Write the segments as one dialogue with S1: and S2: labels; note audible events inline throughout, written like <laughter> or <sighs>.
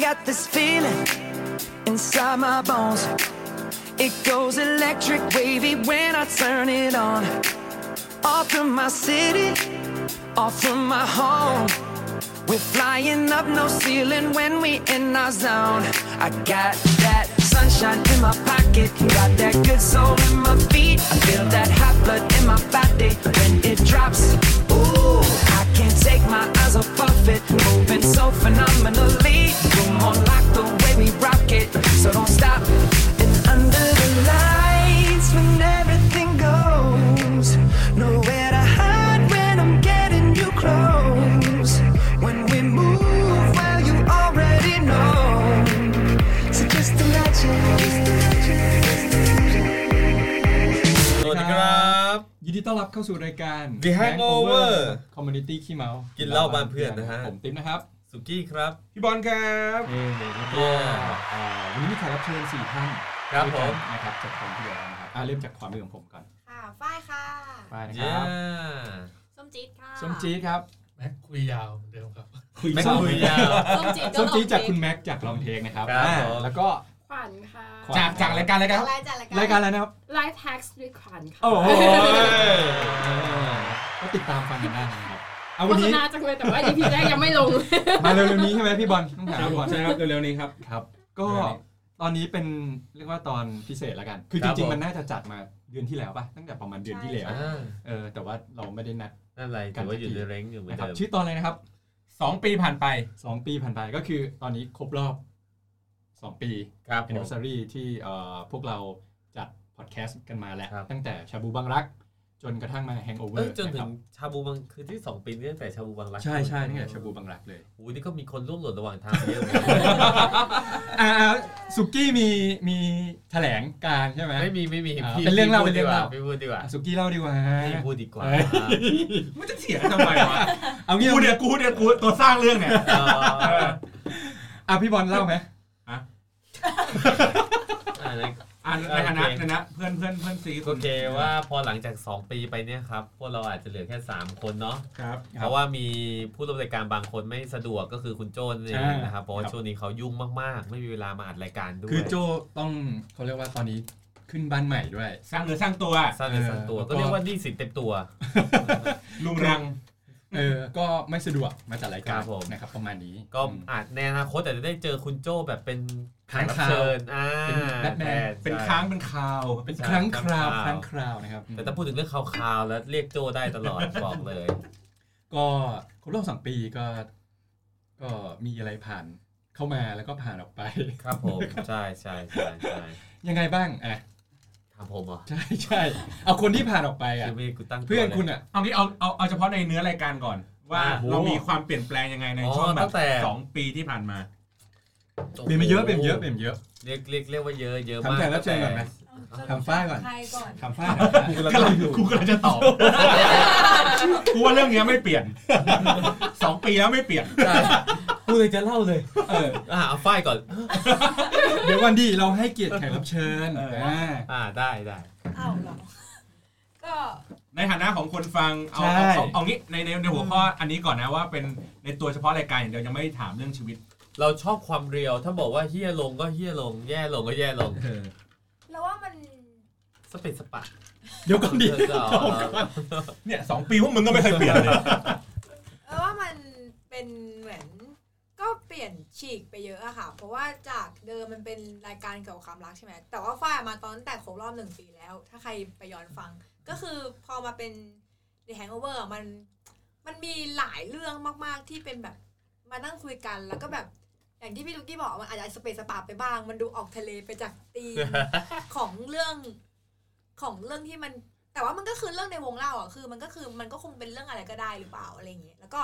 S1: got this feeling inside my bones. It goes electric wavy when I turn it on. Off from my city, off from my home. We're flying up no ceiling when we in our zone. I got that sunshine in my pocket, got that good soul in my feet. I feel that hot blood in my body when it drops. Ooh, I can't take my eyes off of it, moving so phenomenally. Come on, like the way we rock it, so don't stop. And under the lights, when everything goes, nowhere to hide when I'm getting you close. When we move, well, you already know. So just imagine.
S2: สวัสดีครับ
S3: ยินดีต้อนรับเข้าสู่รายการ
S2: The Hangover
S3: Community ขี้เมา
S2: กิ
S3: กิ
S2: นเหล้าบ้านเพื่อนนะฮะ
S3: ผมติ๊มนะครับ
S2: สุกี้ครับ
S4: พี่บอลครับ
S3: เอ่อแล้วก็เอ่อวันนี้มีแขกรับเชิญสี่ท่าน
S2: ครับ
S3: ด้วยกัน
S2: ผม
S3: นะครับจากคนที่แล้วนะครับอ่ะเริ่มจากความเป็นของผมก่อน
S5: ค่ะ ฝ้ายค่ะ
S3: ไปนะค
S2: เย้
S3: รับ
S5: ส้มจี๊ดค่ะ
S3: ส้มจี๊ดครับ
S6: แม็กคุยยาวเหมือนเดิมครับ
S3: คุย
S2: แม็กซ์
S3: ส้ม
S2: คุยยาว
S5: ส้มจี๊ดก็
S3: ส้มจี๊ด
S5: ลอง
S3: จากคุณแม็กซ์จากลองเทงนะครับ
S2: ครับ
S3: อ่า
S2: ผม
S3: แล้วก็
S7: ขวัญค่ะ
S3: ขวัญ
S4: จากจากรายการอะไรายกัน
S5: อะไรจัดราย
S3: รายกา
S5: การ
S3: รอะไรนะครับ
S7: ไลฟ์แท็กซ์ด้วยขวัญค่ะ
S3: โอ้โห
S2: ย
S3: ก็ติดตามฟังกันได้นะครับเอา
S7: โฆ
S3: วัน
S7: ษ
S3: นี้
S7: ณาจังเลยแต่ว่า EP แรกยังไม่ลง
S3: มาเร็วๆนี้ใช่ไหมพี่บอลต้องถาม
S4: ครับ
S3: พี่
S4: ผ
S3: บอล
S4: มใช่ครับเร็วๆนี้ครับ
S3: ครับก็ตอนนี้เป็นเรียกว่าตอนพิเศษแล้วกัน คือ
S2: ค
S3: จ
S2: รับ
S3: ริง
S2: ผม
S3: ๆมันน่าจะจัดมาเดือนที่แล้วป่ะตั้งแต่ประมาณเดือนที่แล้ว
S2: อ่า
S3: เออแต่ว่าเราไม่ได้นัด
S2: นั่นอะไรถือว่าอยู่ในเร้งอยู่เหมือน
S3: นะครับ
S2: เดิม
S3: ชื่อตอนอะไรนะครับ
S4: 2 ปีผ่านไป
S3: สองปีผ่านไปก็คือตอนนี้ครบรอบสองปี
S2: ครับผม
S3: anniversary ที่เอ่อพวกเราจัดพอดแคสต์กันมาแล้ว
S2: ครับ
S3: ตั้งแต่ชาบูบังรัก จนกระทั่งมาแฮงโอเวอ
S2: เอ้ย
S3: ร์
S2: จนถึงชาบูบางคือที่ 2 ปีนี่ตั้งแต่ชาบูบางรัก
S3: ใช่ใช่ตั้งแต่ชาบูบังรักเลย
S2: โอ้ยนี่ก็มีคนร่วงหล่นระหว่างทางเยอะเหมือนกัน
S3: อ่าสุกี้มีมีแถลงการณ์ใช่ไหม
S2: ไม่มีไม่มี
S3: อ่า
S2: พี่
S3: เป็นเรื่องเล่า
S2: พี่พูด
S3: เป็นเรื่องเล่า
S2: ดีกว่พี่พูดดีกว่า
S3: อ่ะสุกี้เล่าดีกว่า
S2: พี่พูดดีกว่า
S3: เอ้ย
S4: ไม่จะเถียงทำไมวะ
S3: เอางี้
S4: กู
S3: เอา
S4: เนี่
S3: งี้
S4: ยกูเนี่ยกูตัวสร้างเรื่องเนี่ย
S2: เอ่อ
S4: เออ
S3: อ่ะพี่บอลเล่าไหม
S2: อ่านะ
S4: อ่านในฐานะในฐานะเพื่อนเพื่อนเพื่อนซี
S2: โอเคว่าพอหลังจาก 2 ปีไปเนี่ยครับ พวกเราอาจจะเหลือแค่ 3 คนเนาะ
S4: ครับ
S2: เพราะว่ามีผู้ร่วมรายการบางคนไม่สะดวกก็คือคุณโจ้นนเอ
S3: ใช่
S2: งนะครับเพราะว่าช่วงนี้เขายุ่งมากๆ ไม่มีเวลามาอัดรายการด้วย
S3: คือโจต้องเขาเรียกว่าตอนนี้ขึ้นบ้านใหม่ด้วย
S4: สร้างเนื้อสร้างตัว
S2: สร้างเนื้อสร้างตัว
S3: เออ
S2: ก็เรียกว่าหนี่สินเต็มตัว
S4: ลุงรัง
S3: เออ ก็ไม่สะดวกมาจัดรายกา
S2: ค
S3: ร
S2: รับผม
S3: นะครับประมาณนี้
S2: ก็
S3: อืม
S2: อาจในอนาคตอาจจะได้เจอคุณโจ้แบบเป็น
S3: ค้าง
S2: รับ
S3: คาว
S2: เชิญอ่า
S3: เป็นแบทแมน
S2: ใช่
S4: เป็นค้างเป็นคาว
S3: เป็นครั้งคราวครั้งคราวนะครับ
S2: แต่ถ้าพูดถึงเรื่องคาวๆแล้วเรียกโจ้ได้ตลอด บอกเลย
S3: ก็ครบรอบสองปีก็ ก็มีอะไรผ่านเข้ามาแล้วก็ผ่านออกไป
S2: ครับผมใช่ใช่ใช่ใช่
S3: ยังไงบ้างอ่ะ
S2: ครับผมเหรอ
S3: ใช่ใช่เอาคนที่ผ่านออกไปอ่ะ
S2: คือไม่ได้กูตั้งตัว
S3: เพื่อน
S2: ลย
S3: คุณอ่ะ
S4: เอางี้เอาเอาเอาเฉพาะในเนื้อรายการก่อน ว่า
S2: อ่า
S4: เรามีความเปลี่ยนแปลงยังไงใน
S2: อ๋อ
S4: ช่วงแบ
S2: ตั้
S4: บ
S2: งแต่
S4: สองปีที่ผ่านมา
S3: เปลี่ยนมาเยอะเปลี่ยนเยอะเปลี่ยนเยอะ
S2: เรียกเรียกเรียกว่าเยอะเยอะ
S3: ถาม
S2: มาก
S3: แขกรับเชิญก่อนไหม ทำฝ้ายก่อน
S5: ใครก่อน
S3: ทำฝ้าหน่อยนะ
S4: กูกำลังกูกำลังจะต <laughs> อบ กูว่าเรื่องเนี้ยไม่เปลี่ <laughs> ยน สองปีแล้วไม่เปลี่ยน
S2: กูเลยจะเล่าเลย
S3: เออ
S2: อ่าเอาฝ้ายก่อน
S3: เดี๋ยววันดีเราให้เกียรติแขกรับเชิญ
S4: เอออ่
S3: ่า
S2: อ่าได้ได้
S5: อ้าวเหรอ ก็
S4: ในฐานะของคนฟัง เอา
S3: ใช่
S4: เอาเอาเอางี้ในในในหัวข้ออันนี้ก่อนนะว่าเป็นในตัวเฉพาะรายการอย่างเดียวยังไม่ถามเรื่องชีวิต
S2: เราชอบความเรียว ถ้าบอกว่าเฮี้ยลงก็เฮี้ยลง แย่ลงก็แย่ลง
S5: เราว่ามัน
S2: สเปซสปะ
S3: เดี๋ยวก่อนดิ
S2: เออ
S4: เนี่ยสองปีพวกมึงก็ไม่เคยเปลี่ยนเลย
S5: เราว่ามันเป็นเหมือน ก็เปลี่ยนฉีกไปเยอะอะค่ะ เพราะว่าจากเดิมมันเป็นรายการเกี่ยวกับความรักใช่ไหมแต่ว่าฝ้ายมาตอนตั้งแต่ครบรอบหนึ่งปีแล้ว ถ้าใครไปย้อนฟัง ก็คือพอมาเป็น The Hangover อะมันมันมีหลายเรื่องมาก ๆ ที่เป็นแบบมานั่งคุยกันแล้วก็แบบอย่างที่พี่ลูกกี้บอกมันอาจจะสเปซสปาไปบ้าง มันดูออกทะเลไปจากตีม ของเรื่องของเรื่องที่มัน แต่ว่ามันก็คือเรื่องในวงเล่าอ่ะคือ มันก็คือมันก็คงเป็นเรื่องอะไรก็ได้หรือเปล่าอะไรอย่างเงี้ยแล้วก็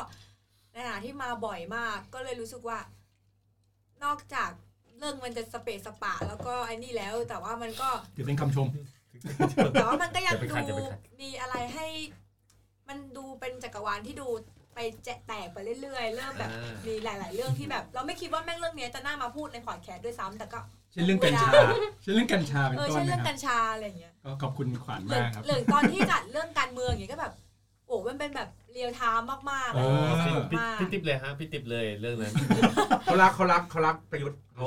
S5: ในขณะที่มาบ่อยมาก ก็เลยรู้สึกว่า นอกจากเรื่องมันจะสเปซสปะ แล้วก็ไอ้นี่แล้ว แต่ว่ามันก็
S3: ถือเป็นคำชม
S5: แต่ว่ามันก็ยัง
S2: จะไป
S5: ดู
S2: ขัดจะไปขัด
S5: มีอะไรให้ มันดูเป็นจักรวาลที่ดูไปแจะแตกไปเรื่อยๆ เริ่มแบบ
S2: อ่า
S5: มีหลาย ๆ เรื่องที่แบบ เราไม่คิดว่าแม่งเรื่องเนี้ยจะน่ามาพูดในพอดแคสต์ด้วยซ้ำแต่ก็
S3: เช่นเรื่องกัญชา เช่นเรื่องกัญชาเป็น
S5: เออ
S3: ต้น
S5: ใช่นเรื่
S3: นะ
S5: อง
S3: ครั
S5: กับ ญชาอะไรอย่างเงี้ย
S3: ก็ขอบคุณขวัญ
S5: หรื
S3: มา
S5: อก
S3: ครับ
S5: หรือตอนที่จัดเรื่องการเมืองอย่างเงี้ยก็แบบ โอ้ มันเป็นแบบเรียลไทม์มากๆ
S3: เอ
S5: เลย
S3: อ
S5: สนุก
S2: พี่
S5: มาก
S2: พี่ติ๊บเลยฮะพี่ติ๊บเลยเรื่องนั้น
S4: เขารักเขารักเขารักประยุทธ์เขา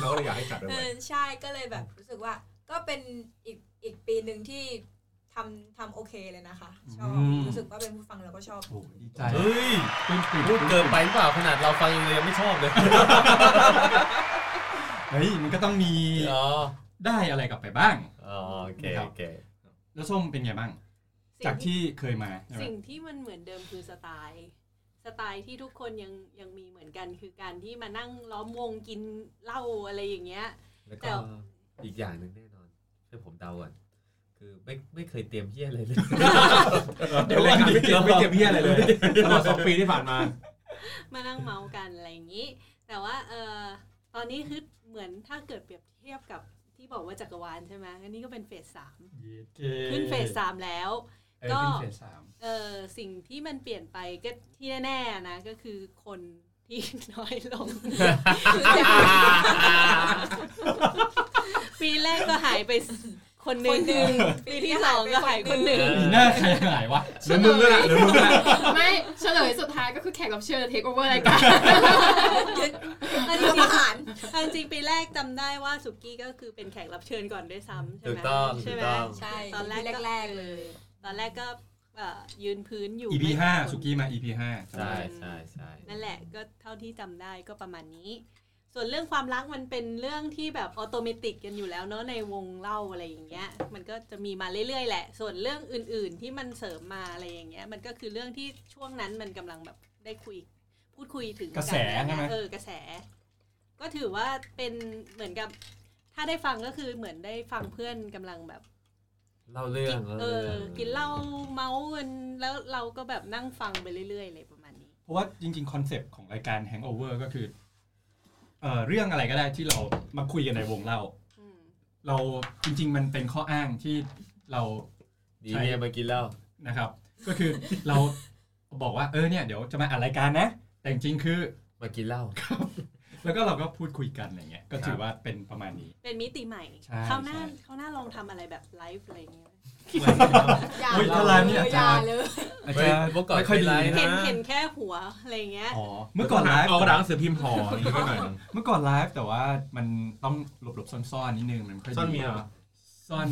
S4: เขาเลยอยากให้จัดไว้
S5: เอ
S4: ไว้
S5: อใช่ก็เลยแบบรู้สึกว่า ก็เป็นอีกอีกปีหนึ่งที่ทำทำโอเคเลยนะคะชอบ
S3: อืม
S5: รู้สึกว่าเป็นผู้ฟังเราก็ชอบ
S3: โอ้ดีใจ
S2: เฮ้ย
S3: ปลื้มปริ่ม
S2: พูดเกินไปหรือเปล่าขนาดเราฟังยังเลยยังไม่ชอบเลย
S3: เฮ้ยมันก็ต้องมี
S2: อ๋อ
S3: ได้อะไรกลับไปบ้าง
S2: อ๋อโอเคโอเค
S3: แล้วส้มเป็นไงบ้าง จากที่เคยมาใช่ไหม
S8: สิ่งที่มันเหมือนเดิมคือสไตล์ สไตล์ที่ทุกคนยังยังมีเหมือนกัน คือการที่มานั่งล้อมวงกินเหล้าอะไรอย่างเงี้ย
S2: แล้ว
S8: แต่
S2: ก็อีกอย่างหนึ่งแน่นอนให้ผมเดาก่อนคือไม่ไม่เคยเตรียมเฮียอะไรเลย
S4: เดี๋ยวเลยครับไม่เตรียมไม่เตรียมเพี้ยอะไรเลยตลอดสองปีที่ผ่านมา
S8: มานั่งเมากันอะไรอย่างนี้ แต่ว่าเออตอนนี้คือเหมือนถ้าเกิดเปรียบเทียบกับที่บอกว่าจักรวาลใช่ไหมอันนี้ก็เป็นเฟสสาม
S3: เย้เก
S8: ขึ้นเฟสสามแล้ว
S3: เออขึ้นเฟสสาม
S8: เออสิ่งที่มันเปลี่ยนไปก็ที่แน่ๆนะก็คือคนที่ <laughs> น้อย
S3: <laughs>
S8: ลง ปีแรกก็หายไปคนหนึ่
S5: ค
S8: ง
S5: นหนึ่ง
S8: ปีที่สองก็หายคนหนึ่ง
S3: ปีหน้าใครหายวะ
S4: เดี๋ยวมึงก็แหละเดี๋ยวมึงก็แหละ
S9: ไม่เฉลยสุดท้ายก็คือแขกรับเชิญเทคโอเวอร์รายการ
S8: ยึดอัน
S5: ทำ
S8: จริ
S5: อาง หาร
S8: อันจริงปีแรกจำได้ว่าสุกี้ก็คือเป็นแขกรับเชิญก่อนด้วยซ้ำใช่
S2: ถู
S8: ไห
S2: ก
S8: ม
S2: ต้อง
S8: ใช่ไห
S2: ถูก
S8: ม
S2: ต้อง
S5: ใช่
S8: ตอนแรก
S5: แรกๆเลย
S8: ตอนแรกก็เอ่อยืนพื้นอยู่
S3: EP
S8: ไม่
S3: ห้า
S8: ถึง
S3: สุกี้มา EP ห้า
S2: ใช่ใช่ใช่
S8: นั่นแหละก็เท่าที่จำได้ก็ประมาณนี้ ส่วนเรื่องความรักมันเป็นเรื่องที่แบบออโตเมติกกันอยู่แล้วเนอะในวงเล่าอะไรอย่างเงี้ย มันก็จะมีมาเรื่อยๆแหละ ส่วนเรื่องอื่นๆที่มันเสริมมาอะไรอย่างเงี้ย มันก็คือเรื่องที่ช่วงนั้นมันกำลังแบบได้คุย พูดคุยถึงน
S3: กระแสใช่ไหม
S8: เออกระแส ก็ถือว่าเป็นเหมือนกับ ถ้าได้ฟังก็คือเหมือนได้ฟังเพื่อนกำลังแบบ
S2: เล่าเรื่อง
S8: เออ
S2: รื่อง
S8: กินเหล้าเมากันแล้วเราก็แบบนั่งฟังไปเรื่อยๆอะไรประมาณนี้
S3: เพราะว่าจริงๆ คอนเซปต์ของรายการ Hangover ก็คือเอ่อเรื่องอะไรก็ได้ที่เรามาคุยกันในวงเล่า
S8: อืม
S3: เราจริง ๆ มันเป็นข้ออ้างที่เรา
S2: ดีเนี่ยมากินเหล้า
S3: นะครับ ก็คือ <laughs> เราบอกว่าเออเนี่ยเดี๋ยวจะมาอัดรายการนะ แต่จริงๆคือ
S2: มากินเหล้า
S3: แล้วก็เราก็พูดคุยกันอะไรเงี้ยก็ถือว่าเป็นประมาณนี้
S8: เป็นมิติใหม่
S3: ใช่
S8: คราวหน้า
S3: ใช่
S8: คราวหน้าลองทำอะไรแบบไลฟ์อะไรอย่างเงี้ย
S5: อย่า
S3: โอ้ย
S5: เล
S3: ถ้าร้านเนี่ย
S5: ย
S3: อาจ
S5: อ
S3: จะ
S5: ย่าเลย
S3: อาจจะ
S2: เมื่อก่อน
S3: ไม่ค่อยดี
S2: เป็นไร
S8: เห็น
S2: นะ
S8: เห็นแค่หัวอะไรอย่างเงี้ย
S3: อ๋อเมื่อก่อนไลฟ์
S4: เอากระดาษหนังสือพิมพ์ห่ออย่างนี้ก็หน่อย
S3: เมื่อก่อนไลฟ์แต่ว่ามันต้องหลบหลบๆซ่อนๆนิดนึงมันไม่ค่อยดี
S4: ซ่อนเมียเหรอ
S3: ซ่อน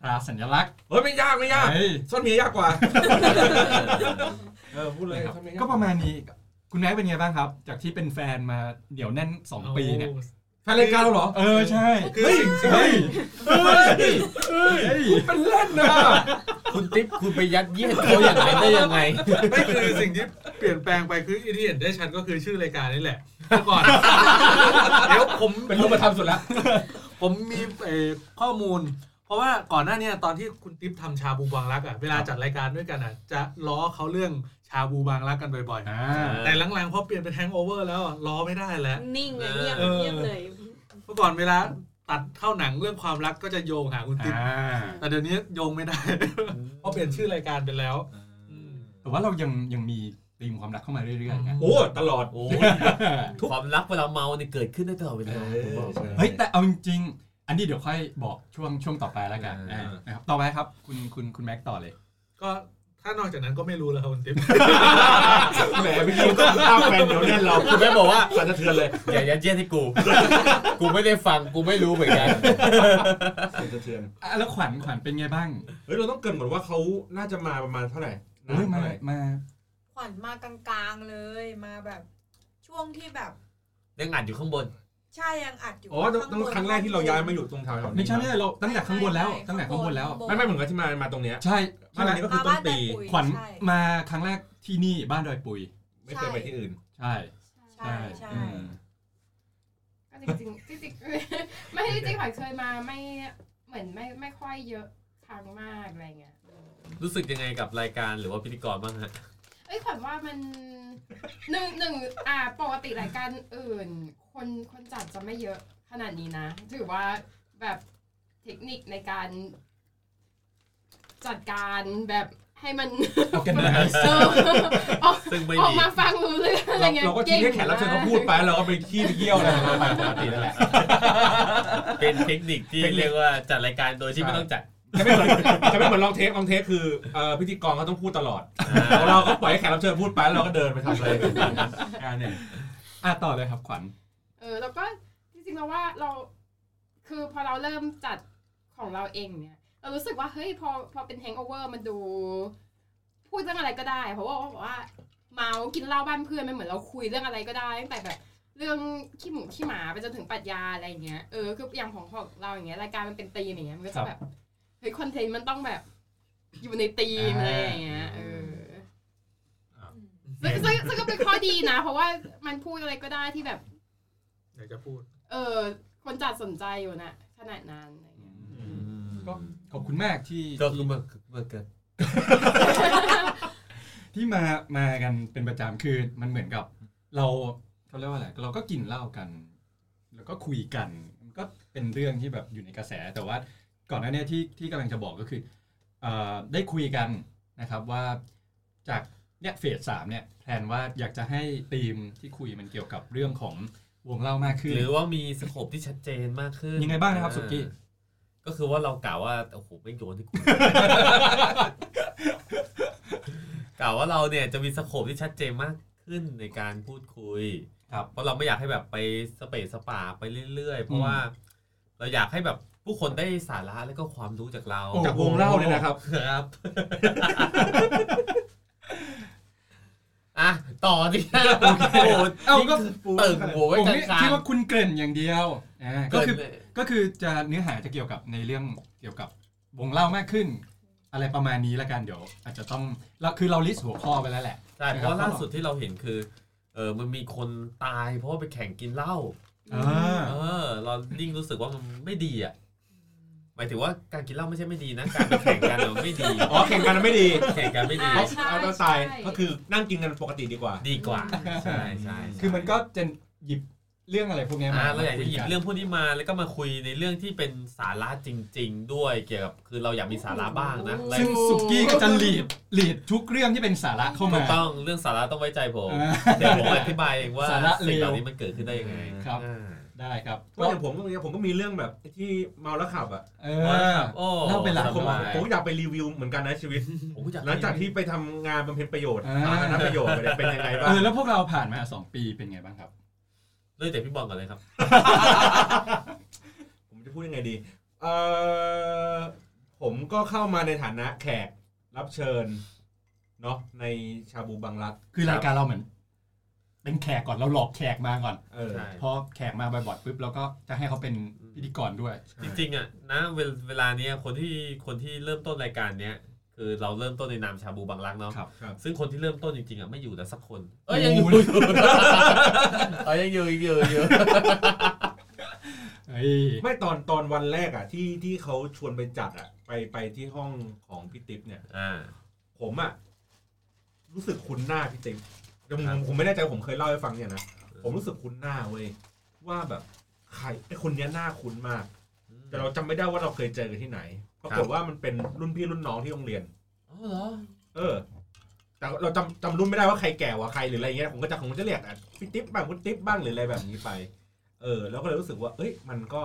S3: ตราสัญลักษณ์
S4: เฮ้ยไม่ยากไม่ยาก
S3: เฮ้ย
S4: ซ่อนเมียยากกว่า เออพูดเลย
S3: นะครับ
S4: ซ่อนเมียย
S3: ก็ประมาณนี้คุณแม็กเป็นไงบ้างครับ จากที่เป็นแฟนมาเหนียวแน่น 2 ปีเนี่ย
S4: แฟนรายการเราเหรอ
S3: เออใช่
S4: คือ
S3: เฮ้ยเฮ้ยเฮ้ยเฮ้ย
S4: เป็นเล่นนะ
S2: คุณติ๊บคุณไปยัดเยียดเขาอย่างไรได้ยังไง
S10: ไม่คือสิ่งที่เปลี่ยนแปลงไปคืออินเดียนได้ชันก็คือชื่อรายการนี่แหละเมื่อก่อน เดี๋ยวผม
S4: เป็นรูปธรรมสุดละ
S10: ผมมีเอ่อข้อมูล เพราะว่าก่อนหน้าเนี้ตอนที่คุณติ๊บทำชาบูบางรักอ่ะเวลาจัดรายการด้วยกันอ่ะจะล้อเขาเรื่องชาบูบางรักกันบ่อย
S3: อ่า
S10: ๆ แต่หลังๆพอเปลี่ยนเป็นแฮงโอเวอร์แล้วอะล้อไม่ได้แล้ว
S8: นิ่งเลยเงียบ
S10: เออ
S8: เงียบเลย
S10: เมื่อก่อนเวลาตัดเข้าหนังเรื่องความรักก็จะโยงหาคุณติ๊บ
S3: อ่า
S10: แต่เดี๋ยวนี้โยงไม่ได้ เพราะเปลี่ยนชื่อรายการไปแล้ว
S3: แต่ว่าเรายังยังมีธีมความรักเข้ามาเรื่อยๆนะ
S4: โอ้ตลอด
S2: โอ้ยความรักเวลาเมาเนี่ยเกิดขึ้นได้ตลอดเวลาผมบอกเลย
S3: เฮ้ยแต่เอาจริงๆอันนี้เดี๋ยวค่อยบอกช่วงช่วงต่อไปแล้วกัน
S2: อ่า
S3: อ่านะครับต่อไปครับคุณคุณคุณแม็กต่อเลย
S10: ก็ถ้านอกจากนั้นก็ไม่รู้แล้วครับคุณติ๊บ
S4: แหมไม่คิดว่าตั้งแฟนเดี๋ยวเล่นเรา
S2: คุณแม่บอกว่า
S4: สั่นสะเทือนเลย
S2: อย่ายัดเยียดให้กู กูไม่ได้ฟังกูไม่รู้เหมือนกัน
S4: สั่นสะเทือน
S3: อ่ะแล้วขวัญขวัญเป็นไงบ้าง
S4: เฮ้ยเราต้องเกรินก่อนว่าเขาน่าจะมาประมาณเท่าไหร่นะ
S3: เฮ้ยมา
S4: เท่าไหร่
S3: มา
S5: ขวัญมากลางๆเลยมาแบบช่วงที่แบบ
S2: ยังอ่านอยู่ข้างบน
S5: ใช่ยังอัดอยู่
S4: อ๋อตั้งตั้งครั้งแรกที่เราย้ายมาอยู่ตรงแถวๆนี้
S3: ไม่ใช่ไม่ใช่เราตั้งแต่ข้างบนแล้วตั้งแต่ข้างบนแล้ว
S4: ไม่ไม่เหมือนกับที่มามาตรงเนี้ย
S3: ใช่
S4: มา
S3: ใช่
S4: ต
S3: ไห
S4: ร
S3: ม
S4: งนี้ก็คือ
S5: มา
S4: ต้น
S5: บ้านแต่
S4: ปี
S5: ปุ๋ย
S3: ขวัญ
S5: ใช่
S3: มาครั้งแรกที่นี่บ้านดอยปุย
S4: ไม่เคยไปที่อื่น
S3: ใช่
S5: ใช่ใช่
S3: อืม
S9: ก็จริงๆจริงๆไม่จริงๆขวัญเคยมาไม่เหมือนไม่ไม่ค่อยเยอะครั้งมากอะไรเงี้ย
S2: รู้สึกยังไงกับรายการหรือว่าพิธีกรบ้างฮะ
S9: เอ้ยขวัญว่ามันหนึ่งหนึ่งอ่าปกติรายการอื่น คนคนจัดจะไม่เยอะขนาดนี้นะ ถือว่าแบบเทคนิคในการ จัดการแบบให้มัน
S3: ออแกนไน
S9: <laughs>
S3: ซ์
S9: เออออก
S2: ซึ่งไม่
S9: ออก
S2: มี
S9: มาฟังรู้เรื่องอะไร
S4: เรา
S9: เงี้ย
S4: เราก็คิดแค่แขกรับเชิญเขาพูดไปเราก็ไปขี้ไปเยี่ยวอะไรของเราไปปกตินั่นแหละ
S2: เป็นเทคนิคที่
S4: เทคนิค
S2: เรียกว่าจัดรายการโดยที่ไม่ต้องจัด
S4: ไ จะไม่เหมือนจะไม่เหมือนลองเทคลองเทคคือเอ่อพิธีกรเขาต้องพูดตลอดของเราก็ปล่อยให้แขกรับเชิญพูดไปแล้วเราก็เดินไปทำอะไร
S3: อ่าเนี่ยอ่ะต่อเลยครับขวัญ
S9: เออแล้วก็จริงๆแล้วว่าเราคือพอเราเริ่มจัดของเราเองเนี่ยเรารู้สึกว่าเฮ้ยพอพอเป็นแฮง g อ v เวอร์มันดู พูดเรื่องอะไรก็ได้ เพราะว่าบอกว่าเมากินเหล้าบ้านเพื่อนมันเหมือนเราคุยเรื่องอะไรก็ได้ตั้งแต่แบบเรื่องขี้หมูขี้หมาไปจนถึงปรัชญาอะไรอย่างเงี้ยเออคืออย่างของของเราอย่างเงี้ยรายการมันเป็นตีมอย่างเงี้ยมันก็จะแบบเฮ้ยคอนเทนต์มันต้องแบบ อยู่ในตีมอะไรอย่างเงี้ยเออซึ่งซึ่งซึ่งก็เป็นข้อดีนะ เพราะว่ามันพูดอะไรก็ได้ที่แบบ
S11: อยากจะพูด
S9: เออคนจัดสนใจอยู่นะขนาดนั้นอะไรเงี้ย
S3: ก็ขอบคุณมากที่
S2: ก็คือเบอร์เบอร์เกิด
S3: ที่มามากันเป็นประจำคือมันเหมือนกับ เราเขาเรียกว่าอะไรเราก็กินเหล้ากัน แล้วก็คุยกันมันก็เป็นเรื่องที่แบบอยู่ในกระแส แต่ว่าก่อนหน้าเนี้ที่ที่กำลังจะบอกก็คือเอ่อได้คุยกันนะครับว่าจากเนี่ยเฟสสามเนี่ยแพลนว่าอยากจะให้ธีมที่คุยมันเกี่ยวกับเรื่องของวงเล่ามากขึ้น
S2: หรือว่ามีสโคปที่ชัดเจนมากขึ้น
S3: ยังไงบ้างนะครับสุกี้
S2: อ่าก็คือว่าเรากล่าวว่าโอ้โหไม่โยนที่กู
S3: <laughs>
S2: กล่าวว่าเราเนี่ยจะมีสโคปที่ชัดเจนมากขึ้นในการพูดคุย
S3: ครับ
S2: เพราะเราไม่อยากให้แบบไปสเปซสปาไปเรื่อยๆ เพราะว่า เราอยากให้แบบผู้คนได้สาระและก็ความรู้จากเรา
S3: จากวงเล่าเนี่ยนะครับ
S2: ครับ อ่ะต่อดิโอ้โห
S3: เอ้า
S2: นี่
S3: ก็
S2: ก็เติ่งหัวไว้
S3: ผม
S2: กลางๆ
S3: นี่คิดว่าคุณเกริ่นอย่างเดียวอ่าก็คือ
S2: เกิดเลย
S3: ก็คือจะเนื้อหาจะเกี่ยวกับในเรื่องเกี่ยวกับวงเล่ามากขึ้น อะไรประมาณนี้ละกันเดี๋ยว อาจจะต้องเราคือเราลิสต์หัวข้อไปแล้วแหละ
S2: ใช่เพราะว่าล่าสุดที่เราเห็นคือเออมันมีคนตายเพราะว่าไปแข่งกินเหล้า
S3: อ่า
S2: เออ เรายิ่งรู้สึกว่ามันไม่ดีอ่ะหมายถึงว่าการกินเหล้าไม่ใช่ไม่ดีนะ การไปแข่งกันมันไม่ดี
S4: อ๋อแข่งกันไม่ดี
S2: แข่งกันไม่ดี
S9: อ่าใช่
S4: เอาตัว
S9: ใช่
S4: ตายก็คือนั่งกินกันปกติดีกว่า
S2: ดีกว่า ใช่ใช่
S3: คือมันก็จะหยิบเรื่องอะไรพวกเนี้ยมา
S2: อ่าเราอยากจะหยิบ
S3: คุน
S2: เรื่องพวกนี้มาแล้วก็มาคุยในเรื่องที่เป็นสาระจริง ๆ ด้วยเกี่ยวกับคือเราอยากมีสาระบ้างนะและ
S3: ซึ่งสุกี้ก็จะหลีดหลีดทุกเรื่องที่เป็นสาระเข้า
S2: ถู
S3: มาก
S2: ต้องเรื่องสาระต้องไว้ใจผม
S3: อ่า
S2: เดี๋ยวผมอธิบายเองว่า
S3: สาระเลว
S2: สิ่งเหล่านี้มันเกิดขึ้นได้ยังไง
S3: ครับ
S2: อ่า
S3: ได้ครับ
S4: ก็อย่างผมก็มีผมก็มีเรื่องแบบที่เมาแล้วขับอ่ะ
S3: เออ
S2: โอ้
S3: เล่าไปหลาย
S2: ส
S4: ผม
S2: บาย
S4: ผมก็อยากไปรีวิวเหมือนกันนะชีวิต
S2: ผมอย
S4: หลังจากที่ไปทำงานบำเพ็ญประโยชน์
S3: อ่า
S4: สาธารณประโยชน์ <laughs> ไปเนี่ยเป็นยังไงบ้า
S3: เอง อแล้วพวกเราผ่านมา 2 ปีเป็นไงบ้างครับ
S2: เริ่มจากพี่บอลก่อนเลยครับ
S4: ผมจะพูดยังไงดีเออผมก็เข้ามาในฐานะแขกรับเชิญเนาะในชาบูบังรัก
S3: คือรายการเราเหมือน เป็นแขกก่อนเราหลอกแขกมาก่อน
S4: เออ
S2: ใช่
S3: พอแขกมาบ่อยๆปุ๊บเราก็จะให้เขาเป็นพิธีกรด้วย
S2: จริงๆอ่ะนะเวลเวลาเนี้ยคนที่คนที่เริ่มต้นรายการเนี้ยคือเราเริ่มต้นในนามชาบูบางรักเนาะ
S3: ครับ
S4: ครับ
S2: ซึ่งคนที่เริ่มต้นจริงๆอ่ะไม่อยู่แล้วสักคนเอ้ยยังอยู่อยู่เอ้ยยังอยู่ยังอยู่ยังอยู่
S3: เอ้ย
S4: ไม่ตอนตอนวันแรกอ่ะที่ที่เขาชวนไปจัดอ่ะ ไปไปที่ห้องของพี่ติ๊บเนี่ย
S2: อ่า
S4: ผมอ่ะรู้สึกคุ้นหน้าพี่ติ๊บแต่ผม
S2: ครับ
S4: ผมไม่แน่ใจว่าผมเคยเล่าให้ฟังเนี่ยนะผมรู้สึกคุ้นหน้าเว้ยว่าแบบใครไอ้คนเนี้ยหน้าคุ้นมาก แต่เราจำไม่ได้ว่าเราเคยเจอกันที่ไหนปรากฏว่ามันเป็นรุ่นพี่รุ่นน้องที่โรงเรียน
S2: อ๋อเหรอ
S4: เออ แต่เราจำจำรุ่นไม่ได้ว่าใครแก่กว่าใครหรืออะไรเงี้ยผมก็จะผมก็จะเรียกอ่ะพี่ติ๊บบ้างคุณติ๊บบ้างหรืออะไรแบบนี้ไป เออ แล้วก็เลยรู้สึกว่า เอ้ย มันก็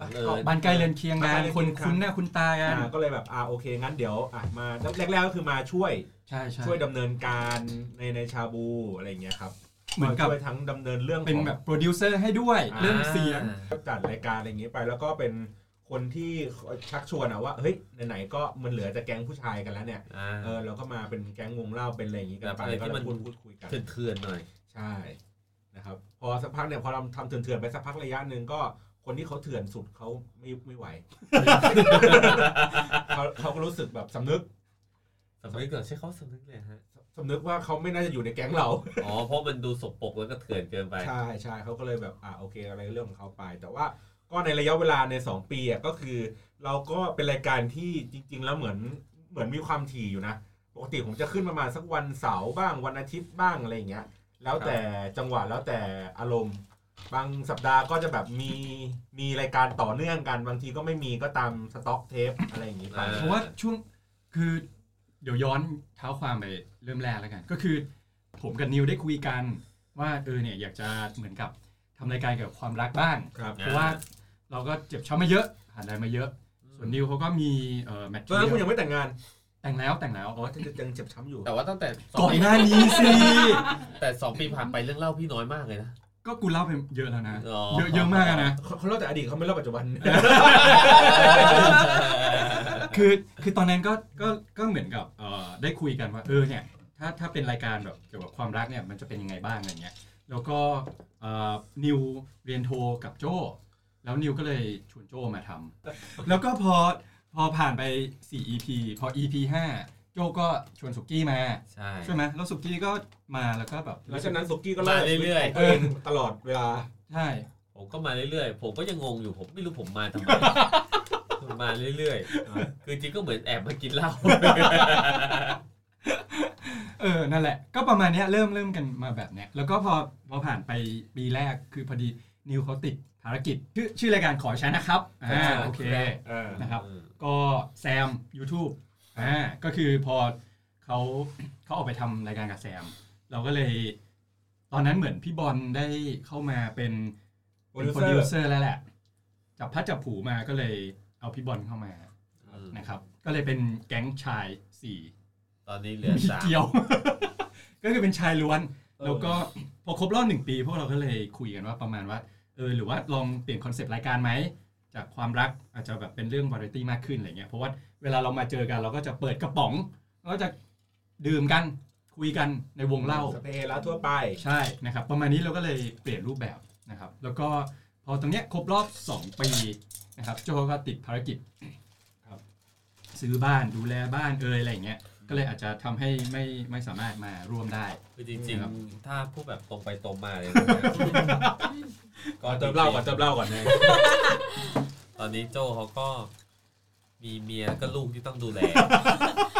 S2: บัง
S4: เอ
S2: เอิ
S4: อ
S2: ญ
S3: บ้านใกล้เรือนเคียงกัน
S4: บ้านใกล้เรื
S3: ค
S4: อน นเคียงกัน
S3: คุ้นหน้าคุ้นตากัน
S4: อ่าก็เลยแบบอ่าโอเค งั้นเดี๋ยวอ่ะมาแรกๆก็คือมาช่วย
S3: ใช่ใช่
S4: ช่วยดำเนินการในในชาบูอะไรอย่างเงี้ยครับ
S3: เหมือนกับ
S4: ช่วยทั้งดำเนินเรื่อง
S3: เป็น
S4: ของ
S3: แบบโปรดิวเซอร์ให้ด้วย
S2: อ่า
S3: เรื่องเสียง
S4: จัดรายการอะไรอย่างเงี้ยไป แล้วก็เป็นคนที่ชักชวนอะว่าเฮ้ยไหนๆก็มันเหลือแต่แก๊งผู้ชายกันแล้วเนี่ย
S2: อ่า
S4: เออเราก็มาเป็นแก๊งวงเล่าเป็นอะไรอย่างงี้กัน
S2: แบ
S4: ไป
S2: บอะไร
S4: ก็
S2: ที่มัน
S4: พูดพูดคุยกัน
S2: เถื่อนๆหน่อย
S4: ใช่นะครับ พอสักพักเนี่ยพอเราทำเถื่อนๆไปสักพักระยะหนึ่งก็คนที่เขาเถื่อนสุดเขาไม่ไม่
S2: <laughs>
S4: ไหว เขาเขาก็รู้สึกแบบสำนึก
S2: สมัยก่อนใช้เขาสำนึกเลยฮะ
S4: สำนึกว่าเขาไม่น่าจะอยู่ในแก๊งเรา
S2: อ๋อเพราะมันดูสกปรกแล้วก็เถื่อนเกินไป
S4: ใช่ใช่เขาก็เลยแบบอ่าโอเคอะไรเรื่องของเขาไป แต่ว่าก็ในระยะเวลาใน 2 ปีอ่ะก็คือ เราก็เป็นรายการที่จริง ๆ แล้วเหมือนเหมือนมีความถี่อยู่นะ ปกติผมจะขึ้นประมาณสักวันเสาร์บ้างวันอาทิตย์บ้างอะไรอย่างเงี้ย แล้วแต่จังหวะแล้วแต่อารมณ์ บางสัปดาห์ก็จะแบบมีมีรายการต่อเนื่องกัน บางทีก็ไม่มีก็ตามสต็อกเทปอะไรอย่างงี้ไป
S2: อ่
S3: เพราะว่าช่วงคือ เดี๋ยวย้อนเท้าความไปเริ่มแรกแล้วกัน ก็คือ ผมกับนิวได้คุยกันว่าเออเนี่ยอยากจะเหมือนกับทำรายการเกี่ยวกับความรักบ้าง
S4: ครับ
S3: เพราะว่าเราก็เจ็บช้ำมาเยอะผ่านอะไรมาเยอะ ส่ ส่วนนิวเขาก็มีเอ่อแมท
S4: ตอนนั้นคุณยังไม่แต่งงาน
S3: แต่งแล้วแต่งแล้ว
S4: อ๋อยังเจ็บช้ำอยู่
S12: แต่ว่าตั้งแต่สง
S3: ก่อน
S12: ปี
S3: หน้านี้สิ
S12: แต่สองปีผ่านไปเรื่องเล่าพี่น้อยมากเลยนะ
S3: ก็กูเล่าไปเยอะแล้วนะ
S12: อ๋อ
S3: เยอะเยอะมากอะนะ
S4: เขาเขาเล่าแต่อดีตเขาไม่เล่าปัจจุบัน
S3: คือคือตอนนั้นก็ก็ก็เหมือนกับเอ่อได้คุยกันว่าเออเนี่ยถ้าถ้าเป็นรายการแบบเกี่ยวกับความรักเนี่ยมันจะเป็นยังไงบ้างอะไรเงี้ยแล้วก็เอ่อนิวเรียนโทกับโจแล้วนิวก็เลยชวนโจมาทำแล้วก็พอพอผ่านไป 4 EP พอ EP 5 โจก็ชวนสุกี้มา
S12: ใช่
S3: ใช่ไหมแล้วสุกี้ก็มาแล้วก็แบบ
S4: หลังจากนั้นสุกี้ก็เล่า
S12: มาเรื่อยๆ
S4: ชีวิตขงตัวเองตลอดเวลา
S3: ใช่
S12: ผมก็มาเรื่อยๆ ผมก็ยังงงอยู่ผมไม่รู้ผมมาทำไม ผมมาเรื่อยๆ คือจริงก็เหมือนแอบมากิ <laughs> นเหล้า
S3: เออนั่นแหละ ก็ประมาณเนี้ยเริ่มเริ่มกันมาแบบเนี้ยแล้วก็พอพอผ่านไปปีแรกคือพอดีนิวเขาติดภารกิจชื่อชื่อรายการขอใช้นะครับอ่าโอเค
S4: เออ
S3: นะครับ ก็แซม YouTube อ่าก็คือพอเขาเขาออกไปทำรายการกับแซม เราก็เลย ตอนนั้นเหมือนพี่บอลได้เข้ามาเป็นเป็นโปร
S4: Producer
S3: ดิวเซอร์แล้วแหละ จับพัดจับผูมาก็เลยเอาพี่บอลเข้ามา
S12: อืม
S3: นะครับ ก็เลยเป็นแก๊งชายสี่
S12: ตอนนี้เหลือ
S3: มี
S12: สาม
S3: เกี่ยว <laughs> ก็คือเป็นชายล้วน แล้วก็พอครบรอบหนึ่งปี พวกเราก็เลยคุยกันว่าประมาณว่าเออหรือว่าลองเปลี่ยนคอนเซปต์รายการไหม จากความรักอาจจะแบบเป็นเรื่องวาไรตี้มากขึ้นอะไรเงี้ยเพราะว่าเวลาเรามาเจอกันเราก็จะเปิดกระป๋องเราก็จะดื่มกันคุยกันในวงเล่า
S4: สเปรย์ละทั่วไป
S3: ใช่นะครับประมาณนี้เราก็เลยเปลี่ยนรูปแบบนะครับ แล้วก็พอตรงเนี้ยครบรอบ 2 ปีนะครับโจก็ติดภารกิจ
S4: ครับ
S3: ซื้อบ้านดูแลบ้านเอยอะไรอย่างเงี้ยก็เลยอาจจะทำให้ไม่ไม่สามารถมาร่วมได้
S12: คือจริง
S3: ครับ
S12: ๆ ถ้าพูดแบบตรงไปตรงมาเลย
S4: ก่อนเติ
S12: <laughs>
S4: มเหล้าก่อนเติมเหล้าก่อนนะ
S12: ตอนนี้โจเขาก็มีเมียแล้วก็ลูกที่ต้องดูแล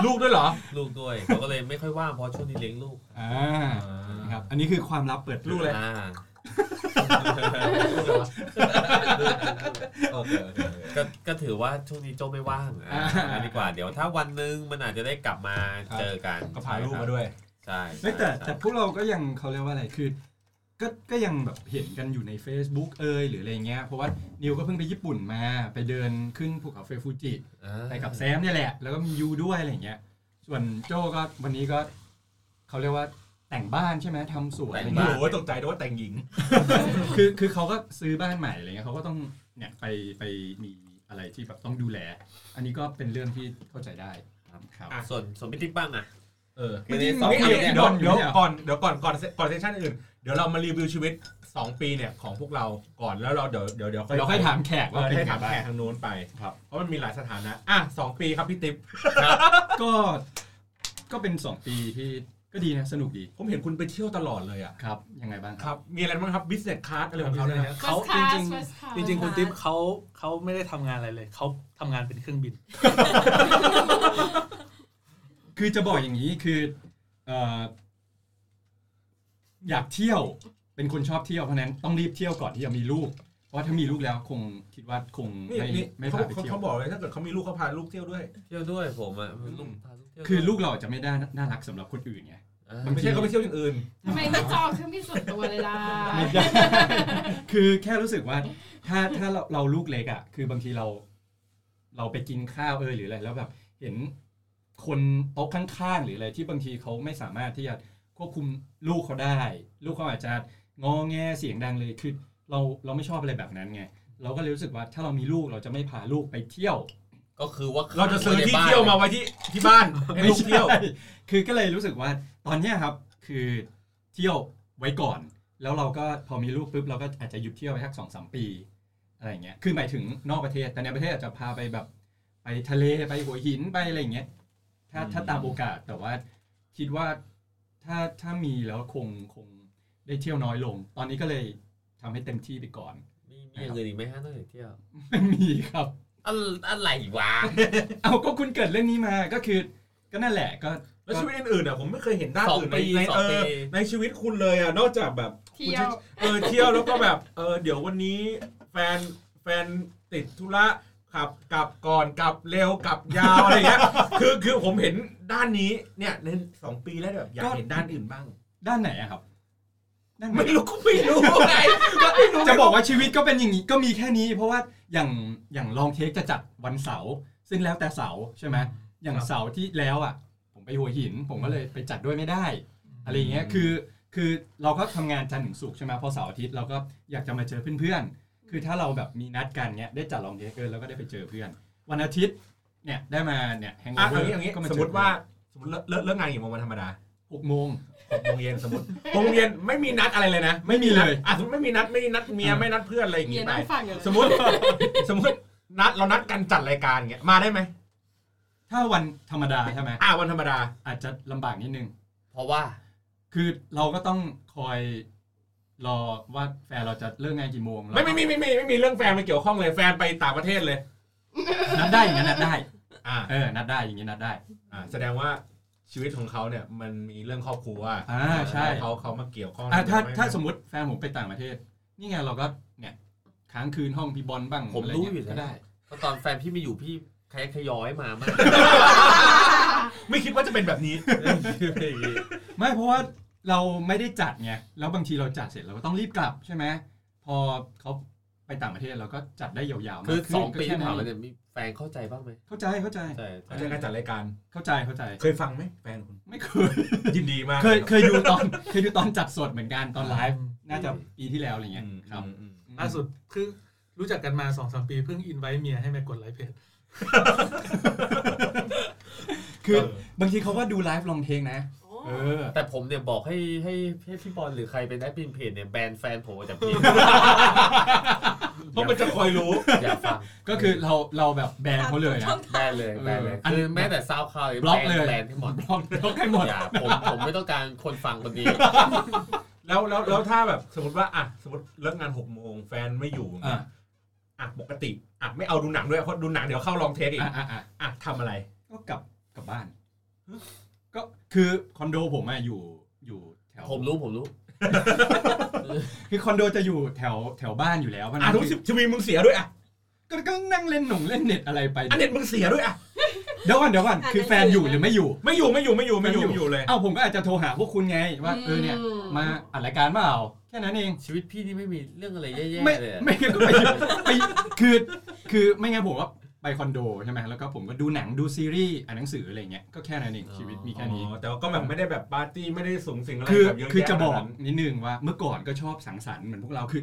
S4: ลูกด้วยเหรอ
S12: ลูกด้วยเขาก็เลยไม่ค่อยว่างเพราะช่วงนี้เลี้ยงลูก
S3: อ่านะครับอันนี้คือความลับเปิดเผย
S4: ลูกอะไร
S12: อ่า
S4: โอเคโอเคโอเค
S12: ก็ก็ถือว่าช่วงนี้โจไม่ว่างอ่าอันนี้ดีกว่าเดี๋ยวถ้าวันหนึงมันอาจจะได้กลับมา
S4: ครับ
S12: เจอกัน
S4: ก็พาลูกมาด้วย
S12: ใช่
S3: เฮ้ยแต่
S12: ใช่
S3: แต่พวกเราก็ยังเขาเรียกว่าอะไรคือก็ก็ยังแบบเห็นกันอยู่ใน Facebook เอยหรืออะไรเงี้ยเพราะว่านิวก็เพิ่งไปญี่ปุ่นมาไปเดินขึ้นภูเขาเฟฟูจิ
S12: อ่า
S3: ไปกับแซมเนี่ยแหละ แล้วก็มียูด้วยอะไรอย่างเงี้ย ส่วนโจก็วันนี้ก็เขาเรียกว่าแต่งบ้านใช่ไหมทำสวนอะไร
S4: โอ้
S3: เงี้ย
S4: โหตกใจด้วยว่าแต่งหญิง
S3: คือคือเขาก็ซื้อบ้านใหม่อะไรเงี้ยเขาก็ต้องเนี่ยไปไปมีอะไรที่แบบต้องดูแล อันนี้ก็เป็นเรื่องที่เข้าใจได้ครับ
S12: อ่ะส่วนส่วนพี่ติ๊กบ้างอ่ะ
S4: เออ
S12: ไม่ได้สอง
S4: เฮ้ย
S12: ปี
S4: เดี๋ยว
S12: เนี่ย
S4: เดี๋ยว
S3: เดี๋
S4: เดี๋ย
S3: ยว ว
S4: ก่อนเดี๋ยวก่อนก่อนก่อนเซสชั่นอื่น เดี๋ยวเรามารีวิวชีวิต 2 ปีเนี่ยของพวกเราก่อนแล้วเราเดี๋ยวเดี๋ยวเดี๋ยวค่อย
S3: เราค่อยถามแขก
S4: เอ
S3: ว่า
S4: อ
S3: เป็น
S4: ให้
S3: ยัง
S4: ถา
S3: ไง
S4: ม
S3: บ้า
S4: แข
S3: ง
S4: กทางโน้นไป
S3: ครับ
S4: เพราะมันมีหลายสถานะ อ่ะสองปีครับพี่ติ๊บ
S3: ก็ ก็เป็น 2 ปีที่ก็ดีนะสนุกดี
S4: ผมเห็นคุณไปเที่ยวตลอดเลยอ่ะ
S3: ครับ ยังไงบ้างค
S4: ครับ รับมีอะไรบ้างครับ business card อะไรของเขาเนี่ยนะ
S10: เขาจริง
S9: First class, first class
S10: ๆ จริง ๆ คุณติ๊บเขาเขาไม่ได้ทำงานอะไรเลย เขาทำงานเป็นเครื่องบิน
S3: คือจะบอกอย่างนี้คือเอ่ออยากเที่ยวเป็นคนชอบเที่ยวเพราะฉะนั้นต้องรีบเที่ยวก่อนที่จะมีลูก เพราะว่าถ้ามีลูกแล้วคงคิดว่าคง
S4: นี่
S3: ไม่
S4: นี่
S3: ไม่
S4: เขา
S3: พาไป
S4: เขา
S3: เที่ยว
S4: เขาบอกเลยถ้าเกิดเขามีลูกเขาพาลูกเที่ยวด้วย
S12: เที่ยวด้วยผมอ่ะลูกพาลูกเที่ยวด้วย
S3: คือลูกเราอาจจะไม่ได้น่ารักสำหรับคนอื่นไง
S12: อ่า
S4: มันไม่ใช่เขาไปเที่ยวอย่างอื่น
S9: ทำไมไม่จองเครื่องบินส่วนตัวเลยล่ะ
S3: ไม่ได้ <laughs> คือแค่รู้สึกว่า ถ้าถ้าเราเราลูกเล็กอ่ะ คือบางทีเรา เราไปกินข้าวเออหรืออะไรแล้วแบบ เห็นคนโต๊ะข้างๆหรืออะไรที่บางทีเขาไม่สามารถที่จะควบคุมลูกเขาได้ ลูกเขาอาจจะงอแงเสียงดังเลยคือเราเราไม่ชอบอะไรแบบนั้นไงเราก็เลยรู้สึกว่าถ้าเรามีลูกเราจะไม่พาลูกไปเที่ยว
S12: ก็คือว่า
S4: เราจะซื้อที่เที่ยวมาไว้ที่ที่บ้านให้ลูกเที่ยว
S3: ไม่ใช่คือก็เลยรู้สึกว่าตอนเนี้ยครับคือเที่ยวไว้ก่อน แล้วเราก็พอมีลูกปุ๊บเราก็อาจจะหยุดเที่ยวไปสักสองสามปีอะไรอย่างเงี้ยคือหมายถึงนอกประเทศ แต่ในประเทศอาจจะพาไปแบบไปทะเลไปหัวหินไปอะไรอย่างเงี้ยถ้าถ้าตามโอกาสแต่ว่าคิดว่าถ้าถ้ามีแล้วคงคงได้เที่ยวน้อยลง ตอนนี้ก็เลยทำให้เต็มที่ไปก่อน
S12: มีมีอย่างอื่นอีกไหมฮะนอกจากเที่ยว
S3: ไม่มีครับ
S12: อันอะไรวะ
S3: เอาก็คุณเกิดเรื่องนี้มาก็คือก็นั่นแหละก็
S4: แล้วชีวิตอื่นๆอ่ะผมไม่เคยเห็นด้าน
S12: สอง
S4: อื่นใน
S12: ปี
S4: ใน
S12: สอง
S4: เอ
S12: ปี
S4: อในชีวิตคุณเลยอ่ะนอกจากแบบ
S9: เที่ยว
S4: เออเที่ยวแล้วก็แบบเออเดี๋ยววันนี้แฟนแฟนติดธุระขับกลับก่อนกลับเร็วกลับยาวอะไรเงี้ยคือคือผมเห็นด้านนี้เนี่ยในสองปีแล้วแบบอยาก
S3: ก็
S4: เห็นด้านอื่นบ้าง
S3: ด้านไหนอะครับ
S4: ไม่รู้กูไม่รู้ไงก็ไม่รู้
S3: จะบอกว่าชีวิตก็เป็นอย่างนี้ก็มีแค่นี้ เพราะว่าอย่างอย่างลองเทคจะจัดวันเสาร์ซึ่งแล้วแต่เสาร์ใช่ไหมอย่างเสาร์ที่แล้วอ่ะ ผมไปหัวหิน ผมก็เลยไปจัดด้วยไม่ได้ อะไรอย่างเงี้ยคือคือเราก็ทำงานจันทร์ถึงศุกร์ใช่ไหมพอเสาร์อาทิตย์เราก็อยากจะมาเจอเพื่อนๆคือถ้าเราแบบมีนัดกันเนี้ยได้จัดลองเทคเออแล้วก็ได้ไปเจอเพื่อน วันอาทิตย์เนี่ยได้มาเนี่ยแฮง
S4: อ่ะ
S3: เอาท์
S4: เอาอย่างงี้อย่างงี้
S3: ก็
S4: สมมติว่าสมมติเลิกเลิกงานกี่โมงวันธรรมดา
S3: หกโมง
S4: หกโมงเย็นสมมติหกโมงเย็นไม่มีนัดอะไรเลยนะ
S3: ไม่มีเลย
S4: อ่ะสมมติไม่มีนัดไม่มีนัดเมียไม่นัดเพื่อนอะไรอย่าง
S9: เมี
S4: งี้
S9: ย
S4: ไป
S9: นั่งฟังอยู่เลย
S4: สมมติ <laughs> สมมตินัดเรานัดกันจัดรายการเงี้ยมาได้ไหม
S3: ถ้าวันธรรมดาใช่ไหม
S4: อ่ะวันธรรมดา
S3: อาจจะลำบากนิดนึง
S12: เพราะว่า
S3: คือเราก็ต้องคอยรอว่าแฟนเราจะเลิกงานกี่โมงแล้ว
S4: ไม่ไม่ไม่ไม่ไม่ไม่มีเรื่องแฟนมาเกี่ยวข้องเลยแฟนไปต่างประเทศเลย
S3: นัดได้อย่างนั้นนัดได้
S4: อ่า
S3: เออนัดได้อย่างนี้นัดได้
S4: อ่าแสดงว่าชีวิตของเขาเนี่ยมันมีเรื่องครอบครัว
S3: อ่าใช่
S4: เขาเขามาเกี่ยวข้อง
S3: อ่ะถ้า
S4: ไม่
S3: ถ้าสมมติแฟนผมไปต่างประเทศ นี่ไงเราก็เนี่ยค้างคืนห้องพี่บอลบ้าง
S12: ผม
S3: ะ
S12: รู้
S3: ไเงี้
S12: อยู่
S3: ก็
S12: แล้
S3: ได้ <laughs>
S12: วเพราะตอนแฟนพี่ไม่อยู่พี่ขยะขย้อย
S4: <laughs>
S12: มามาก
S4: ไม่คิดว่าจะเป็นแบบนี้
S3: ไม่เพราะว่าเราไม่ได้จัดไงแล้วบางทีเราจัดเสร็จเราก็ต้องรีบกลับใช่ไหมพอเขาไปต่างประเทศเราก็จัดได้ยาวๆมาก
S12: คือ
S3: ขึ้น
S12: สองปี
S3: ก็แค่
S12: ที่ผ่านมา
S3: นั้น
S12: เนี่ยมีแฟนเข้าใจบ้างไหม
S3: เข้าใจเข้าใจ
S12: เข้าใจ
S4: เขาจะการจัดรายการ
S3: เข้าใจเข้าใจ
S4: เคยฟังไหมแฟนคุณ
S3: ไม่เคย
S4: ยินดีมาก
S3: เคยเคยดูตอน <laughs> เคยดูตอนจัดสดเหมือนกันตอนไลฟ์น่าจะปีที่แล้วอะไรเงี้ย
S4: อืม
S3: ครับ
S4: อืมอืม
S10: ล่าสุดเพิ่งรู้จักกันมาสองสามปีเพิ่งอินไว้เมียให้มากดไลค์เพจ
S3: คือบางทีเขาก็ดูไลฟ์ลองเทงนะ เออ
S12: แต่ผมเนี่ยบอกให้ให้ให้พี่บอลหรือใครเป็นแอดมินเพจเนี่ยแบนแฟนผมจาก
S3: <laughs>
S12: เพจ
S4: เพราะมันจะคอยรู้
S12: อย่าฟัง
S3: ก็คือเราเราแบบแบนเขาเลยนะ
S12: แบนเลยแบนเลย
S3: เออ
S12: คือแม้แต่ซาวคลาวด์
S3: บล็อกเลย
S12: แบนที่หมด
S3: บล็อกบล็อกให้หมด
S12: อย่าผมผมไม่ต้องการคนฟังคน
S3: <laughs>
S12: นี้
S4: แล้วแล้วแล้วถ้าแบบสมมติว่าอ่ะสมมติเลิกงานหกโมงแฟนไม่อยู่
S3: อ่ะ
S4: เนี่ยอ่ะปกติอ่ะไม่เอาดูหนังด้วยเพราะดูหนังเดี๋ยวเข้าลองเทคอีก
S3: อ่ะอ่ะอ่ะ
S4: อ่ะทำอะไร
S3: ก็กลับกลับบ้าน ก็คือคอนโดผมอะอยู่อยู่แถว
S12: ผมรู้ผมรู้
S3: คือคอนโดจะอยู่แถวแถวบ้านอยู่แล้วเพราะฉะ
S4: อ่ะ
S3: นั้น
S4: ทุกสิบชีวิตมึงเสียด้วยอ่ะ
S3: ก็ก็นั่งเล่นหนุ่งเล่นเน็ตอะไรไป
S4: อันเด็ดมึงเสียด้วยอ่ะ
S3: เดี๋ยวก่อนเดี๋ยวก่อนคือแฟนอยู่หรือไม่อยู่
S4: ไม่อยู่ไม่อยู่ไม่อยู่ไม่อยู่
S3: ไม่อยู่
S4: ไม่อยู่เลย
S3: เอ้าผมก็อาจจะโทรหาพวกคุณไงว่าเออเนี่ยมาอัดรายการเปล่าแค่นั้นเอง
S12: ชีวิตพี่นี่ไม่มีเรื่องอะไรแย่
S3: ไม่
S12: ๆเลยอะ
S3: ไม่ก็ไปไปคือคือไม่งั้นผมว่าไปคอนโดใช่ไหมแล้วก็ผมก็ดูหนังดูซีรีส์อ่านหนังสืออะไรเงี้ยก็แค่นั้นเองชีวิตมีแค่นี้
S4: อ๋อแต่ว่าก็แบบไม่ได้แบบปาร์ตี้ไม่ได้สูงสิงอะไร
S3: คือ
S4: แบบเยอะ
S3: คือ
S4: แยะ
S3: จะบอก
S4: ขนาดนั้น
S3: นิดนึงว่าเมื่อก่อนก็ชอบสังสรรค์เหมือนพวกเราคือ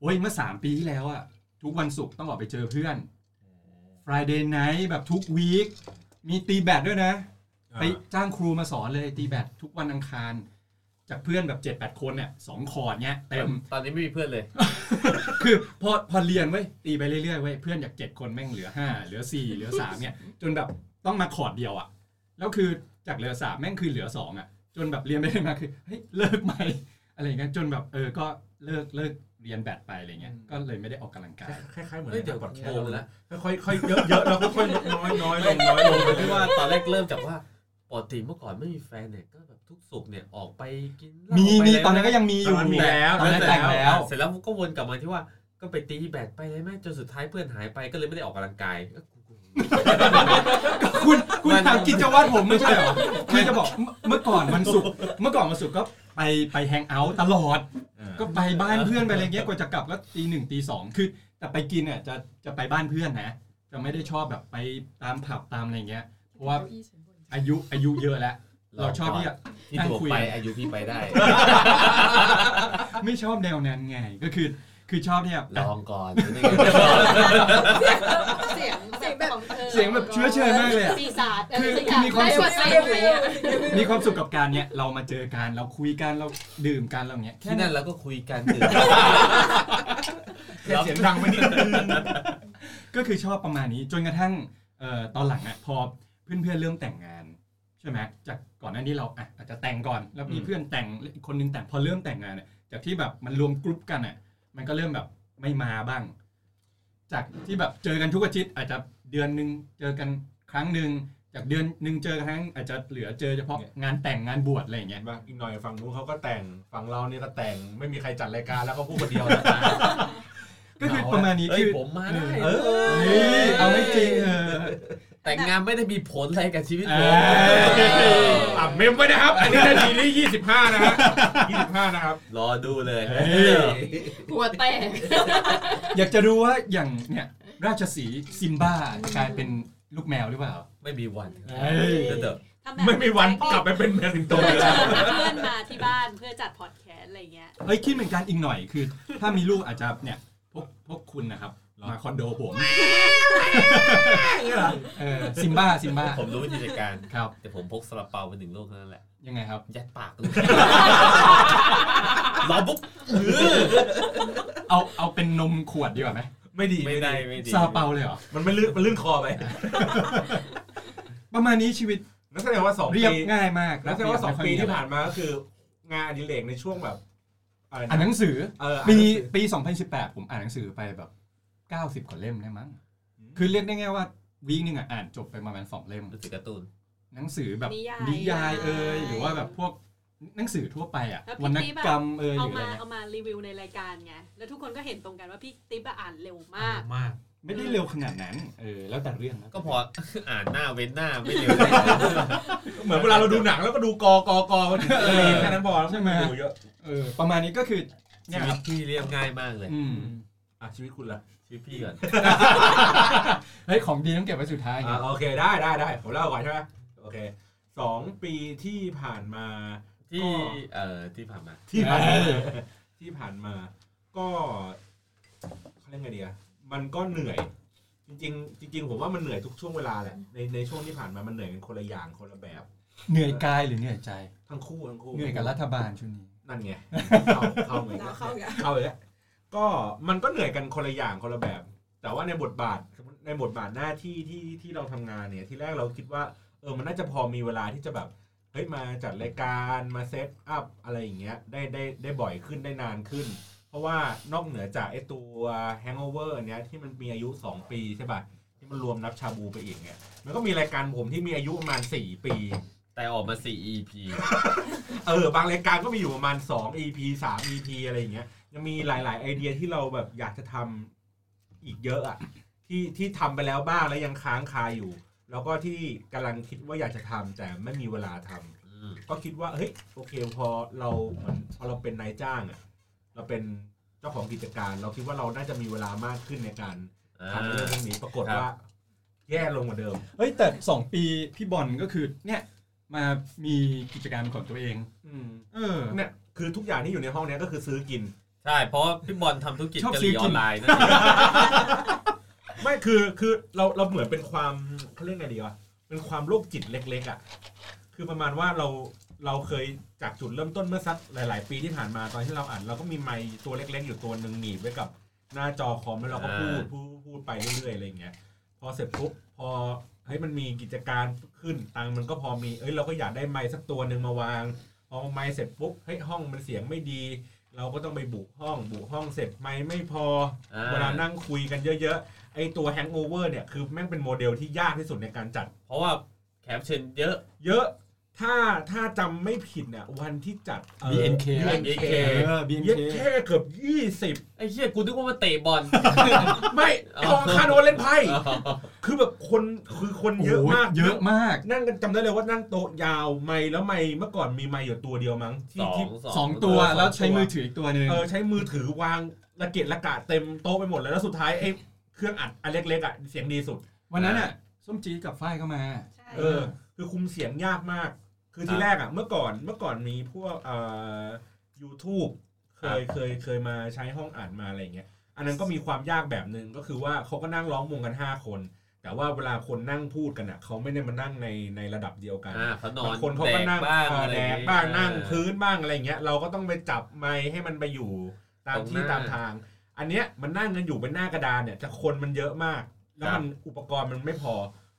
S3: โอ้ยเมื่อ 3 ปีที่แล้วอะทุกวันศุกร์ต้องออกไปเจอเพื่อน Friday night แบบทุกวีคมีตีแบดด้วยนะ ไปจ้างครูมาสอนเลยตีแบดทุกวันอังคาร จากเพื่อนแบบ7จ็ดแปดคนเนี่ยสองคอร์ดเนี่ยเต็ม
S12: ตอนนี้ไม่มีเพื่อนเลย
S3: คือพอพอเรียนเว้ยตีไปเรื่อยๆเว้ยเพื่อนจากเจ็ดคนแม่งเหลือห้าเหลือสี่เหลือสามเนี่ย จนแบบต้องมาคอร์ดเดียวอ่ะแล้วคือจากเหลือสามแม่งคือเหลือสองอ่ะ จนแบบเรียนไปเรียนมาคือเฮ้ยเลิกไหมอะไรอย่างเงี้ยจนแบบเออก็เลิกเลิกเรียนแบดไปอะไรเงี้ยก็เลยไม่ได้ออกกำลังกาย
S4: คล้ายๆเหมือน
S12: เฮ้ยเดี๋ยว
S4: ใน podcast
S12: โงงนะ
S4: ค่อยๆค่อยๆเยอะเยอะแล้วค่อยๆลดน้อยน้อยลงน้อยลง
S12: ผมคิดว่าตอนแรกเริ่มจากว่าปกติเมื่อก่อนไม่มีแฟนเนี่ยก็แบบทุกสุกร์เนี่ยออกไปกินเหล้า
S3: มีมี
S12: ไปะไร
S3: ตอนนั้นก็ยังมีอยู่
S4: มีแล้ว
S3: ตอนนั้นแต่งแล้ว
S12: เสร็จแล้วก็วนกลับมาที่ว่าก็ไปตีแบดไปเลยแม่จนสุดท้ายเพื่อนหายไปก็เลยไม่ได้ออกกำลังกายก็กูกู
S3: คุณคุณถามกิจวัตรผมไม่ใช่เหรอคือจะบอกเมื่อเมื่อก่อนวันศุกร์เมื่อก่อนวันศุกร์ก็ไปไปแฮงเอาท์ตลอด ก็
S4: ก็
S3: ไปบ้านเพื่อนไปอะไรเงี้ยกว่าจะกลับก็ตีหนึ่งตีสองคือ แต่ไปกินเนี่ยจะจะไปบ้านเพื่อนนะ จะไม่ได้ชอบแบบไปตามผับตามอะไรเงี้ย เพราะว่าอายุอายุเยอะแล้ว เราชอบที่จะ
S12: ที่
S3: นั่ง
S12: ตัว
S3: คุย
S12: ไปอายุพี่ไป
S3: <laughs>
S12: ได้
S3: ไม่ชอบแนวนั้นไงก็คือคือชอบที่แบบ
S12: ลองก่อน
S9: เสียง
S5: เสียงแบบ
S3: เสียงแบบเชื้อเชิญมากเลยอะ
S9: ปีศาจ
S3: คือ
S9: อะไรสักย่าง
S3: มีความสุข
S9: ได้ดได้ไหมอะ
S3: มีความสุขกับการเนี้ยเรามาเจอกันเราคุยกันเราดื่มกันเราเนี้ย <laughs> แค่
S12: ที่
S3: นั้
S12: นั่
S3: น
S12: นเราก็คุยกันถึง
S4: เสียงดังไปนิดนึง
S3: ก็คือชอบประมาณนี้จนกระทั่งเอ่อตอนหลังอ่ะพอเพื่อนเพื่อนๆเริ่มแต่งงานใช่ไหมจากก่อนหน้านี้เราอ่ะอาจจะแต่งก่อนแล้วมีเพื่อนแต่งอีกคนนึงแต่งพอเริ่มแต่งงานเนี่ยจากที่แบบมันรวมกรุ๊ปกันอ่ะ มันก็เริ่มแบบไม่มาบ้าง จากที่แบบเจอกันทุกอาทิตย์อาจจะเดือนหนึ่งเจอกันครั้งหนึ่งจากเดือนหนึ่งเจอกันครั้งอาจจะเหลือเจอเฉพาะงานแต่งงานบวชอะไรอย่างเงี้ย
S4: บ้างอีกหน่อย
S12: <laughs>
S4: ฝั่งนู้นเขาก็แต่งฝั่งเราเนี่ยก็แต่งไม่มีใครจัดรายการแล้วก็พูดคนเดียวนะ
S3: ก็คือประมาณนี้
S12: เอ้ย
S3: คือ
S12: ผมมาได้
S3: เออ
S12: เออ
S3: นี่เอาไม่จริงเออ
S12: แต่งงานไม่ได้มีผลอะไรกับชีวิตผม
S3: เออ
S4: อ่ะเมมไว้นะครับ อันนี้นาทีที่ยี่สิบห้านะฮะยี่สิบห้านะครับ
S12: รอดูเลย
S3: เฮ้ย
S9: หัวแตก
S3: อยากจะรู้ว่าอย่างเนี่ยราชสีห์ซิมบ้ากลายเป็นลูกแมวหรือเปล่า
S12: ไม่มีวัน
S3: เอ้ย
S12: เดี๋ยวเดี๋ยว
S8: ทำแบบ
S4: ไม่มีวัน
S8: แจ็ค
S4: กลับไปเป็นแมวสิงโต
S8: เพื่
S4: เล
S8: อ
S4: ย
S8: นชวนเพื่อนมาที่บ้านเพื่อจัดพอดแคสต์อะไรเงี้ย
S3: เอ้ยคิดเหมือนกันอีกหน่อยคือ ถ้ามีลูกอาจจะเนี่ยพวกพวกคุณนะครับมาคอนโดผมเออซิมบ้าซิมบ้า
S12: ผมรู้วิธีจัดการ
S3: ครับ
S12: แต่ผมพกซาลาเปาไปหนึ่งลูกเท่านั้นแหละ
S3: ยังไงครับ
S12: ยัดปาก
S3: <laughs>
S12: ลูกรอปุ๊บ
S3: เอาเอาเป็นนมขวดดีกว่าไหม
S4: ไม่ดี
S12: ไม่ได้ไม่ดี
S3: ซาเปาเลยเหรอ
S4: มันไม่ลื่นมันลื่นคอไป
S3: ประมาณนี้ชีวิต
S4: นั่นแสดงว่าสอง
S3: เรี
S4: ปี
S3: ยบง่ายมาก
S4: นั่นแสดงว่าสอง
S3: ไม่ค่ย
S4: ปี
S3: มีะ
S4: ที่
S3: ไร
S4: ผ่านมาก็คือ งานอดิเรกในช่วงแบบอะไร
S3: อ่านหนังสือ
S4: เออ
S3: ปี
S4: อ่านหนังสือ
S3: ปี 2018 ผมอ่านหนังสือไปแบบ 90 กว่าเล่มได้มั้ง
S4: อืม
S3: คือเรียกได้ง่ายว่าวีคหนึงอ่ะอ่านจบไปประมาณ 2 เล่ม
S12: ดูสิการ์ตูน
S3: หนังสือแบบ
S8: นิยาย
S3: ยายเอยหรือว่าแบบพวกหนังสือทั่วไปอ่ะ
S8: แล้ว
S3: วรรณ
S8: พี่ติ๊บอะ
S3: กรรมเอยห
S8: เอา
S3: รืออะไร
S8: มา
S3: เงี้ย
S8: เอามารีวิวในรายการไง แล้วทุกคนก็เห็นตรงกันว่าพี่ติ๊บอะอ่านเร็วมาก
S10: มาก
S3: ไม่ได้เร็วขนาดนั้นเออแล้วแต่เรื่องนะ
S12: ก็พออ่านหน้าเว้นหน้าไม่
S3: <laughs>
S12: เร็วเลย
S4: เหมือนเวลาเราดูหนังแล้วก็ดูกอกอกอมันถึงจะลีนแค่นั้นพอแล้วดูเยอะ
S3: เออประมาณนี้ก็คือเนี่
S12: ชี
S3: ย
S12: วิต
S3: ครับ
S12: พี่เรียบง่ายมากเลย
S3: อืม
S4: อ่ะชีวิตคุณล่ะ
S12: ชีวิตพี่ก่อน
S3: เฮ้ยของดีต้องเก็บไว้สุดท้าย
S4: อ่ะโอเคได้ได้ได้ผมเล่าก่อนใช่ไหมโอเคสองปีที่ผ่านมา
S12: ที่เอ่อที่ผ่านมา
S4: ที่ผ่านมา <laughs> ที่ผ่านมา ก็เขาเรียกไงดีอะมันก็เหนื่อย จริง ๆ จริง ๆ ผมว่ามันเหนื่อยทุกช่วงเวลาแหละในในช่วงที่ผ่านมามันเหนื่อยกันคนละอย่างคนละแบบ
S3: เหนื่อยกายหรือเหนื่อยใจ
S4: ทั้งคู่ทั้งคู่
S3: เหนื่อยกับรัฐบาลชุดนี้
S4: นั่ <laughs> นไงเข้าเข้าเหมือนกั
S5: เรา
S4: น
S5: เข้ากัน
S4: เข้าเลยก็มันก็เหนื่อยกันคนละอย่างคนละแบบ แต่ว่าในบทบาทสมมุติในบทบาทหน้าที่ที่ที่เราทำงานเนี่ยที่แรกเราคิดว่า เออมันน่าจะพอมีเวลาที่จะแบบเฮ้ยมาจัดรายการมาเซตอัพอะไรอย่างเงี้ยได้ได้ได้บ่อยขึ้นได้นานขึ้น เพราะว่านอกเหนือจากไอตัว Hangover เนี้ยที่มันมีอายุ 2 ปีใช่ป่ะที่มันรวมนับชาบูไปอีกเนี่ยมันก็มีรายการผมที่มีอายุประมาณ 4 ปี
S12: แต่ออกมา 4 EP
S4: เออบางรายการก็มีอยู่ประมาณ 2 EP 3 EP อะไรอย่างเงี้ยยังมีหลาย ๆ ไอเดียที่เราแบบอยากจะทำอีกเยอะอะที่ที่ทำไปแล้วบ้างแล้วยังค้างคาอยู่ แล้วก็ที่กำลังคิดว่าอยากจะทำแต่ไม่มีเวลาทำ
S12: อืม
S4: ก็คิดว่าเฮ้ยโอเคพอเราเหมือนพอเราเป็นนายจ้างอะเราเป็นเจ้าของกิจการ เราคิดว่าเราน่าจะมีเวลามากขึ้นในการ
S12: อ่า
S4: ทำเรื่องพวกนี้ปรากฏว่า แย่ลงกว่าเดิม
S3: เฮ้ยแต่ 2 ปีพี่บอลก็คือเนี่ยมามีกิจการของตัวเอง
S4: อืม
S3: เออ
S4: เนี่ยคือทุกอย่างที่อยู่ในห้องเนี้ยก็คือซื้อกิน
S12: ใช่ เพราะว่าพี่บอลทำธุรกิจ
S3: ชอบ
S12: กะห
S3: ซื้อ
S12: รี่อ
S3: กิน
S12: อนไลน์นั่นเอง
S4: ไม่คือคือเราเราเหมือนเป็นความเขาเรียกไงดีวะเป็นความโรคจิตเล็กๆอ่ะคือประมาณว่าเราเราเคยจากจุดเริ่มต้นเมื่อสักหลาย ๆ ปีที่ผ่านมาตอนที่เราอ่านเราก็มีไมค์ตัวเล็ก ๆ อยู่ตัวหนึ่งหนีบไว้กับ หน้าจอคอมแล้วเราก็พูดพูดพูดไปเรื่อยๆอะไรอย่างเงี้ย พอเสร็จปุ๊บพอเฮ้ยมันมีกิจการขึ้นตังค์มันก็พอมีเอ้ยเราก็อยากได้ไมค์สักตัวหนึ่งมาวางพอไมค์เสร็จปุ๊บเฮ้ยห้องมันเสียงไม่ดี เราก็ต้องไปบุห้องบุห้องเสร็จไมค์ไม่พอ
S12: อ่
S4: เวลา
S12: า
S4: นั่งคุยกันเยอะๆ ไอตัวแฮงโอเวอร์เนี่ย คือแม่งเป็นโมเดลที่ยากที่สุดในการจัด
S12: เพราะว่าแขมเชิญเยอะ
S4: เยอะ ถ้าถ้าจำไม่ผิดเนี่ยวันที่จัด
S3: BNK
S4: เอ่อ BNK
S3: เออ
S4: เย็ด
S3: BNK
S4: แค่เกือบยี่สิบ
S12: ไอ้เหี้ยกูนึกว่ามาเตะบอ
S4: <laughs>
S12: ล
S4: 20 ไม่พอคาโนเล่นไพ่ คือแบบคนคือคนเยอะมาก
S3: โโหเยอะมาก
S4: นั่งกันจำได้เลยว่านั่งโต๊ะยาวไม่แล้วไม่เมื่อก่อนมีไม่อยู่ตัวเดียวมั้งที่
S12: สอง
S4: ที่
S3: สองตัว
S4: เออสองตัว
S3: แล้วใช้มือถืออีกตัวหนึ่ง
S4: เออใช้มือถือวางระเกะระกะเต็มโต๊ะไปหมดเลยแล้วสุดท้ายไอ้เครื่องอัดอันเล็กๆอ่ะเสียงดีสุด
S3: วันนั้นอ่ะส้มจีดกับฝ้ายก็มา
S9: ใช่
S4: เออคือคุมเสียงยากมาก คือทีแรกอ่ะเมื่อก่อนเมื่อก่อนมีพวกเอ่อ YouTube เคยเคยเคยมาใช้ห้องอ่านมาอะไรอย่างเงี้ย อันนั้นก็มีความยากแบบหนึ่งก็คือว่าเขาก็นั่งร้องวงกัน 5 คน แต่ว่าเวลาคนนั่งพูดกันอ่ะเขาไม่ได้มานั่งในในระดับเดียวกัน
S12: อ่าเขานอบ
S4: าน งคนเขาก็นั่ง
S12: แดบ้าง
S4: เออ
S12: อะไร
S4: แด
S12: อย่
S4: ก
S12: เย
S4: บ้างนั่งพื้นบ้างอะไรอย่างเงี้ยเราก็ต้องไปจับไมค์ให้มันไปอยู่ตาม
S12: ตรง
S4: ที่
S12: หน้า
S4: ตามทาง อันเนี้ยมันนั่งกันอยู่เป็นหน้ากระดานเนี่ยแต่คนมันเยอะมาก แล้วมันอุปกรณ์มันไม่พอ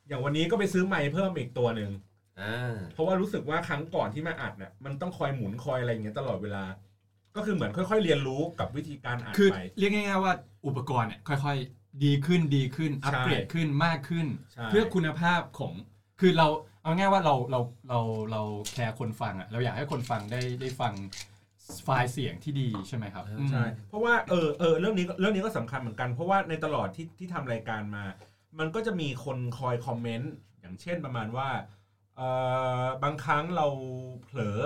S4: อย่างวันนี้ก็ไปซื้อไมค์เพิ่มอีกตัวหนึ่ง
S12: อ่า
S4: เพราะว่ารู้สึกว่าครั้งก่อนที่มาอัดเนี่ยมันต้องคอยหมุนคอยอะไรอย่างเงี้ยตลอดเวลา ก็คือเหมือนค่อย ๆ เรียนรู้กับวิธีการอัด
S3: คือ
S4: ไป
S3: เรียกง่ายๆว่าอุปกรณ์เนี่ยค่อยๆ ดีขึ้นดีขึ้น
S4: ใช่
S3: อัปเกรดขึ้นมากขึ้น
S4: ใช่
S3: เพื่อคุณภาพของคือเราเอาง่ายว่าเราเราเราเราแคร์คนฟังอ่ะเราอยากให้คนฟังได้ได้ฟัง ไฟล์เสียงที่ดีใช่ไหมครับ
S4: ใช่เพราะว่าเออเออเรื่องนี้ก็เรื่องนี้ก็สำคัญเหมือนกัน เพราะว่าในตลอดที่ที่ทำรายการมา มันก็จะมีคนคอยคอมเมนต์อย่างเช่นประมาณว่าเออบางครั้งเราเผลอ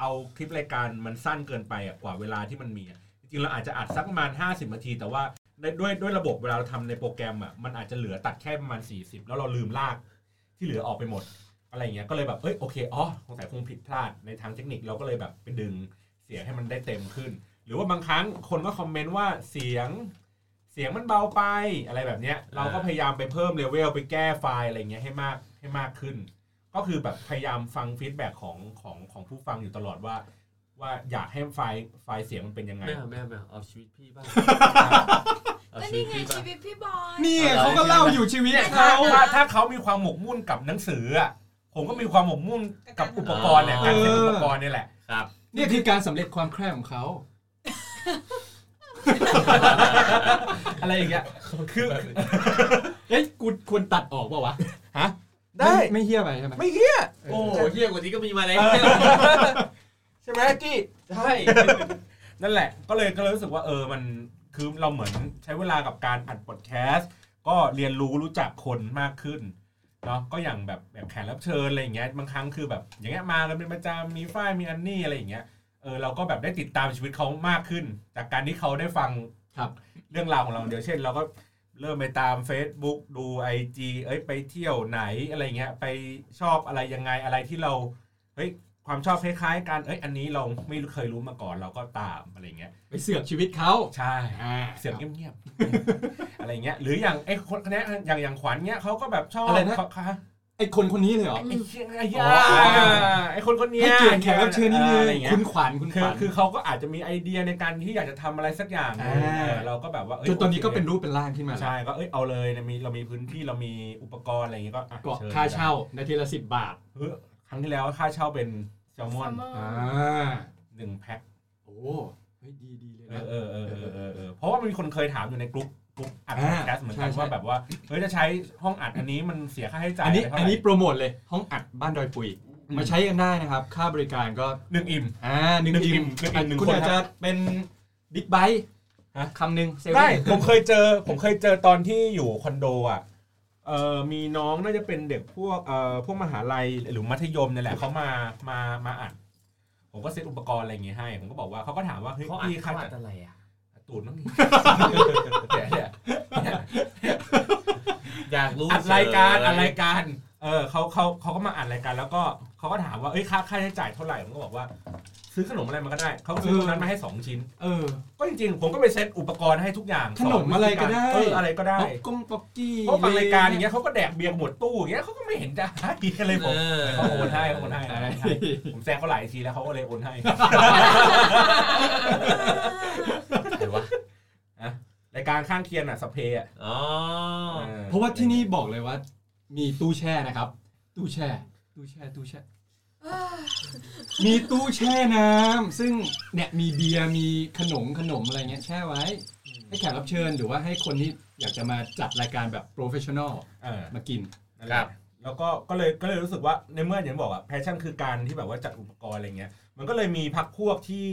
S4: เอาคลิปรายการมันสั้นเกินไปอะกว่าเวลาที่มันมีอะจริงๆเราอาจจะอัดสักประมาณ 50นาที แต่ว่าในด้วยด้วยระบบเวลาเราทำในโปรแกรมอ่ะมันอาจจะเหลือตัดแค่ประมาณ 40 แล้วเราลืมลากที่เหลือออกไปหมด อะไรอย่างเงี้ยก็เลยแบบเอ้ยโอเคอ๋อสงสัยคงผิดพลาดในทางเทคนิคเราก็เลยแบบไปดึง เสียงให้มันได้เต็มขึ้น หรือว่าบางครั้งคนก็คอมเมนต์ว่าเสียง เสียงมันเบาไปอะไรแบบเนี้ย เราก็พยายามไปเพิ่มเลเวลไปแก้ไฟล์อะไรเงี้ยให้มากให้มากขึ้น ก็คือแบบพยายามฟังฟีดแบ็ของของของผู้ฟังอยู่ตลอดว่า ว่าอยากให้ไฟล์ไฟล์เสียงมันเป็นยังไง
S12: ไม่เอาไม่เอาไม่เอาเอาชีวิตพี่
S4: <laughs>
S12: บ้าง เอา
S5: แล้ว
S12: ชีวิ
S5: นี่
S12: ต
S5: ไง
S12: พี่บ้า
S5: ชี
S12: ง
S5: วิตพี่บอย
S3: นี่เขาก็เล่าอยู่ชีวิตเขา
S4: ถ้าถ้าเขามีความหมกมุ่นกับหนังสืออะผมก็มีความหมกมุ่นกับอุปกรณ์เนี่ยการเซ็นอุปกรณ์เนี่ยแหละ
S12: ครับ
S3: นี่คือการสำเร็จความใคร่ของเขา
S4: อะไรอย่างเงี้ยคือ
S3: เอ้ยกูควรตัดออกเปล่าวะ
S4: ฮะได้
S3: ม่ไม่เฮี้ยไปใช่ไหม
S4: ไม่เหี้ย
S12: โอ้โหเฮี้ยกว่านี้ก็มีมาแล้ว
S4: ใช่ไหมกี้ใช่ นั่นแหละ ก็เลยก็เลยรู้สึกว่าเออมันคือเราเหมือนใช้เวลากับการอัดพอดแคสต์ก็เรียนรู้รู้จักคนมากขึ้นเนาะก็อย่างแบบแบบแขกรับเชิญอะไรอย่างเงี้ยบางครั้งคือแบบ อย่างเงี้ยมากันเป็นประจำมีฝ้ายมีอันนี่อะไรอย่างเงี้ยเออเราก็แบบได้ติดตามชีวิตเขามากขึ้น จากการที่เขาได้ฟัง
S3: ครับ
S4: เรื่องราวของเราเดียวเช่น เราก็เริ่มไปตาม Facebook ดู IG เอ้ยไปเที่ยวไหนอะไรเงี้ยไปชอบอะไรยังไงอะไรที่เรา เฮ้ยความชอบคล้ายๆกัน เอ้ยอันนี้เราไม่เคยรู้มาก่อนเราก็ตามอะไรเงี้ย
S3: ไปเสือกชีวิตเขา
S4: ใช่เสียงเงียบ
S3: <laughs>
S4: ๆ อะไรเงี้ย หรืออย่างไอ้คนเนี้ยอย่างอย่างขวัญเนี้ยเขาก็แบบชอบ
S3: อะไรนะ
S4: เขาเขา
S3: ไอคนคนนี้เลยเหรอ
S4: ไอ้เชี่ยไอ้
S3: อ๋
S4: ยา
S3: อ
S4: ไอ้คนคนเนี้ย
S3: ให้เกียรติแขกรับเชิญนิดนึง
S4: อะไรเงี้ย
S3: คุณขวัญคุณข
S4: คือ
S3: วัญ
S4: คือเขาก็อาจจะมีไอเดียในการที่อยากจะทำอะไรสักอย่าง
S3: อ่า
S4: เออเราก็แบบว่าเย
S3: จนตอนนี้ก็
S4: โค
S3: เป็นรูปเป็นร่างขึ้นมาแล้ว
S4: ใช่ก็เอ้ยเอาเลยเรามีเรามีพื้นที่เรามีอุปกรณ์อะไรเงี้ยก็อ่ะ
S3: เกาะ
S4: ชิญ
S3: ค่าเช่าในทีละสิบบาท
S4: เฮ้ยครั้งที่แล้วค่าเช่าเป็นแซลมอน
S9: Salmon
S3: อ่า
S4: หนึ่งแพ็ค
S3: โอ้เฮ้ยดีดีเลย
S4: เอ
S3: นะ
S4: อเออเออเออเออเออเพราะว่ามันมีคนเคยถามอยู่ในกลุ่มกลุ่มอัดพอดแคสต์เหมือนกัน
S3: ใช่ใช่
S4: ว่าแบบว่าเฮ้ยจะใช้ห้องอัดอันนี้มันเสียค่าใช้จ่า
S3: อันนี้
S4: ยะไร
S3: อั
S4: เท่าน ไห
S3: นี้
S4: ร่
S3: โปรโมทเลยห้องอัดบ้านดอยปุยมาใช้กันได้นะครับ ค่าบริการก็
S4: หนึ่งอิ่ม
S3: อ่าหนึ่ง
S4: หนึ่งอิ่
S3: อิ่
S4: ม
S3: ม
S4: หนึ่งอิ่มหนึ่ง
S3: คุณ
S4: คน
S3: อาจจะเป็นบิ๊กไบค์
S4: ฮะ
S3: คำหนึ่งเซล
S4: ได้
S3: ฟี่
S4: ผมเคยเจอผมเคยเจอตอนที่อยู่คอนโดอ่ะเออมีน้องน่าจะเป็นเด็กพวกเอ่อพวกมหาลัยหรือมัธยมเนี่ยแหละเขามามามาอัด ผมก็เซตอุปกรณ์อะไรอย่างงี้ให้ ผมก็บอกว่าเขาก็ถามว่าเฮ้ย
S12: เขาอ่าน
S4: พี่
S12: เขา
S4: ค่า
S12: อ่า
S4: จัด
S12: นอะไรอ่ะ
S4: ตูดมั้งนี่ เนี่ยเนี่ยเนี่ย
S12: อยากรู้
S4: อัดรายการ
S12: เฉ
S4: อัดรายการ เออเขาเขาเขาก็มาอัดรายการแล้วก็เขาก็ถามว่า เอ้ยค่าค่าใช้จ่ายเท่าไหร่ผมก็บอกว่า ซื้อขนมอะไรมันก็ได้ เขาก็ซื้อ
S3: เออ
S4: ตรงนั้นมาให้สองชิ้น
S3: เออ
S4: ก็จริงๆ ผมก็ไปเซตอุปกรณ์ให้ทุกอย่าง
S3: ขนมอะไรก็ได้
S4: เอออะไรก็ได้
S3: ป๊อกกุ้งป๊อกกี้
S4: เพราะบางรายการอย่างเงี้ยเขาก็แดกเบียร์หมดตู้อย่างเงี้ยเขาก็ไม่เห็นจะให้อะไรผม
S12: เออ
S4: เขาโอนให้เขาโอนให้เขาโอนให้ผมแซงเขาหลายทีแล้วเขาก็เลยโอนให้
S12: ใครวะ
S4: รายการข้างเคียงอ่ะสพเพอ่ะ
S12: อ๋อ
S4: เออ
S3: เพราะว่าที่นี่บอกเลยว่า มีตู้แช่นะครับ ตู้แช่ ตู้แช่ตู้แช่ <sighs> มีตู้แช่น้ำซึ่งเนี่ยมีเบียร์มีขนมขนมอะไรเงี้ยแช่ไว้ ให้แขกรับเชิญหรือว่าให้คนที่อยากจะมาจัดรายการแบบโปรเฟชชั่นอล
S4: เออ
S3: มากิน
S4: นั่นแหละแล้วก็ก็เลยก็เลยรู้สึกว่าในเมื่ออย่างที่บอกอะแพชชั่นคือการที่แบบว่าจัดอุปกรณ์อะไรเงี้ยมันก็เลยมีพักพวกที่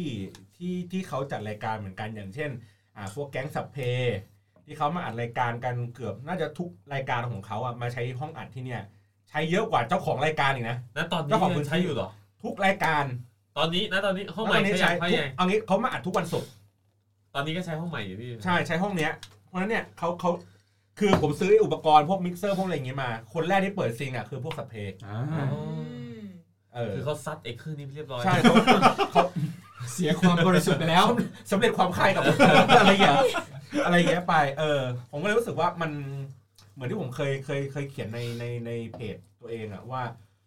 S4: ที่ที่เขาจัดรายการเหมือนกันอย่างเช่นอ่าพวกแก๊งสับเพ ที่เขามาอัดรายการกันเกือบน่าจะทุกรายการของเขาอะมาใช้ห้องอัดที่เนี่ยใช้เยอะกว่าเจ้าของรายการอีกนะ
S12: นั้นตอนนี้
S4: เจ้าของพื้
S12: ยั
S4: น
S12: ง
S4: ที่
S12: ใช้อยู่เหรอ
S4: ทุกรายการ
S12: ตอนนี้นะตอนนี้ห้องใหม่
S4: แล้วตนนี้
S12: ใช้ยังใช้
S4: ทุก
S12: ยัง
S4: เอางี้เขามาอัดทุกวันศุกร์
S12: ตอนนี้ก็ใช้ห้องใหม่อยู่พี่
S4: ใช่ใช้ห้องเนี้ยเพราะฉะนั้นเนี่ยเขาเขาคือผมซื้ออุปกรณ์พวกมิกเซอร์พวกอะไรอย่างเงี้ยมา คนแรกที่เปิดซิงอะคือพวกสับเพ
S12: อ๋อ
S4: เออ
S12: คือเขาซัดไอ้เครื่องนี้ไปเรียบร้อย
S4: ใช่เขาเขา
S3: เสียความบริสุทธิ์ไปแล้ว
S4: สำเร็จความใคร่กับ อะไรอย่างเงี้ยอะไรอย่างเงี้ยไป เออ ผมก็เลยรู้สึกว่ามันเหมือนที่ผมเคยเคยเคยเขียนในในในเพจตัวเองอะว่า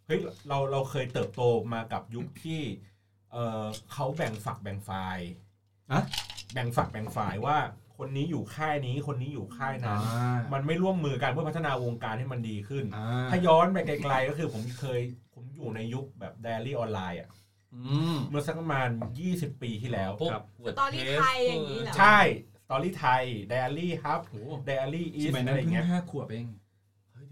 S4: เฮ้ยเราเราเคยเติบโตมากับยุคที่ เออเขาแบ่งฝักแบ่งฝ่าย
S3: อะ
S4: แบ่งฝักแบ่งฝ่ายว่า คนนี้อยู่ค่ายนี้คนนี้อยู่ค่ายนั้น มันไม่ร่วมมือกันเพื่อพัฒนาวงการให้มันดีขึ้น
S3: อ่า
S4: ถ้าย้อนไปไกลๆก็คือผมเคยผมอยู่ในยุคแบบไดอารี่ออนไลน์อะ
S3: อืม
S4: เมื่อสักประมาณ 20 ปีที่แล้ว
S12: พวก
S3: ครับ
S12: Word
S5: ตอนนี้
S12: Paste
S5: ไทยอย่างนี้เหรอ
S4: ใช่ สตอรี่ไทย ไดอารี่ครับ
S3: โอ้
S4: ไดอารี่อี
S3: ส
S4: ส
S3: มัยนั้น
S4: อะไร
S3: เพิ่
S4: เงี้
S3: ง
S4: ย
S3: ห้าขวบเอง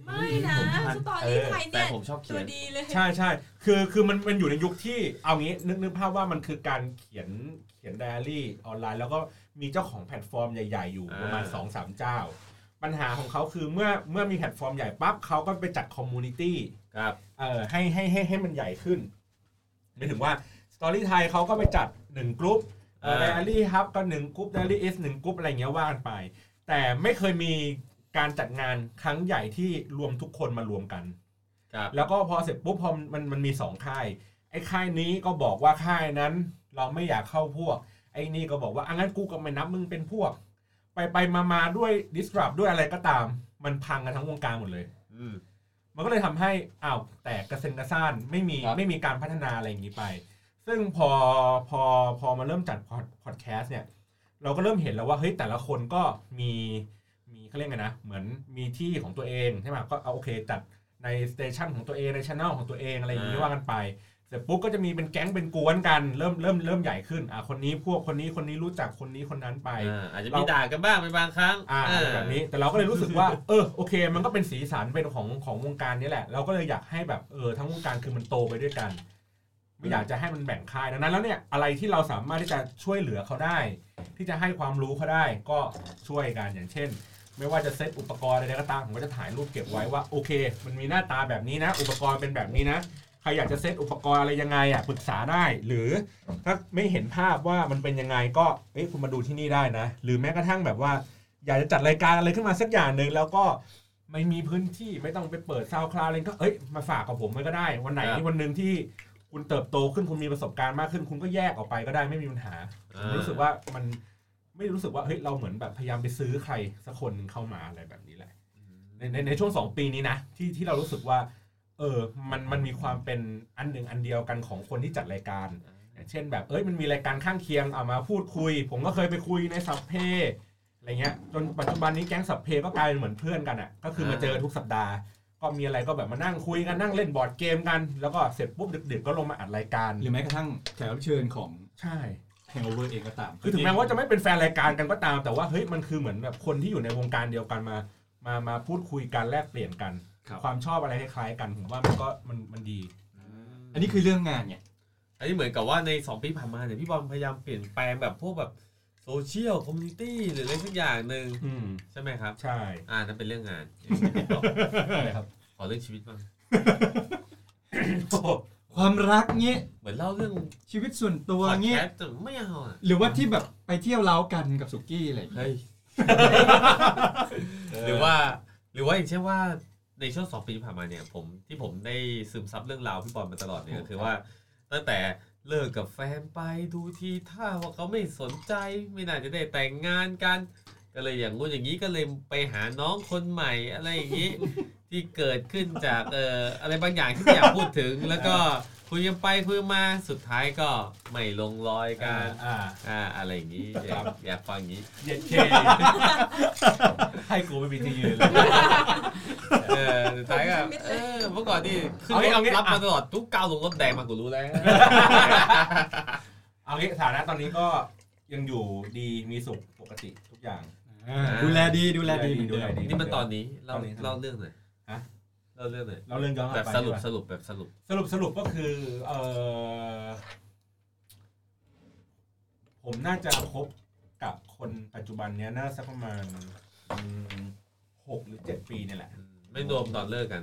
S12: เฮ้ยได
S8: ไม่นะสตอรี่ไทยเนี่ยตัวดีเลย
S4: ใช่ใช่คือคือมันมันอยู่ในยุคที่เอางี้นึกนึกภาพว่ามันคือการเขียนเขียนไดอารี่ออนไลน์ แล้วก็มีเจ้าของแพลตฟอร์มใหญ่ ๆ อยู่ประมาณ
S2: อ่า
S4: 2อสามเจ้า ปัญหาของเขาคือเมื่อเมื่อมีแพลตฟอร์มใหญ่ปั๊บเขาก็ไปจัดคอมมูนิตี้
S2: ครับ
S4: เออให้ให้ให้ให้มันใหญ่ขึ้นหมายถึงว่าสตอรี่ไทยเขาก็ไปจัดหนึ่งกลุ่มไดอารี่ฮับก็หนึ่งกลุ่มไดอารี่เอสหนึ่งกลุ่มอะไรเงี้ยว่ากันไป แต่ไม่เคยมีการจัดงานครั้งใหญ่ที่รวมทุกคนมารวมกัน
S2: ครับ
S4: แล้วก็พอเสร็จปุ๊บพอมันมันมีสองค่าย ไอ้ค่ายนี้ก็บอกว่าค่ายนั้น เราไม่อยากเข้าพวก ไอ้นี่ก็บอกว่าอังั้นกูก็ไม่นับมึงเป็นพวก ไปไปมามาด้วยดิสรับด้วยอะไรก็ตาม มันพังกันทั้งวงการหมดเลยมันก็เลยทำให้อ้าวแตกกระเซ็นกระซ่านไม่มีไม่มีการพัฒนาอะไรอย่างนี้ไป ซึ่งพอพอพอมาเริ่มจัดพอดแคสต์เนี่ย เราก็เริ่มเห็นแล้วว่าเฮ้ยแต่ละคนก็มีมีเขาเรียกไงนะ เหมือนมีที่ของตัวเองใช่ไหมก็เอาโอเคจัด ในสเตชันของตัวเองในช anel ของตัวเองอะไรอย่างนี้
S2: อ่า
S4: ว่ากันไป เสร็จปุ๊บก็จะมีเป็นแก๊งเป็นกวนกันเริ่มเริ่มเริ่มใหญ่ขึ้นอ่ะคนนี้พวกคนนี้คนนี้รู้จักคนนี้คนนั้นไป
S2: อ่าอาจจะมีด่ากันบ้างเป็นบางครั้ง
S4: อ่า
S2: เ
S4: อะไรแบบนี้แต่เราก็เลยรู้สึก <laughs> ว่า เออโอเค มันก็เป็นสีสันเป็นของของวงการนี้แหละ เราก็เลยอยากให้แบบเออทั้งวงการคือมันโตไปด้วยกัน ไม่อยากจะให้มันแบ่งค่ายดังนั้น แล้วเนี่ยอะไรที่เราสามารถที่จะช่วยเหลือเขาได้ ที่จะให้ความรู้เขาได้ ก็ช่วยกันอย่างเช่น ไม่ว่าจะเซตอุปกรณ์อะไรก็ตามผมก็จะถ่ายรูปเก็บไว้ว่าโอเค มันมีหน้าตาแบบนี้นะ อุปกรณ์เป็นแบบนี้นะใครอยากจะเซตอุปกรณ์อะไรยังไงอ่ะปรึกษาได้ หรือถ้าไม่เห็นภาพว่ามันเป็นยังไงก็เอ้ยคุณมาดูที่นี่ได้นะ หรือแม้กระทั่งแบบว่า อยากจะจัดรายการอะไรขึ้นมาสักอย่างหนึ่งแล้วก็ไม่มีพื้นที่ไม่ต้องไปเปิดซาวคลาวอะไรก็เอ้ยมาฝากกับผมมันก็ได้ วันไหน
S2: ครับ
S4: วันหนึ่งที่คุณเติบโตขึ้นคุณมีประสบการณ์มากขึ้น คุณก็แยกออกไปก็ได้ไม่มีปัญหาผมรู้สึกว่ามันไม่รู้สึกว่าเฮ้ยเราเหมือนแบบพยายามไปซื้อใครสักคนหนึ่งเข้ามาอะไรแบบนี้แหละในในในช่วงสองปีนี้นะที่ที่เรารู้สึกว่า เออมันมันมีความเป็นอันหนึ่งอันเดียวกันของคนที่จัดรายการ อย่างเช่นแบบเอ้ยมันมีรายการข้างเคียงเอามาพูดคุย ผมก็เคยไปคุยในสัพเพ อะไรเงี้ยจนปัจจุบันนี้แก๊งสับเพก็กลายเป็นเหมือนเพื่อนกันอ่ะก็คือมาเจอทุกสัปดาห์ ก็มีอะไรก็แบบมานั่งคุยกันนั่งเล่นบอร์ดเกมกัน แล้วก็เสร็จปุ๊บดึกๆก็ลงมาอัดรายการ
S3: หรือแม้กระทั่งแขกรับเชิญของ
S4: ใช่
S3: แฮงโอเวอร์เองก็ตาม
S4: คือถึงแม้ว่าจะไม่เป็นแฟนรายการกันก็ตาม แต่ว่าเฮ้ยมันคือเหมือนแบบคนที่อยู่ในวงการเดียวกันมา มามาพูดคุยกันแลกเปลี่ยนกัน
S3: ครับ
S4: ความชอบอะไรคล้ายๆกันผมว่ามันก็มันมันดี
S3: อันนี้คือเรื่องงานเนี่ย
S2: อันนี้เหมือนกับว่าใน 2 ปีผ่านมาเนี่ยพี่บอลพยายามเปลี่ยนแปลงแบบพวกแบบโซเชียลคอมมูนิตี้หรืออะไรสักอย่างหนึ่ง
S4: อืม
S2: ใช่ไหมครับ
S4: ใช่
S2: อ่านั่นเป็นเรื่องง <laughs> านขอเรื่องชีวิตบ้าง
S4: โอ้โห
S3: ความรักเงี้ย
S2: เหมือนเล่าเรื่อง
S3: ชีวิตส่วนตัว
S2: พอด
S3: เงี้
S2: แค
S3: ย
S2: สต์แต่ไม่เอาอ่ะ
S3: หรือว่าที่แบบไปเที่ยวเล้ากันกับสุกี้อะไรอย่างเงี้ย
S2: เฮ้ยหรือว่าหรือว่าอย่างเช่นว่าในช่วงสองปีที่ผ่านมาเนี่ยผมที่ผมได้ซึมซับเรื่องราวพี่บอลมาตลอดเนี่ยก็คือว่า ตั้งแต่เลิกกับแฟนไปดูทีท่าว่าเขาไม่สนใจไม่น่าจะได้แต่งงานกัน ก็เลยอย่างงู้นอย่างนี้ก็เลยไปหาน้องคนใหม่อะไรอย่าง <laughs> นี้ ที่เกิดขึ้นจากเอ่ออะไรบางอย่างที่ไม่อยากพูดถึง แล้วก็คุยกันไปคุยกันมาสุดท้ายก็ไม่ลงรอยกัน
S4: อ่า
S2: อ่าอะไรอย่างนี้อยากอยากฟังอย่างนี้
S4: เย็ดเคให้กูไม่มีที่ยืนเลย
S2: เออสุดท้ายก็เออเมื่อก่อนนี่ขึ้นรถ
S4: เอางี้
S2: รับมาตลอดทุกก้าวลงรถแดงมากูรู้แล้ว
S4: เอางี้ฐานะตอนนี้ก็ยังอยู่ดีมีสุขปกติทุกอย่าง
S3: อ่าดูแลดีดูแลดีเหมือน
S4: ดู
S3: เดิ
S4: แล
S3: ม
S4: ดี
S2: นี่มันตอนนี้เล่า
S4: ตอนนี้ครับ
S2: เล่าเรื่องหน่อย
S4: ฮะ
S2: เล่าเรื่องหน่อย
S4: เราเรื่องย้อนก
S2: แบ
S4: ลับบ ไป
S2: สรุป
S4: ดีกว่า
S2: สรุปแบบสรุป
S4: สรุปสรุปก็คือเออผมน่าจะคบกับคนปัจจุบันเนี้ยน่าสักประมาณอืมหกหรือเจ็ดปีเนี่ยแหละ
S2: ไม่รวมตอนเลิกกัน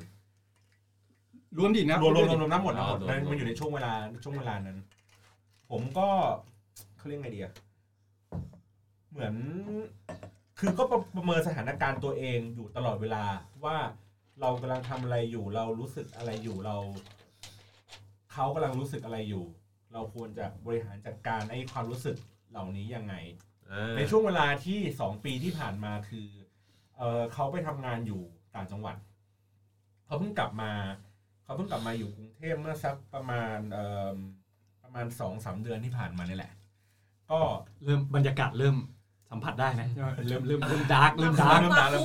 S3: รวมดินะ
S4: รวมรวมรวมรวมน้ำหมดนะหม
S2: อ๋
S4: ด
S2: อรวม
S4: มัน
S2: รวม
S4: มันอยู่ในช่วงเวลาช่วงเวลานั้น ผมก็เขาเรียกไงดีอะเหมือน คือก็ประประเมินสถานการณ์ตัวเองอยู่ตลอดเวลาว่าเรากำลังทำอะไรอยู่ เรารู้สึกอะไรอยู่เรา เขากำลังรู้สึกอะไรอยู่ เราควรจะบริหารจัดการไอ้ความรู้สึกเหล่านี้ยังไง
S2: อ่า
S4: ในช่วงเวลาที่สองปีที่ผ่านมาคือเออเขาไปทำงานอยู่ต่างจังหวัดเขาเพิ่งกลับมาเขาเพิ่งกลับมาอยู่กรุงเทพเมื่อสักประมาณเอิ่มประมาณสองสามเดือนที่ผ่านมานี่แหละ ก็
S3: เริ่มบรรยากาศเริ่มสัมผัสได้นะเริ่มเริ่มเริ่มดาร์กเริ่มดาร์ก
S4: เริ่มนานแล้ว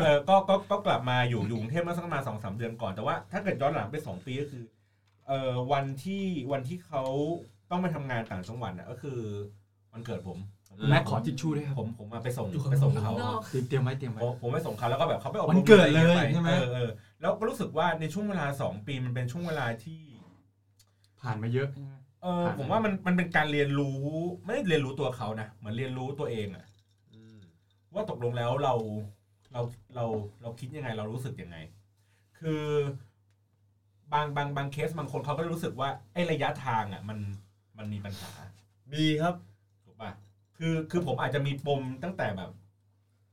S4: เออก็ก็ก็กลับมาอยู่อยู่กรุงเทพเมื่อสักประมาณสองสามเดือนก่อนแต่ว่าถ้าเกิดย้อนหลังไปสองปีก็คือเออวันที่วันที่เขาต้องไปทำงานต่างจังหวัดน่ะก็คือวันเกิดผมเ
S3: แม็กขอทิชชู่ด้วยครับ
S4: ผมผมมาไปส่งไปส่งเขาอะ
S3: เตรียมเตรียมไว้เตรียมไว้
S4: ผมผมไปส่งเขาแล้วก็แบบเขาไปออก
S3: วันเกิดเลย
S4: ป
S3: ใช่ไหม
S4: เออเออแล้วก็รู้สึกว่าในช่วงเวลาสองปีมันเป็นช่วงเวลาที่
S3: ผ่านมาเยอะ
S4: เออ
S3: ผ่าน
S4: ผมว่ามันมันเป็นการเรียนรู้ไม่ได้เรียนรู้ตัวเขานะเหมือนเรียนรู้ตัวเองอะว่าตกลงแล้วเราเราเราเราคิดยังไง เรารู้สึกยังไง คือบางบางบางเคสบางคนเขาก็รู้สึกว่าไอ้ระยะทางอะมันมันมีปัญหา
S12: มีครับ
S4: ถูกป่ะคือคือผมอาจจะมีปมตั้งแต่แบบ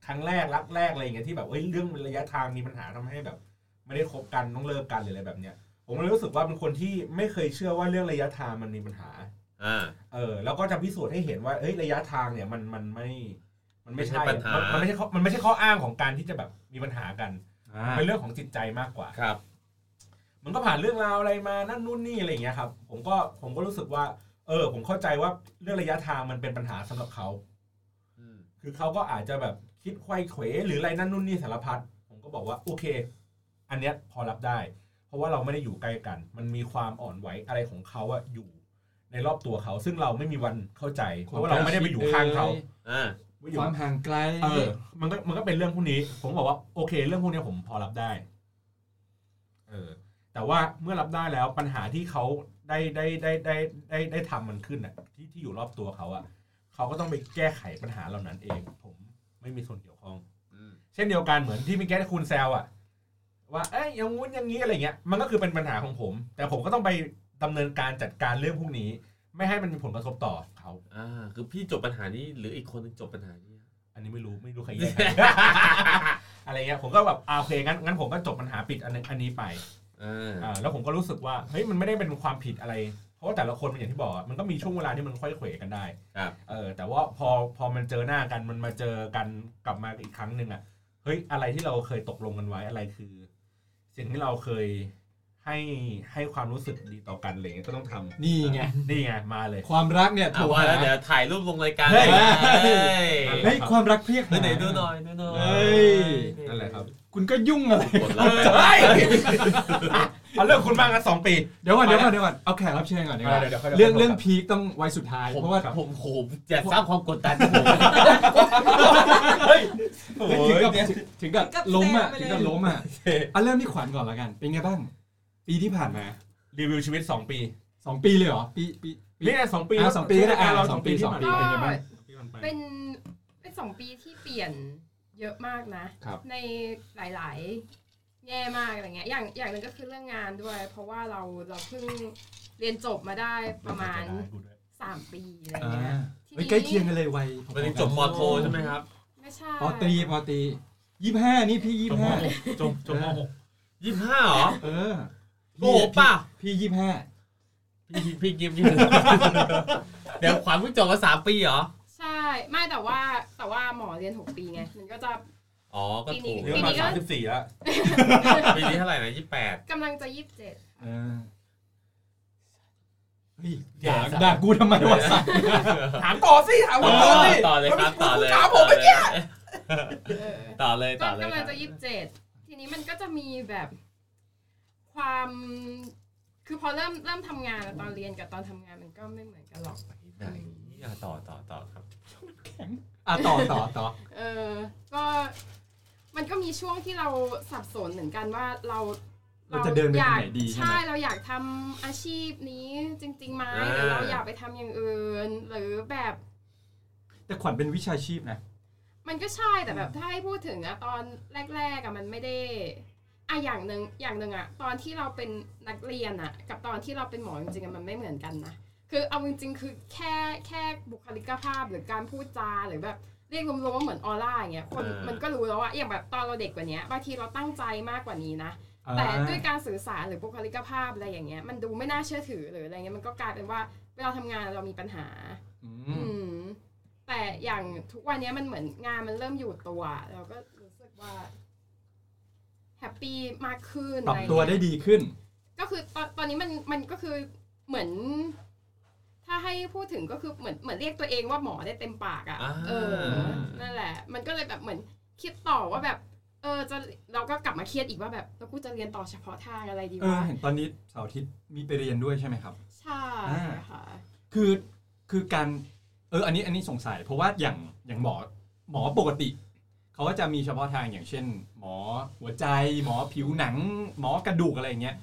S4: ครั้งแรกรักแรกอะไรอย่างเงี้ยที่แบบเอ้ยเรื่องระยะทางมีปัญหาทำให้แบบ ไม่ได้คบกันต้องเลิกกันหรืออะไรแบบเนี้ย ผมเลยรู้สึกว่าเป็นคนที่ไม่เคยเชื่อว่าเรื่องระยะทางมันมีปัญหา
S12: อ่า
S4: เออแล้วก็จะพิสูจน์ให้เห็นว่าเอ้ยระยะทางเนี่ยมันมันไม่ มันไม่ใช่
S12: ไม่ใช่ปัญหามั
S4: นมันไม่ใช่ข้อมันไม่ใช่ข้ออ้างของการที่จะแบบมีปัญหากัน
S3: อ่า
S4: เป็นเรื่องของจิตใจมากกว่า
S12: ครับ
S4: มันก็ผ่านเรื่องราวอะไรมานั่นนู่นนี่อะไรอย่างเงี้ยครับ ผมก็ผมก็รู้สึกว่า เออ ผมเข้าใจว่าเรื่องระยะทางมันเป็นปัญหาสำหรับเขา
S12: อืม
S4: คือเขาก็อาจจะแบบคิดไขว้เขวหรืออะไรนั่นนู่นนี่สารพัดผมก็บอกว่าโอเค อันเนี้ยพอรับได้ เพราะว่าเราไม่ได้อยู่ใกล้กัน มันมีความอ่อนไหวอะไรของเขาอะอยู่ ในรอบตัวเขา ซึ่งเราไม่มีวันเข้าใจ เพราะว่าเราไม่ได้ไปอยู่ข้างเขา
S12: อ่า
S4: ไม่อยู่
S3: ความห่างไกล
S4: เออ มันก็มันก็เป็นเรื่องพวกนี้ ผมบอกว่าโอเค เรื่องพวกนี้ผมพอรับได้ เออ แต่ว่าเมื่อรับได้แล้วปัญหาที่เขาได้ได้ได้ได้ได้ได้ทำมันขึ้นอ่ะ ที่ที่อยู่รอบตัวเขาอ่ะเขาก็ต้องไปแก้ไขปัญหาเหล่านั้นเอง ผมไม่มีส่วนเกี่ยวข้อง
S12: อืม
S4: เช่นเดียวกันเหมือนที่เมื่อกี้คุณแซวอ่ะ ว่าเอ้ยอย่างงู้นอย่างนี้อะไรเงี้ย มันก็คือเป็นปัญหาของผม แต่ผมก็ต้องไปดำเนินการจัดการเรื่องพวกนี้ ไม่ให้มันมีผลกระทบต่อเขา
S12: อ่า คือพี่จบปัญหานี้หรืออีกคนหนึงจบปัญหานี้
S4: อันนี้ไม่รู้ไม่รู้ใครแย่งใค <laughs> ร อะไรเงี้ยผมก็แบบอ่าโอเคงั้นงั้นผมก็จบปัญหาปิดอันนึงอันนี้ไป
S12: อ่า
S4: อ่าแล้วผมก็รู้สึกว่าเฮ้ยมันไม่ได้เป็นความผิดอะไร เพราะว่าแต่ละคนมันอย่างที่บอกอะมันก็มีช่วงเวลาที่มันค่อยเขวกันได้
S12: ครับ
S4: เออแต่ว่าพอพอมันเจอหน้ากันมันมาเจอกันกลับมาอีกครั้งหนึ่งอ่ะเฮ้ยอะไรที่เราเคยตกลงกันไว้อะไรคือ สิ่งที่เราเคยให้ให้ความรู้สึกดีต่อกันอะไรเงี้ยก็ต้องทำ
S3: นี่ไง
S4: นี่ไงมาเลย
S3: ความรักเนี่ย
S12: อ่ะ
S3: ถูก
S12: ว่าแล้ว
S3: หา
S12: เดี๋ยวถ่ายรูปลงรายการ
S3: เฮ้ย
S12: เฮ้ย
S3: เฮ้ยความรักเพียก
S12: เฮ้ย
S3: หา
S12: ไหนดูหน่อยดูหน่อย
S3: เฮ้ย
S4: นั่นแหละครับ
S3: คุณก็ยุ่งอะไร
S12: กดไลค์
S4: เฮ้ยเอาเรื่องคุณบ้างนะสองปี
S3: เดี๋ยวก่อนเดี๋ยวก่อนเดี๋ยวก่อนเอาแขกรับเชิญก่อนดีกว่า
S4: เดี๋ยวเดี๋ยวค่อยเดี๋ยว
S3: เรื่อง
S4: ค่อย
S3: เรื่องพีคต้องไว้สุดท้าย
S12: ผม
S3: เพราะว่า
S12: ผมผมจะสร้างความกดดันให้ผม
S4: โอ้
S3: เฮ้ย
S4: ย
S3: ถึงกับ
S4: เนี่ย
S3: ถึงกับ
S8: ถึงกับ
S3: ล้มอ่ะ
S8: แซงไปเล
S3: ถึ
S8: ย
S3: งกับล้มอ่ะเอาเริ่มที่ขวัญก่อนละกัน เป็นไงบ้าง ปีที่ผ่านมา
S4: รีวิวชีวิต 2 ปี
S3: สองปีเลยเหรอปีปีปี
S4: นี่ไงสองปี
S3: อ่ะสองปีก็ได้อ่ะ
S4: เรา
S3: สองปี
S4: ที่
S3: สองปี
S4: ผ่าน
S3: ไงบ้าง
S4: มา
S9: เป็นเป็นสองปีที่เปลี่ยนเยอะมากนะ
S3: ครับ
S9: ในหลาย ๆ แง่มากอะไรเงี้ยอย่างอย่างหนึงก็คือเรื่องงานด้วย เพราะว่าเราเราเพิ่งเรียนจบมาได้ประมาณสามปีอะไร
S3: อ่า
S9: เงี้ย
S3: เฮ้ยใกล้เคียงกันเลยวัยพอๆ
S12: วั
S3: กัน
S12: นี้จบปอโทใช่ไหมครับ
S9: ไม่ใช่
S3: ปอตรีปอตรียี่ห้านี่พี่ยี่
S13: จบม
S3: ห้า
S13: หกจบจบมหก
S12: ยี่ห้าเหรอ
S3: เออ
S12: โกหกป่ะ
S3: พี่ยี่ห้า
S12: พี่พี่กิมยี่ <laughs> เดี๋ยวขวัญเพิ่งจบมาสามปีเหรอ
S9: ใช่ไม่แต่ว่าแต่ว่าหมอเรียน 6 ปีไง มันก็จะ
S12: อ๋อ ก็ถูก
S9: ปี
S4: เรื่อง
S9: นี้
S4: มาสามสิบสี่แล้ว
S12: ปีนี้เท่าไหร่นะยี่แปด
S9: กำลังจะ 27
S3: เออเฮ้ยด่าด่ากูทำไมวะสัตว์
S4: ถามต่อสิถามผมต่อสิ
S12: ต่อเลยครับต่อเลย
S4: ถามผมเมื่อกี้
S9: เออ
S12: ต่อเลยต่อเลย
S9: กำลัง
S12: ค
S9: จะ
S12: รับ
S9: 27 ทีนี้มันก็จะมีแบบความคือพอเริ่มเริ่มทำงานอะตอนเรียนกับตอนทำงานมันก็ไม่เหมือนกันหรอก
S12: ไหนอ่ะต่อต่อต่อครับ
S3: อ่ะต่อต่อต่อ
S9: เออก็มันก็มีช่วงที่เราสับสนเหมือนกันว่าเรา
S3: เราจะเดินไปทาย
S9: อาง ก
S3: ไหนดีใช่ไห
S9: ใช่
S3: ม
S9: เราอยากทำอาชีพนี้จริงๆไหม
S12: อ่า
S9: หรือเราอยากไปทำอย่างอื่น หรือแบบ
S3: แต่ขวัญเป็นวิชาชีพนะ
S9: มันก็ใช่แต่แบบถ้าให้พูดถึงอะตอนแรกๆอะมันไม่ได้อะอย่างหนึ่งอย่างหนึ่งอะตอนที่เราเป็นนักเรียนอะกับตอนที่เราเป็นหมอจริงๆอะมันไม่เหมือนกันนะคือเอาจริงๆคือแค่แค่บุคลิกภาพหรือการพูดจาหรือแบบเรียกรวมๆว่าเหมือนออร่าอย่างเงี้ยคน
S12: เออ
S9: มันก็รู้แล้วว่าอย่างแบบตอนเราเด็กกว่าเนี้ยบางทีเราตั้งใจมากกว่านี้นะ แต่ด้วยการสื่อสารหรือบุคลิกภาพอะไรอย่างเงี้ยมันดูไม่น่าเชื่อถือหรืออะไรเงี้ยมันก็กลายเป็นว่าเวลาทำงานเรามีปัญหา อืมแต่อย่างทุกวันเนี้ยมันเหมือนงานมันเริ่มอยู่ตัวเราก็รู้สึกว่าแฮปปี้มากขึ้น
S3: ปรับ
S9: อะร
S3: ตัวได้ดีขึ้น
S9: ก็คือตอนตอนนี้มันมันก็คือเหมือน ถ้าให้พูดถึงก็คือเหมือนเหมือนเรียกตัวเองว่าหมอได้เต็มปาก
S12: อ่า
S9: อะ่ะเออ นั่นแหละ มันก็เลยแบบเหมือนคิดต่อว่าแบบ เออจะเราก็กลับมาเครียดอีกว่าแบบแล้วกูจะเรียนต่อเฉพาะทางอะไรดี
S3: เออ
S9: วะ
S3: เห็นตอนนี้เสาร์อาทิตย์มีไปเรียนด้วยใช่ไหมครับ
S9: ใช่
S3: อ่า
S9: ค่ะ
S3: คือคือการ เอออันนี้อันนี้สงสัย เพราะว่าอย่างอย่างหมอหมอปกติ เขาก็จะมีเฉพาะทางอย่างเช่น หมอหัวใจ หมอผิวหนัง หมอกระดูกอะไรอย่างเงี้ย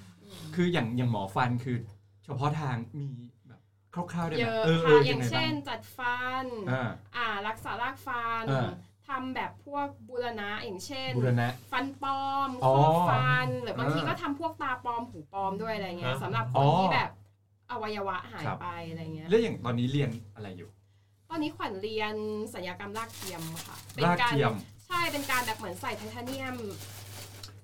S3: คืออย่างอย่างหมอฟันคือ เฉพาะทางมีแบบคร่าวๆได้ไห
S9: เย
S3: ม
S9: อะ
S3: เออเอ
S9: ค่ะ
S3: อ
S9: อ
S3: ยั
S9: ย่าง ง
S3: ไงบ้า
S9: เช่น
S3: ง
S9: จัดฟัน
S3: อ่า
S9: อ่ารักษารากฟัน
S3: อ่า
S9: ทำแบบพวกบูรณะอย่างเช่น
S3: บูรณะ
S9: ฟันปลอม
S3: อ๋อ
S9: ครอบฟันหรือบางที
S3: อ่า
S9: ก็ทำพวกตาปลอมหูปลอมด้วยอะไรเงี้ย
S3: ฮะ
S9: สำหรับค
S3: อ๋
S9: น
S3: อ
S9: ที่แบบอวัยวะหาย
S3: ครับ
S9: ไปอะไรเงี้ย
S3: แล้วอย่างตอนนี้เรียนอะไรอยู่
S9: ตอนนี้ขวัญเรียนศัลยกรรมรากเทียมค่ะป็น
S3: รากเทียม
S9: ใช่เป็นการแบบเหมือนใส่ไทเทเนียม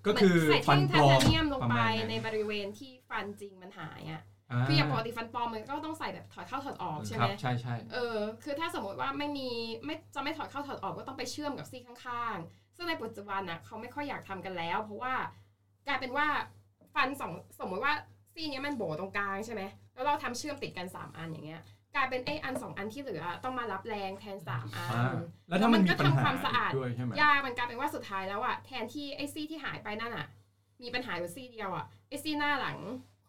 S3: ก็คือ
S9: เหมืนใส่
S3: ฟันป
S9: แท่งไท
S3: ลอม
S9: เทเนียมลง
S3: ประ
S9: ไป
S3: มาณนั้น
S9: ในบริเวณที่ฟันจริงมันหายอ่ะ
S3: อ่า
S9: คืออย่างปกติฟันปลอมมันก็ต้องใส่แบบถอดเข้าถอดออกใช่
S3: ค
S9: ไห
S3: รั
S9: ม
S3: บใช่ใช่
S9: เออ คือถ้าสมมติว่าไม่มีไม่จะไม่ถอดเข้าถอดออกก็ต้องไปเชื่อมกับซี่ข้างๆ ซึ่งในปัจจุบันนะเขาไม่ค่อยอยากทำกันแล้ว เพราะว่ากลายเป็นว่าฟันสองสมมติว่าซี่เนี้ยมันโบตรงกลางใช่ไหมแล้วเราทำเชื่อมติดกัน 3 อันอย่างเงี้ย กลายเป็นไอ้อันสองอันที่เหลือต้องมารับแรงแทน 3 อัน
S3: อ่าแล้วถ้ามันมี
S9: ก็
S3: ปัญหา
S9: ทำความสะอาด
S3: อีกด้วยใช่ไหม
S9: ยามันกลายเป็นว่าสุดท้ายแล้วอะแทนที่ไอ้ซี่ที่หายไปนั่นอะมีปัญหาอยู่ซี่เดียวอะไอ้ซี่หน้าหลัง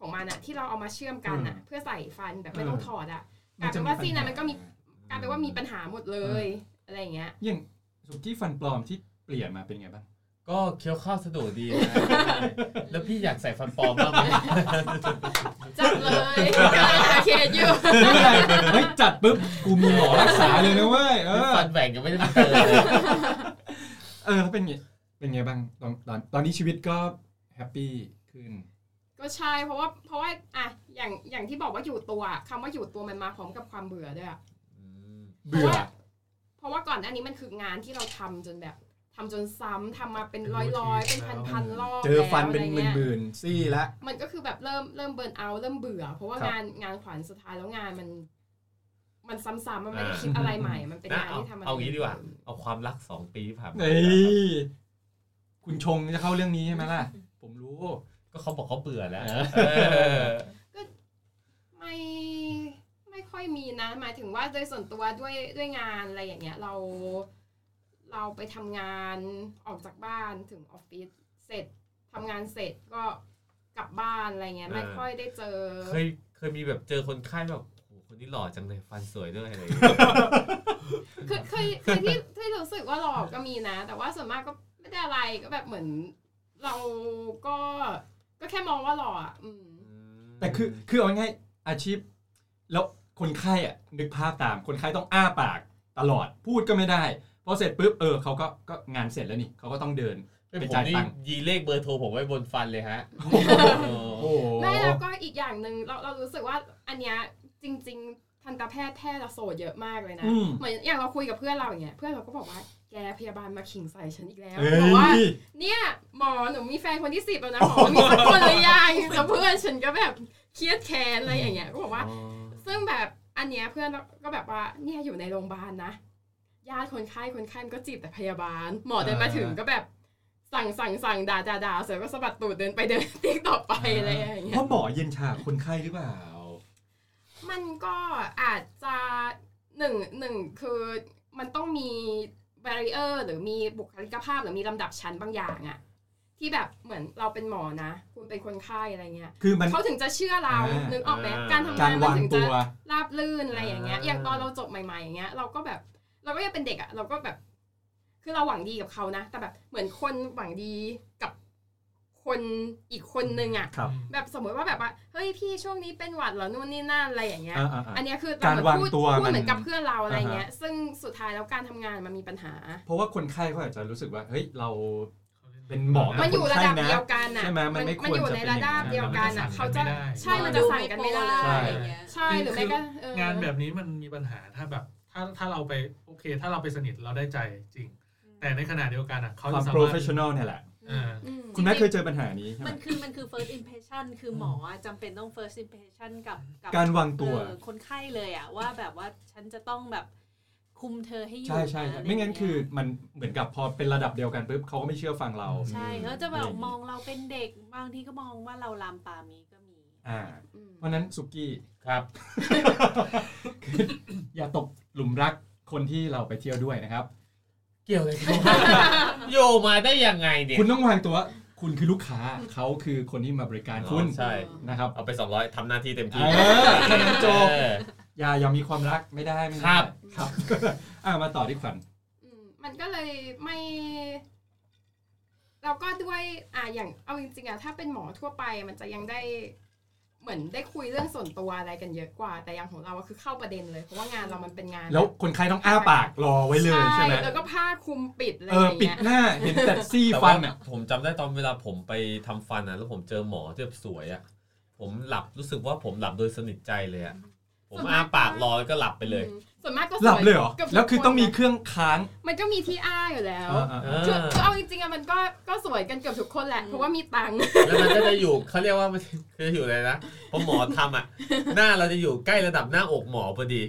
S9: ของมันอะที่เราเอามาเชื่อมกันอะ
S3: อืม
S9: เพื่อใส่ฟันแบบไม่ต้อง
S3: เออ
S9: ถอดอะ กลายเป็นว่าซีนนั้นมันก็มีกลายเป็นว่ามีปัญหาหมดเลย อะไรอย่างเงี้ย
S3: อย่างสุกี้ฟันปลอมที่เปลี่ยนมาเป็นไง <laughs> บ้าง
S12: ก็เคี้ยวข้าวสะดวกดีนะ <laughs> แล้วพี่อยากใส่ฟันปลอมบ้างไหม
S9: จัดเลยกำลังหาเคสอยู่
S3: ไม่เป็นไรเฮ้ยจัดปุ๊บกูมีหมอรักษาเลยนะเว้ยเออ
S12: ฟันแหว่งยังไม่ได้เจอเลย
S3: เออแล้วเป็นไงเป็นไงบ้างตอนตอนตอนนี้ชีวิตก็แฮปปี้ขึ้น
S9: ก็ใช่เพราะว่าเพราะว่าอ่ะอย่างอย่างที่บอกว่าอยู่ตัวคำว่าอยู่ตัวมันมาพร้อมกับความเบื่อด้วยอะ
S3: เบื่อ
S9: เพราะว่าก่อนหน้านี้มันคืองานที่เราทำจนแบบทำจนซ้ำทำมาเป็นร้อยร้อยๆเป็นพันพันๆรอบ
S3: เจอฟันเป็น
S9: แล้ว
S3: ห
S9: อะไร
S3: มื่น
S9: งี้ย
S3: หมื่นๆซี่ละ
S9: มันก็คือแบบเริ่มเริ่มเบิร์นเอาท์เริ่มเบื่อ เพราะว่า
S3: ครับ
S9: งานงานขวัญสุดท้ายแล้วงานมัน มันซ้ำๆมันไม่ได้
S12: อ่า
S9: คิดอะไรใหม่ มันเป็น
S12: นะ
S9: งาน
S12: เอา
S9: ที่ทำอะไร
S12: เอางี้ดีกว่า เอาความรักสองปีที่ผ่านมา
S3: นี่คุณชงจะเข้าเรื่องนี้ใช่ไหมล่ะ ผมรู้
S12: ก็เขาบอกเขาเบื่อแล้ว
S9: ไม่ไม่ค่อยมีนะหมายถึงว่าโดยส่วนตัวด้วยด้วยงานอะไรอย่างเงี้ย เรา เราไปทำงานออกจากบ้านถึงออฟฟิศเสร็จทำงานเสร็จก็กลับบ้านอะไรเงี้ย
S12: อ่า
S9: ไม่ค่อยได้เจอ
S12: เคยเคยมีแบบเจอคนไข้แบบโหคนนี้หล่อจังเลยฟันสวยด้วยอะไรอย่างเงี้ย
S9: เคยเคยเคยที่ที่รู้สึกว่าหลอกก็มีนะ แต่ว่าส่วนมากก็ไม่ได้อะไรก็แบบเหมือน เราก็ก็แค่มองว่าหลอกอ่ะอืม
S3: แต่คือคือเอาง่ายๆอาชีพ แล้วคนไข้อ่ะนึกภาพตามคนไข้ต้องอ้าปากตลอดพูดก็ไม่ได้พอเสร็จปุ๊บเออเขาก็ก็งานเสร็จแล้วนี่เขาก็ต้องเดิน
S12: เป็น
S3: ไป
S12: ผม
S3: จ่าย
S12: นี่
S3: ตังค์
S12: ยีเลขเบอร์โทรผมไว้บนฟันเลยฮะ
S3: โอ้โห
S9: ไม่แล้วก็อีกอย่างหนึ่งเราเรารู้สึกว่าอันเนี้ยจริง ๆ ทันตแพทย์แพทย์อะโสดเยอะมากเลยนะ
S3: อืม
S9: เหมือนอย่างเราคุยกับเพื่อนเราอย่างเงี้ยเพื่อนเราก็บอกว่าแกพยาบาลมาขิงใส่ฉันอีกแล้ว
S3: เอ้ย
S9: บอกว่าเนี่ยหมอหนูมีแฟนคนที่สิบแล้วนะหมอมีสักคนหรือยัง <laughs> แล้วเพื่อนฉันก็แบบเครียดแค้นอะไรอย่างเงี้ยก็บอกว่า ซึ่งแบบอันเนี้ยเพื่อนก็แบบว่าเนี่ยอยู่ในโรงพยาบาลนะญาติคนไข้คนไข้มันก็จีบแต่พยาบาล หมอเดินมาถึงก็แบบสั่งสั่งสั่งด่าด่าด่าเสร็จก็สะบัดตูดเดินไปเดิน <laughs> ติ๊กต่อไปอะไรอย่างเงี้
S3: เพ
S9: ย
S3: ราะหมอเย็นชาคนไข้หรือเปล่า
S9: มันก็อาจจะหนึ่งหนึ่งคือมันต้องมี b a r r i e r หรือมีบุคลิกภาพหรือมีลำดับชั้นบางอย่างอะที่แบบเหมือนเราเป็นหมอนะ คุณเป็นคนไข้อะไรเงี้ย
S3: คือมัน
S9: เขาถึงจะเชื่อเรา
S3: อ่านึ
S9: นึกออกไหม
S12: อ่า
S9: การทำงา
S3: การ
S9: น
S3: วาง
S9: มันถึง
S3: ตั
S9: จะ
S3: ว
S9: ราบลื่นอะไรอย่างเงี้ย
S12: อ่า
S9: อย่างตอนเราจบใหม่ๆอย่างเงี้ยเราก็แบบเราก็ยังเป็นเด็กอะเราก็แบบ คือเราหวังดีกับเขานะ แต่แบบเหมือนคนหวังดีกับคนอีกคนนึงอะ
S3: ครับ
S9: แบบสมมติว่าแบบว่าเฮ้ยพี่ช่วงนี้เป็นหวัดเหรอนู่นนี่นั่นอะไรอย่างเงี้ย
S3: อ่าอ่าอ่า
S9: อันเนี้ยคือเ
S3: การวาง
S9: พูด
S3: ตัว
S9: พูด
S3: มัน
S9: เหมือนกับเพื่อนเราอะไรเงี้ย
S3: อ่าฮะ
S9: ซึ่งสุดท้ายแล้วการทำงานมันมีปัญหา
S3: เพราะว่าคนไข้เขาอาจจะรู้สึกว่า เฮ้ยเราเป็นหมอกับ
S9: มันอยู่
S3: ค
S9: ระ
S3: ไข้
S9: ดับเดียวกันอะ
S3: ใช่ไหมมันไม่ควร
S9: มันอยู่
S3: จ
S9: ใน
S3: เป็
S9: ระ
S3: อาง
S9: ดับเดียวกันอะเขาจะใช่มันจะสั่งกันไม่ได้
S3: ใช่
S9: ใช่หรือไม่ก็เออ
S6: งานแบบนี้มันมีปัญหาถ้าแบบ ถ้าถ้าเราไปโอเค ถ้าเราไปสนิทเราได้ใจจริง แต่ในขณะเดียวกันอ่ะเขา
S3: ควา
S6: จะ
S3: ม
S6: สา
S3: โปร
S6: มารถ
S3: เฟชชั่นอลเนี่ยแหละ
S6: อ่า
S8: อืม
S3: คุณแม่
S8: จริงๆ
S3: เคยเจอปัญหานี้ใช่ไหม
S8: มันคือมันคือ first impression คือหมออะจำเป็นต้อง first impression กับกั
S3: การวางตัว
S8: เออคนไข้เลยอ่ะ ว่าแบบว่าฉันจะต้องแบบคุมเธอให้อยู่
S3: ใช่ใช่
S8: ะ
S3: ใช่ไม่งั้น
S8: อะร
S3: คือ
S8: เย
S3: มันเหมือนกับพอเป็นระดับเดียวกันปุ๊บเขาก็ไม่เชื่อฟังเรา
S8: ใช่เขาจะแบบ
S3: อืม
S8: มองเราเป็นเด็กบางทีก็มองว่าเราลามปามีก็มี
S3: อ่า
S9: อืม
S3: เพราะฉะนั้นสุกี้
S12: ครับ
S3: อย่าตกหลุมรักคนที่เราไปเที่ยวด้วยนะครับ
S12: เกี่ยวอะไรกันโยมาได้ยังไงเนี่ย
S3: คุณต้องวางตัว คุณคือลูกค้าเขาคือคนที่มาบริการคุณ
S12: อ๋อใช่
S3: นะครับ
S12: เอาไป 200ทำหน้าที่เต็ม
S3: เอ
S12: ที่
S3: อแค่นั้นจบ อย่าอย่ามีความรักไม่ได้ไม่ได้
S14: ครับ
S3: ครับ <laughs> อ่ะมาต่อที่ขวัญ
S9: อืมมันก็เลยไม่เราก็ด้วยอ่ะอย่างเอาจริงๆอะถ้าเป็นหมอทั่วไปมันจะยังได้เหมือนได้คุยเรื่องส่วนตัวอะไรกันเยอะกว่า แต่อย่างของเราอะคือเข้าประเด็นเลย เพราะว่างานเรามันเป็นงาน
S3: แล้วคนไข้ต้องอ้าปากรอไว้เลยใช่ไหม
S9: แล้วก็ผ้าคลุมปิดอะไร
S3: เอ
S9: อ
S3: อย่าง ปิด
S9: เงี้ย
S3: หน้าเห็นแต่ซี่
S2: แต่
S3: ฟั
S2: ว่าน
S3: อ่ะ
S2: ผมจำได้ตอนเวลาผมไปทำฟันอ่ะแล้วผมเจอหมอที่แบบสวยอ่ะผมหลับรู้สึกว่าผมหลับโดยสนิทใจเลยอ่ะผมอ้าปากรอแล้วก็หลับไปเลย
S9: อืมส่วนมากก็สว
S3: หลับเลยเหรอ
S9: กืบทุก
S3: แล้วคือต้องมี
S9: น
S3: เครื่องค้าง
S9: มันก็มีที่อ้าอยู่แล้ว
S3: อ่าอ่าอ่า
S2: า
S9: คือคือเอาจริงๆอะมันก็ก็สวยกันเกือบทุกคนแหละเพราะว่ามีตังค์
S2: แล้วมันก็จะอยู่เขาเรียกว่ามันคืออยู่อะไรนะพอหมอทำอ่ะ หน้าเราจะอยู่ใกล้ระดับหน้าอกหมอพอดี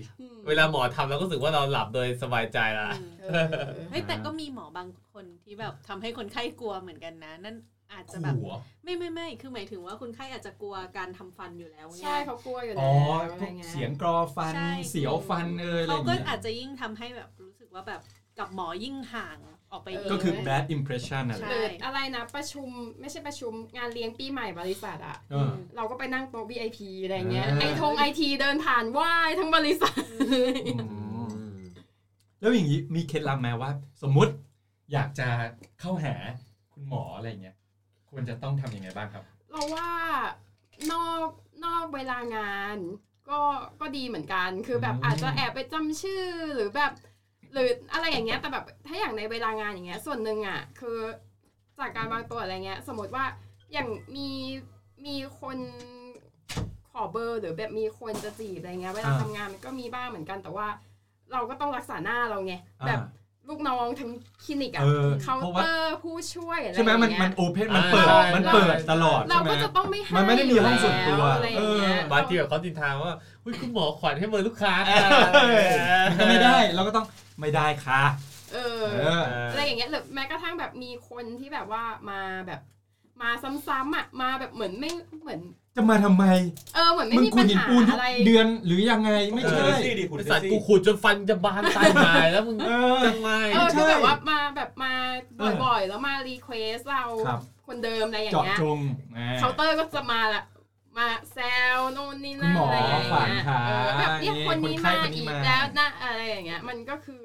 S2: เวลาหมอทำเราก็รู้สึกว่าเราหลับโดยสบายใจละ
S9: เออ
S8: เฮ้ยแต่ก็มีหมอบางคนที่แบบทำให้คนไข้กลัวเหมือนกันนะ นั่นอาจจะแบบ
S14: ขู่เหรอ
S8: ไม่ไม่ไม่คือหมายถึงว่าคนไข้อาจจะกลัวการทำฟันอยู่แล้วไง
S9: ใช่เขากลัวอยู่
S3: อ๋อพ
S9: แล้วอะไร
S3: วก
S9: เงี้ย
S3: เสียงกรอฟัน
S8: ใช่
S3: เสียวฟันเอยอะไรอ
S8: เขา
S3: ย่าง
S8: ก็
S3: เงี้ย
S8: อาจจะยิ่งทำให้แบบรู้สึกว่าแบบกับหมอยิ่งห่างออกไปเยะ
S3: ก็คือ bad impression นั่นแหละ
S9: ห
S8: ใช่
S9: รืออะไรนะประชุมไม่ใช่ประชุมงานเลี้ยงปีใหม่บริษัทอะ
S3: เออ
S9: เราก็ไปนั่งโต๊ะ VIP อะไรเงี้ย
S3: อ่า
S9: ไอทงไอทีเดินผ่านไหว้ทั้งบริษัท
S3: แล้วอย่างนี้มีเคล็ดลับไหมว่า สมมุติอยากจะเข้าหาคุณหมออะไรอย่างเงี้ยควรจะต้องทำยังไงบ้างครับ
S9: เราว่านอกนอกเวลางาน ก็ก็ดีเหมือนกัน คือแบบ
S3: อืม
S9: อาจจะแอบไปจำชื่อหรือแบบ หรืออะไรอย่างเงี้ยแต่แบบถ้าอย่างในเวลางานอย่างเงี้ยส่วนหนึ่งอ่ะคือจากการวางตัวอะไรเงี้ย สมมติว่าอย่างมีมีคนขอเบอร์หรือแบบมีคนจะจีบอะไรเงี้ยเวลาทำงานมันก็มีบ้างเหมือนกันแต่ว่า เราก็ต้องรักษาหน้าเราไงแบบลูกน้องทั้งคลินิกอะ
S3: เออ
S9: เคาน์
S3: เพราะ
S9: เต
S3: ว่า
S9: อร์ผู้ช่วยอะไรอ
S3: ใช่
S9: ย่าง
S3: ไหม
S9: เงี้ย
S3: มันมันโอเพนมัน
S2: อ่าใช่
S3: เปิดมันเปิดตลอด
S9: เรา
S3: ใช่ไหม
S9: ก็จะต้องไม่ให้
S3: มันไม่ได้มีห้องส่วนตัว
S9: อะไรอย่างเงี้ย
S2: บางทีแบบเขาตินทาว่าอุ้ยคุณหมอขวัญให้เบอร์ลูกค้า
S3: มันก็ไม่ได้เราก็ต้องไม่ได้ค่ะ
S9: เออ
S3: เออ
S9: อะไรอย่างเงี้ยหรือแม้กระทั่งแบบมีคนที่แบบว่ามาแบบมาซ้ำๆอ่ะมาแบบเหมือนไม่เหมือน
S3: จะมาทำไม
S9: เออเหมือนไม่
S3: มึง
S9: มี
S3: ขุดหิน
S9: ปัญหา
S3: ปูนทุก
S9: อะไร
S3: เดือนหรือยังไงไม่ใช่
S4: คุณเซซี่ดิคุณ
S2: ไอ
S4: เซ
S2: สัตว์
S4: ซี่
S2: กูขูดจนฟันจะบานตายหายแล้วมึง
S3: เออ
S2: จังไม่
S9: เออ
S3: ใช่
S9: คือแบบว่ามาแบบมาบ่อยๆ แล้วมารีเควสเรา
S3: ครับ
S9: คนเดิมอะไรอย่าง
S3: เจาะ
S9: เงี้ย
S3: จงแหม
S9: เคาน์เตอร์ก็จะมาละมาแซวโน่นนี่นั่น
S3: คุณหมออ
S9: อะไรอย่าง
S3: ขวัญ
S9: เงี้ย
S3: ค่ะ
S9: เออแบบเนี่ยคนนี้
S3: คนไข้
S9: มา
S3: คนนี้
S9: อีก
S3: มา
S9: แล้วนะอะไรอย่างเงี้ยมันก็คือ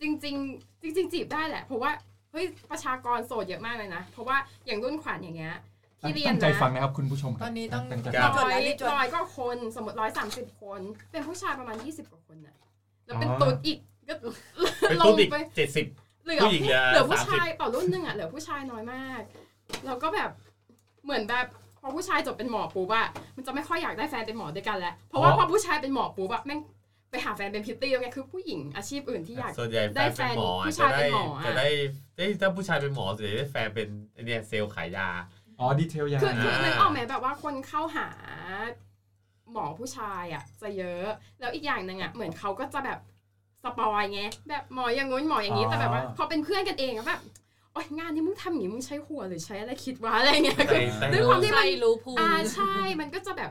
S9: จริง ๆ จริง ๆ จีบได้แหละเพราะว่าเฮ้ยประชากรโสดเยอะมากเลยนะ เพราะว่าอย่างรุ่นขวัญอย่างเงี้ยที่เรียน
S3: ตั้งใจ
S9: นะ
S3: ฟังนะครับคุณผู้ชมครับ
S5: ตอนนี้ต้อง
S3: ตั้งใจ
S9: ร้
S3: ฟัง
S5: จด
S9: อ
S5: แล้ว
S9: ย
S5: รีบจด
S9: ร้อยกว่าคนสมมติร้อยสามสิบคน เป็นผู้ชายประมาณยี่สิบกว่าคนน่ะแล้วเป็น
S3: อ๋อ
S9: ตุ๊ดอีกก็
S2: เป็น
S9: ล
S2: ตุ๊
S9: ง
S2: ดอีก
S9: ไป
S2: เจ็ดสิบ
S9: เหลือ
S2: ผู้หญิงเหลือ
S9: เหลือผู้
S2: 30
S9: ชายต่อรุ่นหนึ่งอ่ะเหลือผู้ชายน้อยมากแล้วก็แบบเหมือนแบบพอผู้ชายจบเป็นหมอปุ๊บอะมันจะไม่ค่อยอยากได้แฟนเป็นหมอด้วยกันแล้วเพราะว่าพอผู้ชายเป็นหมอปุ๊บอะแม่งไปหาแฟนเป็นพิตตี้แล้วไงคือผู้หญิงอาชีพอื่นที่อยาก
S2: ส่วนใหญ่แฟนเป็นหมอ
S9: ได้แฟนผู้
S2: จะ
S9: ชายเป็
S2: ได้
S9: นหมออะ
S2: จะได้เอ้ยถ้าผู้ชายเป็นหมอส่วนใหญ่ได้แฟนเป็นไอ้เนี่ยเซลล์ขายยา
S3: อ๋อดีเทลยา
S9: คือคือ
S2: อ่า
S9: นึกออกไหมแบบว่าคนเข้าหาหมอผู้ชายอ่ะ จะเยอะ แล้วอีกอย่างหนึ่งอ่ะเหมือนเขาก็จะแบบสปอยไงแบบหมออย่างงู้นหมออย่างนี้แต่แบบว่าพอเป็นเพื่อนกันเองอะแบบโอ๊ยงานนี้มึงทำอย่างนี้มึงใช้หัวหรือใช้อะไรคิดวะอะไรเงี้ยคือ
S2: แต่
S9: ด้วยความที่มัน
S8: ใช่รู้ภูมิ
S9: อ่าใช่มันก็จะแบบ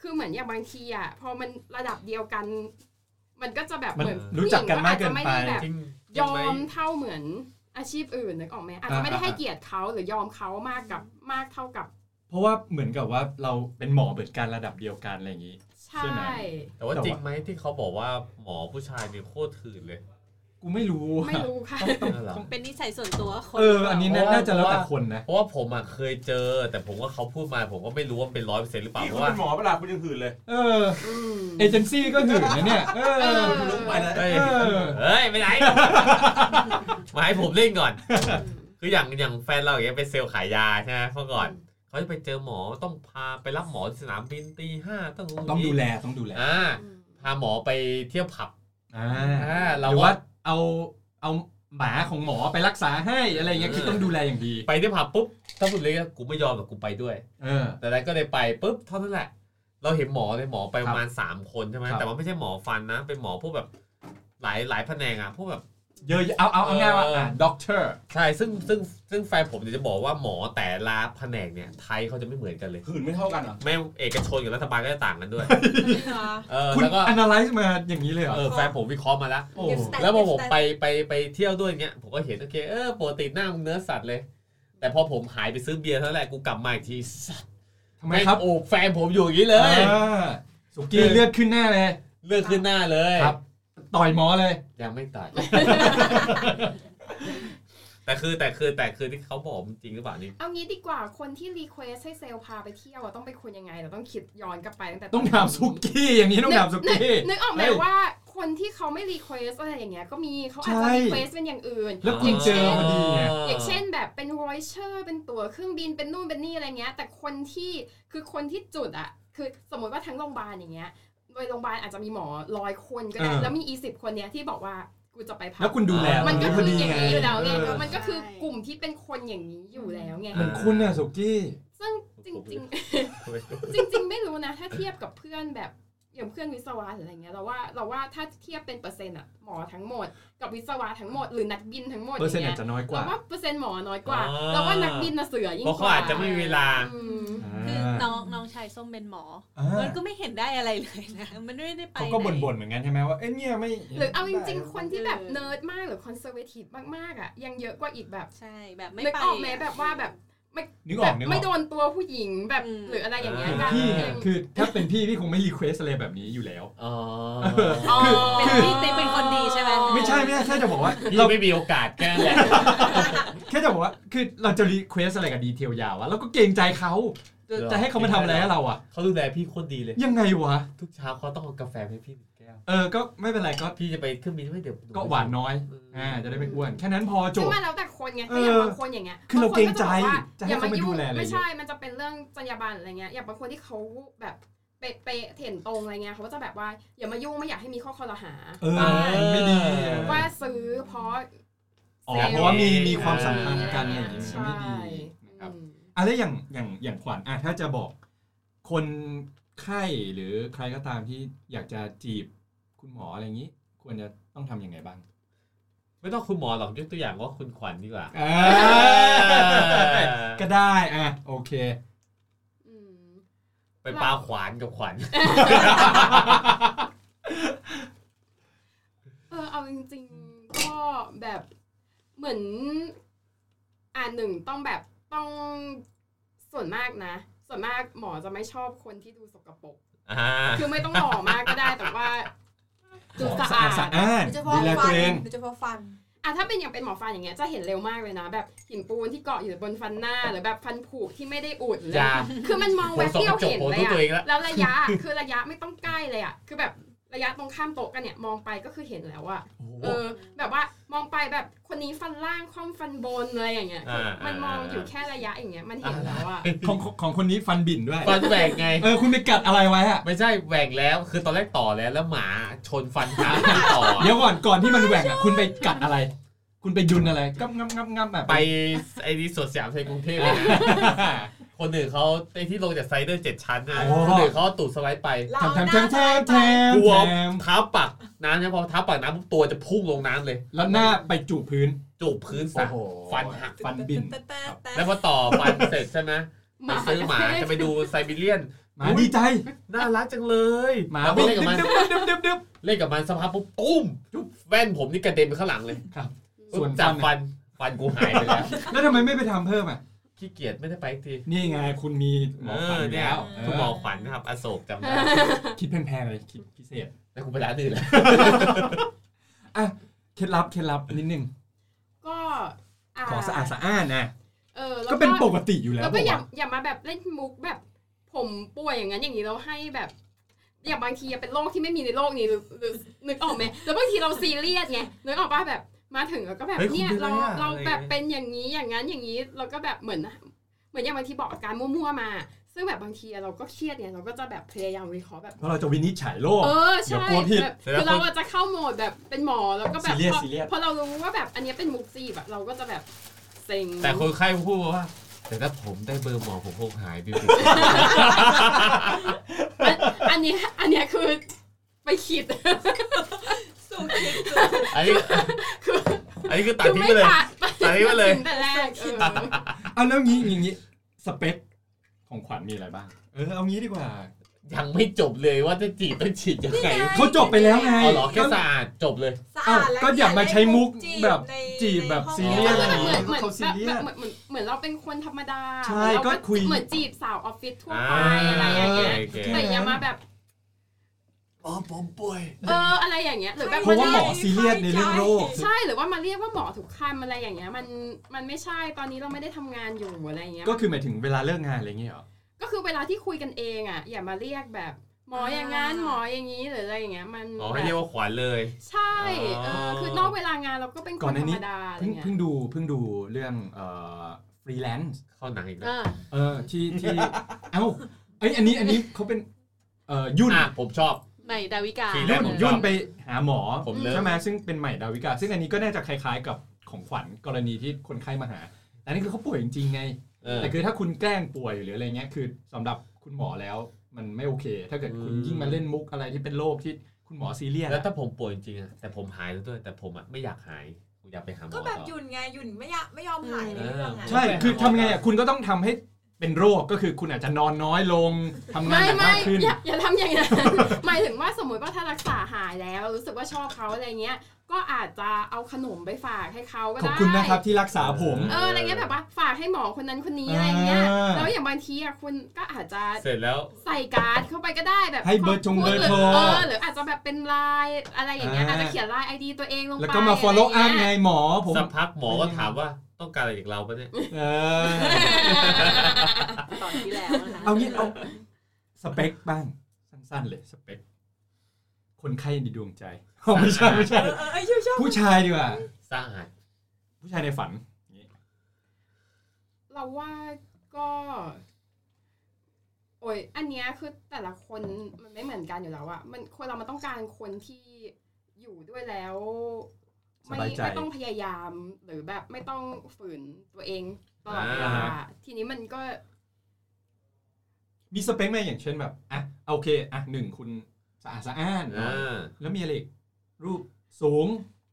S9: คือเหมือนอย่างบางทีอ่ะพอมันระดับเดียวกัน มันก็จะแบบ
S3: มัน
S9: เหมือน
S3: รู้จักกันมากเกิน
S9: ผู้หญิ
S3: ไป
S9: งก็อาจจะม่ด้แบบ
S2: จริง
S9: ยอมเท่าเหมือนอาชีพอื่นนึกออกไหมอาจจะ
S3: อ่า
S9: ไม่ได้ให้
S3: อ่า
S9: เกียรติเขาหรือยอมเขามากกับมากเท่ากับ
S3: เพราะว่าเหมือนกับว่าเราเป็นหมอเหมือนกันระดับเดียวกันอะไรอย่างนี้
S9: ใช่
S3: ใช่ไหม
S2: แต่ว่าจริงไหมที่เขาบอกว่าหมอผู้ชายเนี่ยโคตรถื่นเลย
S3: กูไม่รู้อะ
S9: ไม่รู้
S3: <laughs>
S9: ค่ะ
S3: ต้อง
S2: เหรอ
S3: ต้อง
S8: เป็นนิสัยส่วนตัวคน
S3: เอออันนี้น่าน่าจะแล้วแต่คนนะ
S2: เพราะว่าผมอ่ะเคยเจอ แต่ผมว่าเขาพูดมาผมก็ไม่รู้ว่าเป็นร้อยเปอร์เซ็นต์หรือเปล่า
S4: นี่
S2: เพ
S4: คุณ
S2: ราะว่า
S4: เป็นหมอเวลาคุณยังหื่นเลย
S3: เออเอเจนซี่ก็หื่นนะเนี่ยเออ
S9: เออ
S4: ลุกไปแล้ว
S2: เฮ้ย
S3: เออ
S2: เฮ้ยไปไหน มาให้ผมเล่นก่อน คืออย่างอย่างแฟนเราอย่างเงี้ยเป็นเซลล์ขายยาใช่ไหมเมื่อก่อนเขาจะไปเจอหมอต้องพาไปรับหมอที่สนามบินตีห้าต้องรู้
S3: ต้อง
S2: นี่
S3: ดูแลต้องดูแล
S2: อ่าพาหมอไปเที่ยวผับ
S3: อ่า
S2: อ่า
S3: ห
S2: เรา
S3: รือ
S2: ก็
S3: ว่าเอาเอาหมาของหมอไปรักษาให้อะไรอย่างเงี้ยคือต้องดูแลอย่างดี
S2: ไปเที่ยวผับปุ๊บถ้าสุดเลยกูไม่ยอมหรอกกูไปด้วย
S3: เออ
S2: แต่นั้นก็เลยไปปุ๊บเท่านั้นแหละ เราเห็นหมอเลยหมอไปประมาณสามคนใช่ไหม
S3: ครับ
S2: แต่ว่าไม่ใช่หมอฟันนะ เป็นหมอพวกแบบหลายหลายแผนกอะพวกแบบ
S3: เยอะเอาเอาเอาง่ายว่าอ่าด็อกเตอร์
S2: ใช่ซึ่งซึ่งซึ่งแฟนผมเนี่ยจะบอกว่าหมอแต่ละแผนกเนี่ยไทยเขาจะไม่เหมือนกันเลย
S4: หื่นไม่เท่ากันเหรอ
S2: แม่งเอกชนกับรัฐบาลก็จะต่างกันด้วยเออ
S3: คุณ
S2: แล้วก็
S3: analyze มาอย่างนี้เลยเหรอ
S2: เออแฟนผมวิเคราะห์มาแล้ว
S3: โอ้
S5: Yes,
S2: แล้วพอผมไปไปไปเที่ยวด้วยเงี้ยผมก็เห็นโอเคเออปกติหน้ามึงเนื้อสัตว์เลย แต่พอผมหายไปซื้อเบียร์เท่านั้นแหละกูกลับมาอีกทีสัตว์
S3: ทำไมครับ
S2: แงโอบแฟนผมอยู่อย่างนี้เลย
S3: อ่าสุกี้เลือดขึ้นหน้าเลย
S2: เลือกขึ้นหน้าเลย
S3: ครับ ต่อยหมอเลย
S2: ยังไม่
S9: <laughs>
S2: ตาย แต่คือแต่คือแต่คือที่เขาบอกจริงหรือเปล่านี่
S9: เอางี้ดีกว่าคนที่รีเควสให้เซลล์พาไปเที่ยวอะต้องไปคุยยังไงเราต้องคิดย้อนกลับไปตั้งแต่
S3: ต้องถามสุกี้อย่างนี้ต้องถามสุกี้
S9: นึนึกออกไหมว่าคนที่เขาไม่รีเควสอะไรอย่างเงี้ยก็มีเขาอาจจะ
S3: ใช่
S9: รีเควสเป็นอย่างอื่น
S3: แล้วคุณเจอพอดีไง
S9: อย่างเช่นแบบเป็นวอยเชอร์เป็นตั๋วเครื่องบินเป็นนู่นเป็นนี่อะไรเงี้ย แต่คนที่คือคนที่จุดอ่ะ คือสมมติว่าทั้งโรงพยาบาลอย่างเงี้ยโดยโรงพยาบาลอาจจะมีหมอร้อยคนก็ได้
S3: เออ
S9: แล้วมีอีสิบคนเนี้ยที่บอกว่ากูจะไปพัก
S3: แล้วคุณดูแล
S9: มันก็
S3: พ
S9: คือ อ
S3: ดี
S9: อย่างนี้อยู่แล้วไง
S3: ไงเออ
S9: มันก็คือกลุ่มที่เป็นคนอย่างนี้อยู่แล้วไง
S3: เหมือนคุณน่ะสุกี้
S9: ซึ่งจริง
S2: <laughs>
S9: ๆ จริง ๆ ไม่รู้นะ ถ้าเทียบกับเพื่อนแบบอย่างเพื่อนวิศวะหรืออะไรเงี้ยเราว่าเราว่าถ้าเทียบเป็นเปอร์เซ็นต์อะหมอทั้งหมด กับวิศวะทั้งหมดหรือนักบินทั้งหมด
S3: เปอร์เซ็นต์
S9: ย่างงี้ย
S3: อาจจะน้อยกว่า
S9: เราว่าเปอร์เซ็นต์หมอน้อยกว่า
S2: อ๋อ
S9: เราว่านักบินน่ะเสือยิ่ง
S2: เพ
S9: ก
S2: ราะเขา
S9: ว่า
S2: อาจจะไม่มีเวลา
S9: อืม
S8: คือน้องน้องชายส้มเป็นหมออา มันก็ไม่เห็นได้อะไรเลยนะ <laughs> มันไม่ได้ไป
S3: เขาก็
S8: ไห
S3: บ่นๆเหมือนกันใช่ไหมว่า เอ้ยเนี่ยไม่
S9: หรือเอาจริงๆ คนที่แบบเนิร์ดมากหรือคอนเซอร์เวทีฟมากๆอ่ะยังเยอะกว่าอีกแบบ
S8: ใช่แบบไม่
S9: นึก
S8: ไป
S9: ออกไหมแบบว่าแบบไม่
S3: นึกอ
S9: แบอก บ
S3: นึกอ
S9: ไม่
S3: อก
S9: โดนตัวผู้หญิงแบบหรืออะไรอย่างเงี้ย
S2: อืม
S9: กัน
S3: พี่
S9: ยั
S3: อะ
S9: ง
S3: คือถ้าเป็นพี่พี่คงไม่รีเควสอะไรแบบนี้อยู่แล้ว
S2: อ๋อ
S8: คือเป็นพี่ติ๊กเป็นคนดีใช่ไหม
S3: ไม่ใช่ไม่ใช่แค่จะบอก
S9: <laughs>
S3: ว่า
S2: พี่
S3: เรา
S2: ไม่มีโอกาสแค่นั้นแหละ
S3: แค่จะบอกว่าคือเราจะรีเควสอะไรกับดีเทลยาวอะเราก็เกรงใจเขาจะ
S2: เหรอ
S3: จะให้เขามาทำอะไรให้เราอะ
S2: เขาดูแลพี่โคนดีเลย
S3: ยังไงวะ
S2: ทุกเช้าเขาต้องเอากาแฟให้พี่หนึ่งแก้ว
S3: เออก็ไม่เป็นไรก็
S2: พี่จะไปเครื่องบินไม่เดี๋ยว
S3: ก็หวานน้อยอ่าจะได้ไม่อ้วน แค่นั้นพอจ
S9: ซึ่ง
S3: บ
S9: มันแล้วแต่คนไง
S3: เออ
S9: ถ้าอย่างบางคนอย่างเงี้ย
S3: คือเราเกรงใจ
S9: บคน
S3: จะ
S9: ก็
S3: ให้
S9: อย่า
S3: เขามาดูแลอะไรเยอะ
S9: ไม่ใช่ มันจะเป็นเรื่องจรรยาบรรณอะไรเงี้ย อย่างบางคนที่เขาแบบเปะเปะเถ่นตรงอะไรเงี้ยเขาก็จะแบบว่าอย่ามายุ่งไม่อยากให้มีข้อคอรหา
S3: เออ
S9: ว่า
S3: มันไม่ดี
S9: ว่าซื้อเพราะ
S3: อ๋อ
S9: ซลล์
S3: เพราะว่ามีมีความสัมพันธ์กันอะไรอย่างเงี้ยมัน
S9: ใช่
S3: ไม่ดีนะครับ
S9: อืม
S3: อะไรอย่างอย่างอย่างขวัญอ่ะถ้าจะบอก คนไข้หรือใครก็ตามที่อยากจะจีบคุณหมออะไรอย่างนี้ ควรจะต้องทำยังไงบ้าง
S2: ไม่ต้องคุณหมอหรอกยกตัวอย่างว่าคุณขวัญดีกว่า
S3: ก็ได้อ่ะโอเค
S9: อืม
S2: ไปปาขวานกับขวัญ
S9: เออเอาจริงๆก็แบบเหมือนอ่าหนึ่งต้องแบบต้องส่วนมากนะ ส่วนมากหมอจะไม่ชอบคนที่ดูสกปรก
S2: อ่า
S9: คือไม่ต้องหล่อมากก็ได้แต่ว่าดูสะ
S3: สะ
S9: อา
S3: อาดสะ
S9: ด
S3: อ้าน
S5: โดยเฉ
S3: ดู
S5: พาะ
S3: แล
S5: ฟั
S3: ตั
S5: น
S3: วเอง
S5: โดยเฉพาะฟัน
S9: อ่ะถ้าเป็นอย่างเป็นหมอฟันอย่างเงี้ยจะเห็นเร็วมากเลยนะ แบบหินปูนที่เกาะอยู่บนฟันหน้าหรือแบบฟันผุที่ไม่ได้อุดหรือ
S2: อย่า
S9: คือมันมองแวบเดียวเห็นเล
S2: ผ
S9: ย
S2: มส่องกระจกผมดูตัวเองละ
S9: อะแล้วระยะคือระยะไม่ต้องใกล้เลยอะคือแบบระยะตรงข้ามโต๊ะกันเนี่ยมองไปก็คือเห็นแล้วอะ
S3: โอ้โห
S9: เออ แบบว่ามองไปแบบคนนี้ฟันล่างคว่ำฟันบนอะไรอย่างเงี้ยคือมันมองอยู่แค่ระยะอย่างเงี้ยมันเห็นแล้วอะ
S3: ของของของคนนี้ฟันบิ่นด้วย
S2: ฟันแหว่งไง
S3: เออคุณไปกัดอะไรไว้อะ
S2: ไม่ใช่แหว่งแล้ว คือตอนแรกต่อแล้วแล้วหมาชนฟันหาที่ต่อ
S3: เดี๋ยวก่อนก่อนที่มันแหว่งอ่ะคุณไปกัดอะไร คุณไปยุนอะไรงับงับงับงับแบบ
S2: ไปไอ้นี่สวนสยามชัยกรุงเทพเลยนะ
S3: <laughs>
S2: คนหนึ่งเขาไอ้ที่ลงจากไซเดอร์เจ็ดชั้นนะ
S3: โอ้
S2: คนหนึ่งเขาเอาตูดสไลด์ไป
S3: ทำทำทำทำท
S2: กลัว
S3: ำ
S2: เท้าปักน้ำเนี่ยพอเท้าปักน้ำปุ๊บตัวจะพุ่งลงน้ำเลย
S3: แล้วหน้าไปจูบพื้น
S2: จูบพื้นซะ
S3: โอ้โห
S2: ฟันหัก
S3: ฟันบิ่น
S2: แล้วพอต่อฟันเสร็จใช่ไหมไปซื้อหมาจะไปดูไซบีเรียน
S3: หมาดีใจ
S2: น่ารักจังเลย
S3: หมา
S2: แล้วก็
S3: วิ่ง
S2: เล่นกับมัน
S3: ดึ๊บดึ๊บดึ๊บดึ๊บ
S2: เล่นกับมันสักพักปุ๊บตุ้มจุ๊บแว่นผมนี่กระเด็นไปข้างหลังเลย
S3: ครับส่
S2: ส่
S3: ว
S2: วน น
S3: ฟัน
S2: จับฟัน ฟันกูหายไปแล้ว
S3: แล้วทำไมไม่ไปทำเพิ่มอ่ะ
S2: ขี้เกียจไม่ได้ไปอีกที
S3: นี่ไงคุณมีหมอฟัน
S2: เออ
S3: อยู่
S2: เนี่ย
S3: แล้ว
S2: คุณหมอขวัญนะครับ อโศกจำได้
S3: เออคิดแพงๆเลยคิดพิเศษ
S2: แล้วกูไปร้านอื่นแล้ว
S3: อ่ะเคล็ดลับเคล็ดลับนิดนึง
S9: ก็า
S3: ขอสะอาดสะอ้านนะ
S9: เออแล้ว
S3: ก็เป็นปกติอยู่แล้ว
S9: แล้วก็อย่า
S3: ปะวะ
S9: อย่ามาแบบเล่นมุกแบบผมป่วยอย่างนั้นอย่างนี้เราให้แบบ อย่างบางทีเป็นโรคที่ไม่มีในโลกนี้หรือหรือนึกออกไหมแล้วบางทีเราซีเรียสไงนึกออกป่ะแบบมาถึงแล้วก็แบบเนี่ยเราเราแบบเป็นอย่างนี้อย่างนั้นอย่างนี้เราก็แบบเหมือน เหมือนอย่างบางทีบอกอาการมั่วๆมา ซึ่งแบบบางทีเราก็เครียดไงเราก็จะแบบพยายามวิเคราะห์แบบ
S3: เพราะเราจะวินิจฉัยโรค
S9: เออใช่
S3: เดี๋ยวกลัวผิด
S9: แบบคือเราอาจจะเข้าโหมดแบบเป็นหมอแล้วก็แบบ
S3: ซีเรียส
S9: พอ
S3: ซีเรียส
S9: พอเรารู้ว่าแบบอันเนี้ยเป็นมุกซีแบบเราก็จะแบบเซ็ง
S2: แต่คนไข้พูดมาว่า แต่ถ้าผมได้เบอร์หมอผมคงหายไป
S9: <laughs>
S2: เลย
S9: อันอันเนี้ยอันเนี้ยคือไปคิด
S5: สูงคิดสูง
S2: อันนี้
S9: คือ
S2: อันนี้คือตัด
S9: คือ
S2: ทิ้งไป
S9: ไม่
S2: เลย
S9: ตัด
S2: ตัดทิ้งไปเลย
S9: ตัดทิ้งแต่แรกเออ
S3: เอาแล้วงี้อย่างงี้สเปคของขวัญมีอะไรบ้าง เออเอางี้ดีกว่า
S2: ยังไม่จบเลยว่าจะจีบต้องฉีดยังไง
S3: เขาจบไปแล้วไง
S2: เอาเหรอแค่สะอาดจบเลย
S5: สะอาด
S3: อ้าว
S5: และ
S3: ก็อย่ามาใช้มุก
S5: จีบ
S3: แบบ
S5: ใน
S3: จีบแบบ
S5: ในห้อง
S3: ซีเรียส
S5: อะ
S9: เห
S5: ไรอย่าง
S9: มื
S5: เงี้
S9: อ
S5: ย
S9: นเหมือน
S3: เขาซี
S9: แบบ
S3: เรีย
S9: แบ
S3: ส
S9: บเหมือนเหมือนเหมือนเราเป็นคนธรรมดา
S3: ใช่
S9: เรา
S3: ก็คุย
S9: เหมือนจีบสาวออฟฟิศทั่วไป
S2: อ่า
S9: อะไรอย่างเงี้ย
S2: โอเค
S9: แต่อย่ามาแบบ อ๋อผมป่วย เอออะไรอย่างเงี้ยหรือแบบ
S3: เพราะว่าหมอ
S9: รียก
S3: ซีเรียสในเรื่องโรค
S9: ใช่หรือว่ามาเรียกว่าหมอถูกคำอะไรอย่างเงี้ยมันมันไม่ใช่ตอนนี้เราไม่ได้ทำงานอยู่อะไรอย่างเงี้ย
S3: ก็คือหมายถึงเวลาเลิกงานอะไรอย่างเงี้ยเหรอ
S9: ก็คือเวลาที่คุยกันเองอ่ะอย่ามาเรียกแบบหมออย่างงั้นหมออย่างนี้หรืออะไรอย่างเงี้ยมัน
S12: อ๋อให้เรียกว่าขวัญเลย
S9: ใช่เอออ
S12: อ
S9: คือนอกเวลางานเราก็เป็นค
S3: ก่อน
S9: น
S3: ห
S9: ธ
S3: น้าร นี้
S9: รมดาอะไร
S3: เพิ่ง
S9: เงี้ย
S3: เพิ่งดูเพิ่งดูเรื่องเอ่อฟรีแลนซ์
S12: เข้าหนังอีกแล้ว
S9: เออ
S3: เออที่ที่ เอ้าเอ้ยอันนี้อันนี้เขาเป็นเอ่อยุ่น
S12: อ่ะผมชอบ
S8: ใหม่ดาวิกา
S12: ฟรีแล
S3: ยุ่
S12: ซ์
S3: น
S12: ผมชอบ
S3: ยุ่นไปหาหมอ
S12: ผมเลิก
S3: ใช่ไหมซึ่งเป็นใหม่ดาวิกา ซึ่งอันนี้ก็น่าจะคล้ายๆกับของขวัญกรณีที่คนไข้มาหา แต่นี่คือเขาป่วยจริงๆไง
S12: เออ
S3: แต่คือถ้าคุณแกล้งป่วยหรืออะไรเงี้ยคือสำหรับคุณหมอแล้วมันไม่โอเค ถ้าเกิดคุณ
S12: อืม
S3: ยิ่งมาเล่นมุกอะไรที่เป็นโรคที่คุณหมอซีเรียส
S12: แล้ว
S3: อะ
S12: ถ้าผมป่วยจริงๆอะแต่ผมหายแล้วด้วย แต่ผมอะไม่อยากหายผมอยากไปหาหมอ
S5: ก็แบบห
S12: ต่อ
S5: ยุ่นไงหยุ่นไม่อยากไม่ยอมหายในเรื่องไง
S3: ใช่คือทำไงอ่ะคุณก็ต้องทำให้เป็นโรคก็คือคุณอาจจะนอนน้อยลงทำงาน
S9: ไม่
S3: หนัก
S9: ไม่
S3: มากขึ้น
S9: อย่าอย่าทำอย่างนั้น <laughs> หมายถึงว่าสมมติว่าถ้ารักษาหายแล้ว รู้สึกว่าชอบเขาอะไรเงี้ย ก็อาจจะเอาขนมไปฝากให้เขาก็
S3: ขอบ
S9: ได้
S3: คุณนะครับที่รักษาผม
S9: เอออะไรเงี้ยแบบว่าฝากให้หมอคนนั้นคนนี้อะไรเงี้ย
S3: อ่า
S9: แล้วอย่างบางทีอ่ะคุณก็อาจจะ
S12: เสร็จแล้ว
S9: ใส่การ์ดเข้าไปก็ได้แบบ
S3: ให้เบอร์จง
S9: ข
S3: เบอร์
S9: คุณ
S3: โทร
S9: เออหรืออาจจะแบบเป็นไลน์อะไรอย่างเงี้ย
S3: อ่า
S9: อาจจะเขียนไลน์ไอดีตัวเองลงไป
S3: แล้วก็มา follow up
S9: ะร
S3: ไง
S9: <laughs> เย
S3: หมอผม
S12: สักพักหมอก็ถามว่าต้องการอะไรจากเราปะเนี่ย
S3: เออ
S8: ตอนที่แล้วนะคะ
S3: เอางี้เอาสเปคบ้าง สั้นๆเลยสเปค คนไข้ในดวงใจ <laughs> อ๋อไม่ใช่ไม่ใช่
S5: เออเออเออชอบชอบ
S3: ผู้ชายดีกว่า
S12: สร้างหาย
S3: ผู้ชายในฝัน
S9: เราว่าก็ โอ้ยอันเนี้ยคือแต่ละคนมันไม่เหมือนกันอยู่แล้วอะมันคนเรามันต้องการคนที่อยู่ด้วยแล้วไม่
S3: สบายใจ
S9: ไม่ต้องพยายามหรือแบบไม่ต้องฝืนตัวเองตลอดเวลาทีนี้มันก็
S3: มีสเปคไหมอย่างเช่นแบบอ่ะโอเคอ่ะหนึ่งคุณสะอาดสะอ้านหน่
S12: อ่
S3: อย
S12: า
S3: แล้วมีอะไรอีกรูปสูง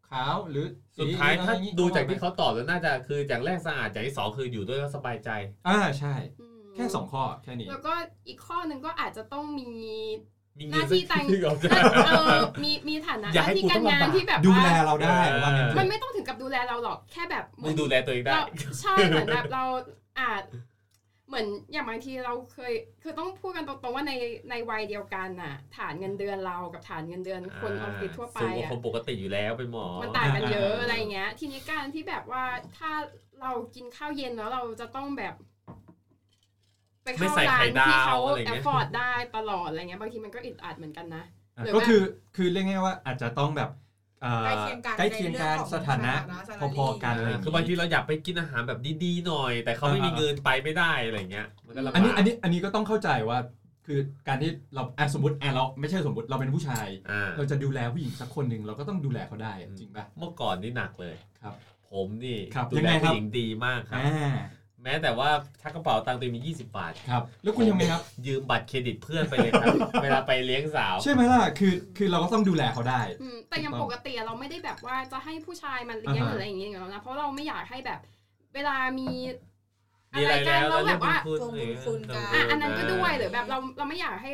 S3: ขาวหรือ
S12: สุดท้าย
S3: อะไร
S12: ถ้า
S3: องงี้
S12: ดูจากที่เขาตอบแล้วน่าจะคืออย่างแรกสะอาดอย่างที่สองคืออยู่ด้วยแล้วสบายใจ
S3: อ่าใช่
S9: อืม
S3: แค่สองข้อแค่นี้
S9: แล้วก็อีกข้อหนึ่งก็อาจจะต้องมี <laughs>
S12: มี
S9: ห
S12: เงิ
S9: น้าน
S12: สัก
S9: ที่ต่าง
S12: ทีเอาจะ
S9: เออมีมีฐานะห
S12: อย่า
S9: น้า
S12: ให้
S9: ที่
S12: กู
S9: กา
S12: ต้
S9: ร
S12: อง
S9: งาน
S12: ลำบาก
S9: ที่แบบ
S3: ดู
S9: ว่า
S3: แลเราได้ว่างั้นเถ
S9: มัน
S3: อะ
S9: ไม่ต้องถึงกับดูแลเราหรอกแค่แบบเห
S12: มึ
S9: มือง น
S12: ดูแลตัวเองได้
S9: เราใช่เหมือนแบบเราอาจเหมือนอย่างบางทีเราเคย คือต้องพูดกันตรงๆว่าในในวัยเดียวกันน่ะ ฐานเงินเดือนเรากับฐานเงินเดือนคนออฟฟิศทั่วไป
S12: สูงกว่า
S9: อ่ะ
S12: คนปกติอยู่แล้วเป็นหมอ
S9: มันต่างกันเยอะอะไรเงี้ย ทีนี้การที่แบบว่าถ้าเรากินข้าวเย็นแล้วเราจะต้องแบบ ไป
S12: ไม่
S9: เข้า
S12: ใส่
S9: ร้า
S12: ไข่
S9: น
S12: ดาว
S9: ที่เขา
S12: อะไรเงี้
S9: แอย ฟฟอร์ดได้ตลอดอะไรเงี้ยบางทีมันก็อึดอัดเหมือนกันนะ
S3: อ่ะ
S9: หรือ
S3: ก็
S9: ว่า
S3: คือคือเรียกง่ายๆว่าอาจจะต้องแบบเอ่อ
S5: ใกล้เคียงกัน
S3: ใกล้เคียงกัน
S5: ในเรื่องของ
S3: สถานะ
S5: สถานะ
S3: พอๆกันอะไรอย่าง
S12: คือบางที
S3: งี้
S12: เราอยากไปกินอาหารแบบดีๆหน่อย แต่เขาไม่มีเงินไปไม่ได้อะไรเงี้ยมันก็ลำบาก
S3: อันนี้อันนี้อันนี้ก็ต้องเข้าใจว่า คือการที่เราอ่ะสมมติอ่ะเราไม่ใช่สมมติเราเป็นผู้ชาย
S12: อ่า
S3: เราจะดูแลผู้หญิงสักคนหนึ่งเราก็ต้องดูแลเขาได้อะ
S12: อืม
S3: จริงปะ
S12: เมื่อก่อนนี่หนักเลย
S3: ครับ
S12: ผมนี่
S3: ครับ
S12: ดู
S3: ยัง
S12: แล
S3: ไงครับ
S12: ผู้หญิงดีมากครับ
S3: อ่า
S12: แม้แต่ว่าชักกระเป๋าตังค์ตัวเองมี 20 บาท
S3: ครับ แล้วคุณยังไงครับ
S12: ยืมบัตรเครดิตเพื่อนไปเลย
S3: <laughs>
S12: ครับ เวลาไปเลี้ยงสาว
S3: ใช่ไหมล่ะคือคือเราก็ต้องดูแลเขาได้
S9: อืมแต่อย่าง
S3: ถูกต้
S9: ป
S3: อง
S9: กติอะเราไม่ได้แบบว่าจะให้ผู้ชายมันเลี้ยง
S3: อ่าฮะ
S9: หรืออะไรอย่างเงี้ยอยู่แล้วนะเพราะเราไม่อยากให้แบบ เวลามีอะ
S12: มี
S9: ไร
S12: อะไร
S9: กั
S12: แล้ว
S9: นแล้วแบบว่า
S12: เรื่
S5: ทวงบุญคุณกัน
S9: อ่ะอันนั้นก็ด้วย
S12: เออ
S9: หรือแบบเราเราไม่อยากให้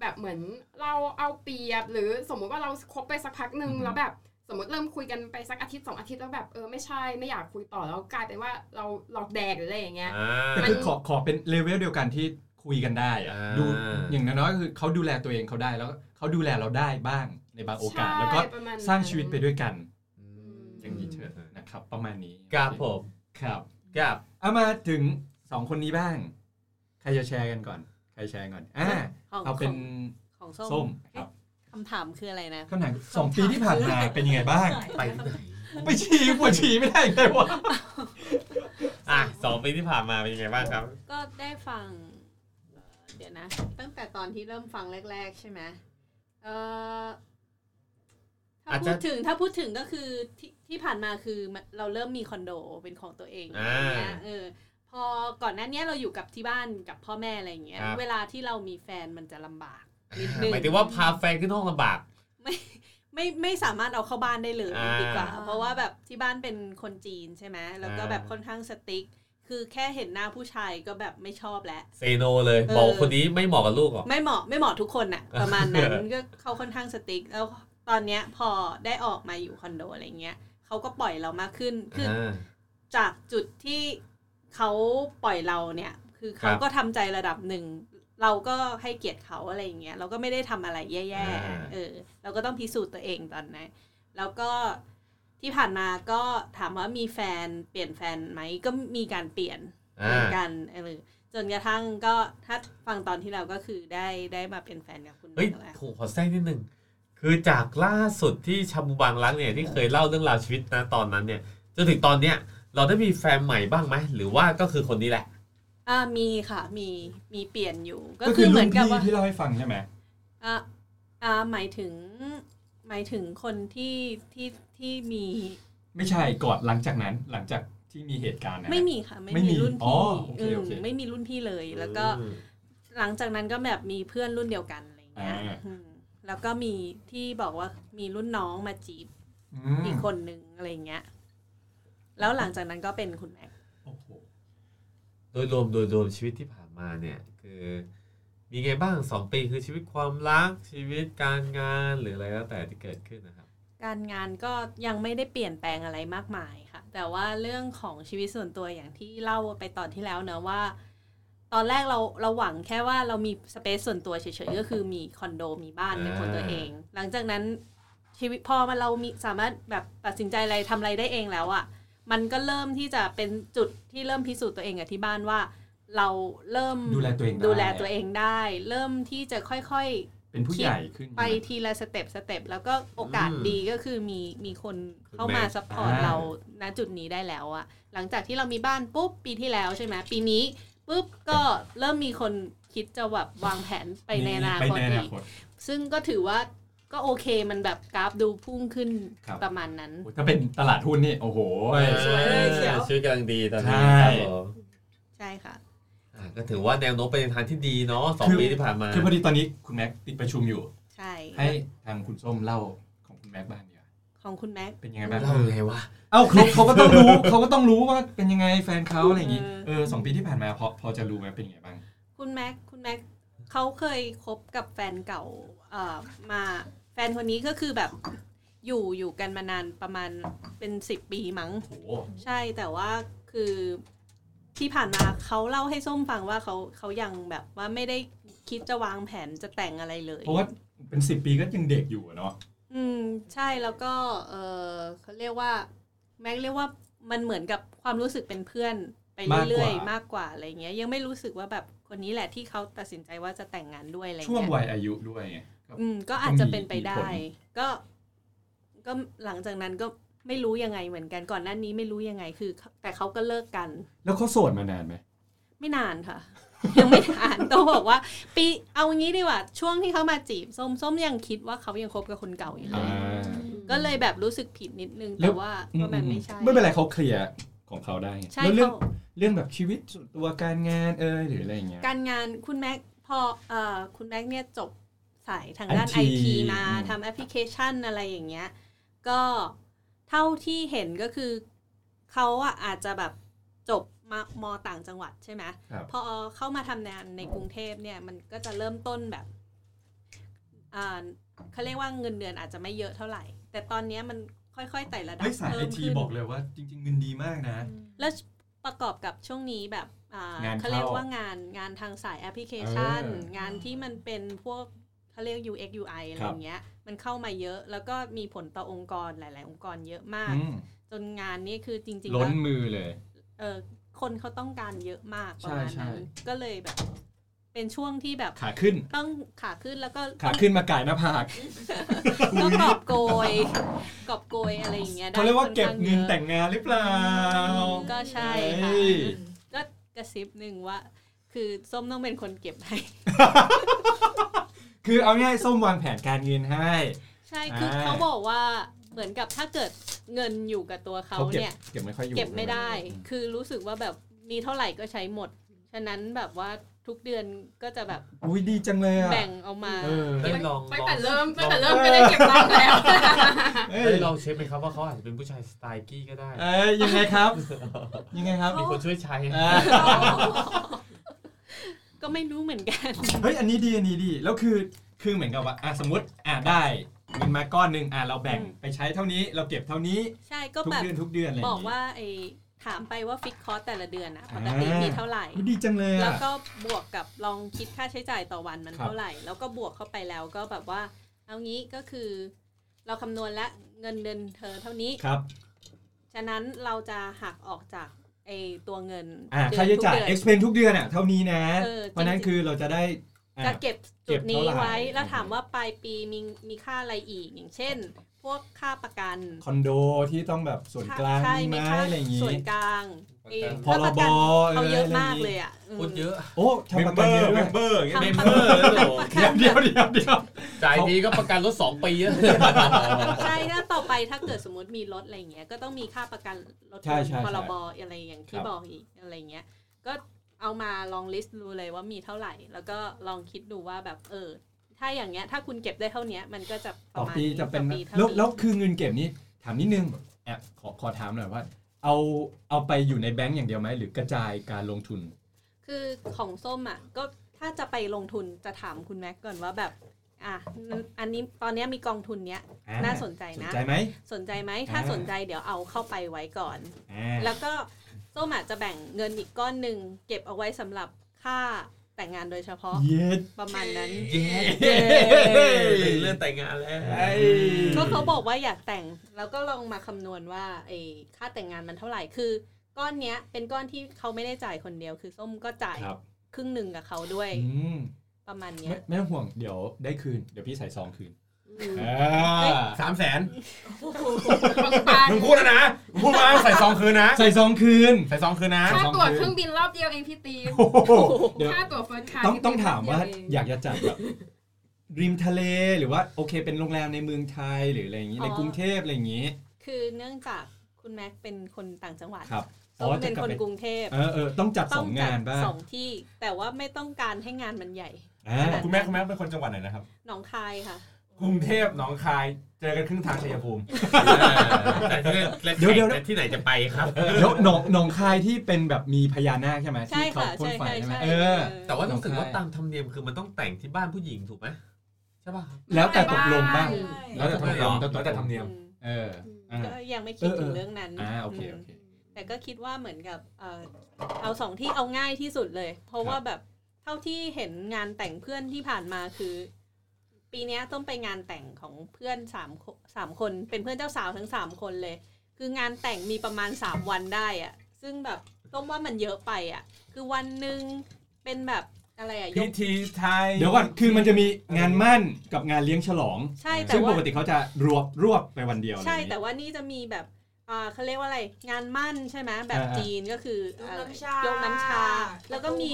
S9: แบบเหมือนเราเอาเปรียบ หรือสมมุติว่าเราคบไปสักพักหนึ่ง
S3: อือฮึ
S9: แล้วแบบสมมติเริ่มคุยกันไปสักอาทิตย์สองอาทิตย์แล้วแบบเออไม่ใช่ไม่อยากคุยต่อแล้วกลายเป็นว่าเราหลอกแดกหรืออะไรอย่างเงี้ย
S12: อ่า
S3: แต่คือขอขอเป็นเลเวลเดียวกันที่คุยกันได้อะ
S12: อ่า
S3: ดูอย่างน้อยๆก็คือเขาดูแลตัวเองเขาได้แล้วก็เขาดูแลเราได้บ้างในบางโอกาส
S9: ใช่
S3: แล้วก็
S9: ประมาณนั้น
S3: สร้างชีวิตไปด้วยกัน
S12: อืม
S3: อย่างนี้เถอะนะครับ ประมาณนี้
S12: ครับผม
S3: ครับ
S12: ครับ
S3: เอามาถึงสองคนนี้บ้าง ใครจะแชร์กันก่อน ใครแชร์ก่อนอ่า
S8: ของ
S3: เอาเป็น
S8: ของ
S3: ส้
S8: ส้
S3: ม
S8: ม
S3: ครับ
S8: คำถามคืออะไรนะ
S3: คำถามสองปีที่ผ่านมาเป็นยังไงบ้าง
S12: ไปที่ไหน
S3: ไป
S8: <laughs>
S3: ฉี่ปวดฉี่ไม่ได้เลยวะ
S12: อ่ะสองปีที่ผ่านมาเป็นยังไงบ้างครับ
S8: ก็ได้ฟังเอ่อเดี๋ยวนะ ตั้งแต่ตอนที่เริ่มฟังแรก ๆ ใช่ไหมเอ่อถ้า
S12: อาจ
S8: พู
S12: จะ
S8: ดถึงถ้าพูดถึงก็คือที่ที่ผ่านมาคือมันเราเริ่มมีคอนโดเป็นของตัวเองอะไรเงี้ยเออ พอก่อนหน้าเนี้ยเราอยู่กับที่บ้านกับพ่อแม่อะไรอย่างเงี้ย
S12: ครับ
S8: เวลาที่เรามีแฟนมันจะลำบากนิดนึง
S12: หมายถึงว่าพาแฟนขึ้นห้องลำบาก
S8: ไม่ไม่สามารถเอาเข้าบ้านได้เลย
S12: อ่า
S8: ดีกว่า เพราะว่าแบบที่บ้านเป็นคนจีนใช่ไหมแล้วก็
S12: อ่า
S8: แบบค่อนข้างสติ๊ก คือแค่เห็นหน้าผู้ชายก็แบบไม่ชอบแล้ว
S12: เซโนเลย
S8: เออ
S12: บอกคนนี้ไม่เหมาะกับลูกหรอก
S8: ไม่เหมาะไม่เหมาะทุกคนน่ะ ประมาณนั้น ก็เขาค่อนข้างสติ๊ก แล้วตอนเนี้ยพอได้ออกมาอยู่คอนโดอะไรเงี้ยเขาก็ปล่อยเรามากขึ้นคืออจากจุดที่เขาปล่อยเราเนี่ย คือเขา
S12: ครับ
S8: ก็ทำใจระดับหนึ่ง เราก็ให้เกียรติเขาอะไรอย่างเงี้ยเราก็ไม่ได้ทำอะไรแย่
S12: อ่า
S8: ๆเออเราก็ต้องพิสูจน์ตัวเองตอนนั้นแล้วก็ที่ผ่านมาก็ถามว่ามีแฟนเปลี่ยนแฟนไหมก็มีการเปลี่ยนเหมือนกันเออจนกระทั่งก็ถ้าฟังตอนที่เราก็คือได้ได้มาเป็นแฟนกับคุณ
S12: เฮ้ย
S8: แล้
S12: โถูกขอแทรกนิดนึง คือจากล่าสุดที่ชาบูบางรักเนี่ยที่เคยเล่าเรื่องราวชีวิตนะตอนนั้นเนี่ยจนถึงตอนเนี้ยเราได้มีแฟนใหม่บ้างไหมหรือว่าก็คือคนนี้แหละ
S8: อ่ามีค่ะมีมีเปลี่ยนอยู่ก็
S3: ก็
S8: คื
S3: คือ อ
S8: เห
S3: เห
S8: มื
S3: มื
S8: อ
S3: อน นกั
S8: กับบ ว่า
S3: ที่เล่าให้ฟังใช่ไหม
S8: อ่าอ่าหมายถึงหมายถึงคนที่ที่ที่มี
S3: ไม่ใช่ก่อนหลังจากนั้นหลังจากที่มีเหตุการณ์นะ
S8: ไม่มีค่ะ ไม่
S3: ไม่มี
S8: มีรุ่น
S3: อ๋
S8: พี่
S3: อโอเคโอเค
S8: มไม่มีรุ่นพี่เลยแล้วก็
S12: อืม
S8: หลังจากนั้นก็แบบมีเพื่อนรุ่นเดียวกันอะไรอย่างเงี้ย
S3: อ่า
S8: อืมแล้วก็มีที่บอกว่ามีรุ่นน้องมาจีบ
S3: อืม
S8: อีกคนนึงอะไรอย่างเงี้ย แล้วหลังจากนั้นก็เป็นคุณแม็กซ์
S3: โอ้โห
S12: โดยรวมโดยรวมชีวิตที่ผ่านมาเนี่ยคือมีไงบ้างสองปีคือชีวิตความรักชีวิตการงานหรืออะไรแล้วแต่ที่เกิดขึ้นนะครับ
S8: การงานก็ยังไม่ได้เปลี่ยนแปลงอะไรมากมายค่ะ แต่ว่าเรื่องของชีวิตส่วนตัวอย่างที่เล่าไปตอนที่แล้วเนอะว่า ตอนแรกเราเราหวังแค่ว่าเรามีสเปซส่วนตัวเฉยๆก็คือมีคอนโดมีบ้านเป็นของตัวเอง หลังจากนั้นชีวิตพอมันเรามีสามารถแบบตัดสินใจอะไรทำอะไรได้เองแล้วอะ่ะมันก็เริ่มที่จะเป็นจุดที่เริ่มพิสูจน์ตัวเองกับที่บ้านว่า เราเริ่ม
S3: ดูแลตัวเองไ
S8: ดูแลตัวเองได้ เริ่มที่จะค่อยๆ
S3: เป็นผู้ใหญ่ขึ้น
S8: ไปทีละสเต็ปสเต็ปแล้วก็โอกาส
S12: อืม
S8: ดีก็คือมีมีคนเข้า
S12: คุณแม่
S8: มาซัพพอร์ต
S3: อ่า
S8: เราณจุดนี้ได้แล้วอะหลังจากที่เรามีบ้านปุ๊บปีที่แล้วใช่ไหมปีนี้ปุ๊บก็เริ่มมีคนคิดจะแบบวางแผนไปในอนา
S3: ไป
S8: คต
S3: ในอ
S8: อี
S3: นาก คต
S8: ซึ่งก็ถือว่าก็โอเคมันแบบกราฟดูพุ่งขึ้น
S3: ครับ
S8: ประมาณนั้น
S3: โอ้ยถ้าเป็นตลาดหุ้นนี่ โอ้โห
S5: สวยเลยเชียว
S12: ชีวิตกำลังดีตอนนี้
S3: ใช่
S12: ครับผม
S8: ใช่ค่ะ
S12: อ่ะก็ถือว่าแนวโน้มไปในทางที่ดีเนาะสองปีที่ผ่านมา
S3: คือพอดีตอนนี้คุณแม็กติดประชุมอยู่
S8: ใช่
S3: ให้ทางคุณส้มเล่าของคุณแม็กบ้างดีกว่า
S8: ของคุณแม็ก
S3: เป็นยังไงบ้าง
S12: เล่ายังไงวะ
S3: เอ้า <laughs> เขาเขาก็ต้องรู้ เขาก็ต้องรู้ว่าเป็นยังไงแฟนเขาอะไรอย่างงี้
S8: เออ
S3: เออสองปีที่ผ่านมาพอพอจะรู้ไหมเป็นยังไงบ้าง
S8: คุณแม็ก คุณแม็กเขาเคยคบกับแฟนเก่าเอ่อมาแฟนคนนี้ก็คือแบบอยู่อยู่กันมานานประมาณเป็นสิบปีมั้ง
S3: โอ้โห
S8: ใช่แต่ว่าคือที่ผ่านมาเขาเล่าให้ส้มฟังว่าเขาเขายังแบบว่าไม่ได้คิดจะวางแผนจะแต่งอะไรเลย
S3: เพราะว่าเป็นสิบปีก็ยังเด็กอยู่อะเนาะ
S8: อืมใช่แล้วก็เออเขาเรียกว่าแม็กเรียกว่ามันเหมือนกับความรู้สึกเป็นเพื่อนไปเรื่อยๆ มากกว่าอะไรเงี้ยยังไม่รู้สึกว่าแบบคนนี้แหละที่เขาตัดสินใจว่าจะแต่งงานด้วยอะไร
S3: ช่วง
S8: เงี้ย
S3: วัยอายุด้วยไง
S8: อืมก็อาจจะเป็นไปได้
S3: มีผล
S8: ก็ก็หลังจากนั้นก็ไม่รู้ยังไงเหมือนกันก่อนหน้านี้ไม่รู้ยังไงคือ แต่เขาก็เลิกกัน
S3: แล้วเขาโสดมานานไหม
S8: ไม่นานค่ะ <laughs> ยังไม่นาน ต้องบอกว่า ปีเอางี้ดีกว่า ช่วงที่เขามาจีบส้มส้มยังคิดว่าเขายังคบกับคนเก่าอยู่เลย ก็เลยแบบรู้สึกผิดนิดนึง
S3: แล้
S8: แต่
S3: ว
S8: ว่าว่ามันไม่ใช่
S3: ไม่เป็นไรเขาเคลียร์ของเขาได้ไง
S8: ใช่
S3: แล้วเรื่อง
S8: เขา
S3: เรื่องแบบชีวิตส่วนตัวการงานเอยหรืออะไรอย่างเงี้ย
S8: การงานคุณแม็กพอเอ่อคุณแม็กเนี่ยจบสายทางด้าน
S3: IT
S8: ไอทีมา
S3: อืม
S8: ทำแอปพลิเคชันอะไรอย่างเงี้ย ก็เท่าที่เห็นก็คือเขาอะอาจจะแบบจบมามอต่างจังหวัดใช่ไหม
S3: ครับ
S8: พอเข้ามาทำงานในกรุงเทพเนี่ยมันก็จะเริ่มต้นแบบอ่าเขาเรียกว่าเงินเดือนอาจจะไม่เยอะเท่าไหร่ แต่ตอนเนี้ยมันค่อยๆไต่ระดับ
S3: เฮ้ยสายไอ
S8: เพิ่ม
S3: ที
S8: ขึ้น
S3: บอกเลยว่าจริง ๆ เงินดีมากนะ
S8: แล้วประกอบกับช่วงนี้แบบอ่าง
S3: านเข้า
S8: เขาเรียกว่างานงานทางสายแอปพลิเคชัน
S3: เออง
S8: านที่มันเป็นพวกเขาเรียก UX UI อะไร
S3: ครับ
S8: อย่างเงี้ย มันเข้ามาเยอะแล้วก็มีผลต่อองค์กรหลาย ๆ องค์กรเยอะมาก
S3: อืม
S8: จนงานนี้คือจริงๆ
S3: ล้
S8: แล้
S3: น
S8: ว
S3: มือเลย
S8: เออคนเขาต้องการเยอะมากประ
S3: ใช่
S8: มาณ
S3: ใช่
S8: นั้นก็เลยแบบ เป็นช่วงที่แบบ
S3: ขาขึ้น
S8: ต้องขาขึ้นแล้วก็
S3: ขาขึ้นมาก่ายหน้าผาก
S8: ก็กอบโกยกอบโกยอะไรอย่างเงี้ยได้
S3: เขาเรียกว่า
S8: ค่อ
S3: เก็บ
S8: ข้
S3: เงิน
S8: ยอะ
S3: แต่งงานหรือเปล่า
S8: ก็ใช่
S3: เฮ้
S8: ค่ะ
S3: ย
S8: ก็กระซิบหนึ่งว่า คือส้มต้องเป็นคนเก็บให้
S3: คือเอาง่ายส้มวางแผนการเงินให้
S8: ใช่คือ
S3: ใช่
S8: เขาบอกว่าเหมือนกับถ้าเกิดเงินอยู่กับตัวเขา
S3: เขาเก็บ
S8: เนี่ย
S3: เก็บไม่ค่อยอยู่
S8: เก็บไม่ได้
S3: อืม
S8: คือรู้สึกว่าแบบมีเท่าไหร่ก็ใช้หมด ฉะนั้นแบบว่าทุกเดือนก็จะแบบ
S3: อุ้ยดีจังเลยอ่ะ
S8: แบ่งเอามา
S3: เออ
S12: ได้ลอง
S9: ตั้งแต่
S12: ลอง
S9: เริ่มตั้งแต่เริ่มก็ได้เก็บตังค์แล้ว
S3: เอ้ย
S12: ได้ลองเช็คไหมครับว่าเขาอาจจะเป็นผู้ชายสไตล์กี้ก็ได้
S3: เอ้ยยังไง
S8: <laughs>
S3: ครับ ยังไงครับ
S12: มีคนช่วยใช้
S3: อ่า
S8: ก็ไม่รู้เหมือนกัน
S3: เฮ้ยอันนี้ดีอันนี้ดีแล้วคือคือเหมือนกับว่าอ่ะสมมติอ่ะได้เงินมาก้อนหนึ่งอ่ะเราแบ่ง
S8: อืม
S3: ไปใช้เท่านี้เราเก็บเท่านี้
S8: ใช่ก็
S3: ทุก
S8: แบบ
S3: เดือนทุกเดือนอะไรอย่า
S8: บ
S3: ง
S8: อก
S3: งี้
S8: ว่าไอ้ท ถามไปว่าฟิกคอร์สแต่ละเดือนอะปกติมีเท่าไหร่
S3: ดีจังเลยอะ
S8: แล้วก็บวกกับลองคิดค่าใช้จ่ายต่อวันมัน
S3: ครับ
S8: เท่าไหร่ แล้วก็บวกเข้าไปแล้วก็แบบว่า เอางี้ก็คือ เราคำนวณและเงินเดือนเธอเท่านี้
S3: ครับ
S8: ฉะนั้นเราจะหักออกจากไอตัวเงิน
S3: อ่า
S8: เดือน
S3: ค่าใช้จ่าย
S8: ทุกเดือน
S3: expense ทุกเดือนอ่ะเท่านี้นะ
S8: เออจริงๆ
S3: เพราะนั้นคือเราจะได้อ่า
S8: จะเก็บจุด
S3: เก็บ
S8: นี้
S3: เท่าไหร่
S8: ไว้แล้วถามว่าปลายปีมีมีค่าอะไรอีกอย่างเช่น พวกค่าประกัน
S3: คอนโดที่ต้องแบบส่วนกลาง
S8: ใช่
S3: มีไหม
S8: ค่า
S3: อะไรอย่างงี้
S8: ส่วนกลางไอ้
S3: พรบ
S8: ค่าประกันเขาเยอะ
S3: เอออะไรอย่างงี้
S8: มากเลยอ่ะอืม
S12: พูดเยอะ
S3: โอ้ทำประกันเยอะด้วย
S4: member อย่างเงี้ย
S12: เมมเบอร์แล้วโห
S3: เดี๋ยวเดี๋ยวเดี๋ยวเดี๋ยว
S2: จ่ายทีก็ประกันรถสองปีอะ
S8: ใช่ถ้าต่อไปถ้าเกิดสมมติมีรถอะไรอย่างเงี้ยก็ต้องมีค่าประกันรถ
S3: ใช่ใช่
S8: พร
S3: ใช่
S8: บอะไรอย่างที่
S3: ครับ
S8: บอกอีกอะไรเงี้ย ก็เอามาลองลิสต์ดูเลยว่ามีเท่าไหร่ แล้วก็ลองคิดดูว่าแบบเออ ถ้าอย่างเงี้ยถ้าคุณเก็บได้เท่าเนี้ยมันก็จะป
S3: ต่
S8: ระ
S3: อ
S8: มาณ
S3: ปีจะเป็น
S8: ต่อท่า
S3: แล้ว
S8: นี้
S3: แล้วคือเงินเก็บนี้ถามนิดนึงแอบขอขอถามหน่อยว่า เอาเอาไปอยู่ในแบงก์อย่างเดียวไหมหรือกระจายการลงทุน
S8: คือของส้มอ่ะก็ถ้าจะไปลงทุนจะถามคุณแม็กก่อนว่าแบบ อ่ะอันนี้ตอนเนี้ยมีกองทุนเนี้ย
S3: อ่า
S8: น่าสนใจ
S3: ส
S8: นะ
S3: นใจไหม
S8: สนใจไหมถ้า
S3: อ่า
S8: สนใจเดี๋ยวเอาเข้าไปไว้ก่อน
S3: อ่า
S8: แล้วก็ส้มอาจจะแบ่งเงินอีกก้อนหนึ่งเก็บเอาไว้สำหรับค่าแต่งงานโดยเฉพาะ
S3: Yes
S8: ประมาณนั้น
S12: เย้เรื่องแต่งงานแล้ว
S8: ก็เขาบอกว่าอยากแต่งแล้วก็ลองมาคำนวณว่าไอ้ค่าแต่งงานมันเท่าไหร่คือ ก้อนเนี้ยเป็นก้อนที่เขาไม่ได้จ่ายคนเดียว คือส้มก็จ่าย
S3: ครับ
S8: ครึ่งหนึ่งกับเขาด้วย
S3: อืม
S8: ประมาณเนี้
S3: ไม่
S8: ย
S3: ไม่ต้องห่วงเดี๋ยวได้คืน เดี๋ยวพี่ใส่ซองคืน
S8: ม
S3: อ่า
S4: สามแสน
S9: ปังปัง
S4: มึงพูดแล้วนะมึงพูดมาใส่ซองคืนนะ
S3: ใส่ซองคืน
S4: ใส่ซองคืนนะ
S9: ค่าตั๋วเครื่องบินรอบเดียวเองพี่ตีม
S3: โอ้โหเดี๋ยว
S9: ค่าตั๋วเฟิร์สคลาส
S3: ต้อง
S9: พี่
S3: ต้องถามว่าอย
S9: เดี
S3: ยากจะจัดแบบริมทะเลหรือว่าโอเคเป็นโรงแรมในเมืองไทยหรืออะไรอย่างนี้
S8: อ๋อ
S3: ในกรุงเทพอะไรอย่างนี้
S8: <laughs> คือเนื่องจากคุณแม็กเป็นคนต่างจังหวัด
S3: ครับ
S8: ส้ม
S3: จะ
S8: เป็น
S3: กลับ
S8: คน
S3: ไป
S8: กรุงเทพ
S3: เออเออต้องจัดส
S8: ต้อ
S3: อง ง
S8: จั
S3: งานบ้าง
S8: สองที่ แต่ว่าไม่ต้องการให้งานมันใหญ่
S3: อ่า
S4: คุณแม่คุณแม่เป็นคนจังหวัดไหนนะครับ
S8: หนองคายค่ะ
S4: กรุงเทพหนองคายเจอกันครึ่งทางชัยภูมิ
S12: แต่ที่เดี๋ยวที่ไหนจะไปครับ
S3: เดี๋ยวหนองหนองคายที่เป็นแบบมีพญานาคใช่ไหม
S8: ใช่
S3: ที่เขา
S8: ค่ะ
S3: พ่น
S8: ใช่
S3: ไฟ
S8: ใช่
S3: ใช่ไหม
S8: ใช่
S3: เออ
S12: แต่ว่ารู้สึกว่า
S3: ใช่
S12: ตามธรรมเนียมคือมันต้องแต่งที่บ้านผู้หญิงถูกไหมใช่ป่ะครับ
S3: แล้วแต่ตกลงบ้าง
S5: ใช่
S3: แล้วแต่ตกลง
S4: แล้วแต่ธรรมเนียม
S8: อืม
S3: เอออ่า
S8: ก็ยังไม่คิด
S3: เออเออ
S8: ถึงเรื่องนั้น
S3: อ่าโอเคโอ
S8: ม
S3: เค
S8: แต่ก็คิดว่าเหมือนกับเอ่อเอาสองที่เอาง่ายที่สุดเลย เพราะ
S3: ครับ
S8: ว่าแบบเท่าที่เห็นงานแต่งเพื่อนที่ผ่านมาคือ ปีเนี้ยต้องไปงานแต่งของเพื่อนสามคนสามคน เป็นเพื่อนเจ้าสาวทั้งสามคนเลย คืองานแต่งมีประมาณสามวันได้อะซึ่งแบบต้องว่ามันเยอะไปอะคือวันหนึ่งเป็นแบบอะไรอะย
S4: พิ
S8: ก
S4: ธีไทย
S3: เดี๋ยวก่อนคือมันจะมีงานมั่นกับงานเลี้ยงฉลอง
S8: ใช่แต่
S3: ซึ่ง
S8: ว่า
S3: ปกติเขาจะรวบรวบไปวันเดียวอะไรอ
S8: ใช่
S3: ย่างนี้
S8: แต่ว่านี่จะมีแบบอ่าเขาเรียกว่าอะไรงานมั่นใช่ไหมแบบ
S3: อ่า
S8: จีนก็คือย
S5: กน้ำชา
S8: ยกน้ำชา แล้วก็มี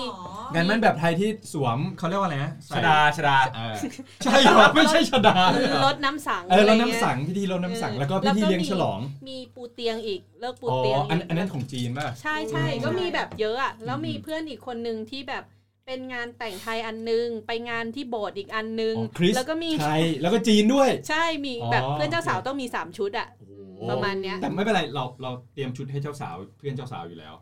S3: งานมั่นแบบไทยที่สวมเขาเรียกว่าอะไรนะใส่
S4: ชดาชดา
S3: เออใช่เหรอไม่ใช่ชดาด้วยเหรอ
S8: รดน้ำสัง
S3: เออแล้ว
S8: ะไรเย
S3: น้ำสังพิธีรดน้ำสังแล้วก็พิธีเลี้ยงฉลอง
S8: มีปูเตียงอีกเลิกปู
S3: อ๋อ
S8: เตียง
S3: อัน
S8: ก
S3: อันนั้นของจีนป่ะ
S8: ใช่ใช่
S3: อืม
S8: ก็มีแบบเยอะอะแล้วมี
S3: อืม
S8: เพื่อนอีกคนนึงที่แบบเป็นงานแต่งไทยอันนึง ไปงานที่โบสถ์อีกอันนึง
S3: อ๋อคริส
S8: แล้วก็มี
S3: ไทยแล้วก็จีนด้วย
S8: ใช่มีแบบ
S3: อ๋อ
S8: เพื่อนเจ้าสาวต้องมีสามชุดอะประมาณเนี้ย
S3: แต่ไม่เป็นไรเราเราเตรียมชุดให้เจ้าสาวเพื่อนเจ้าสาวอยู่แล้ว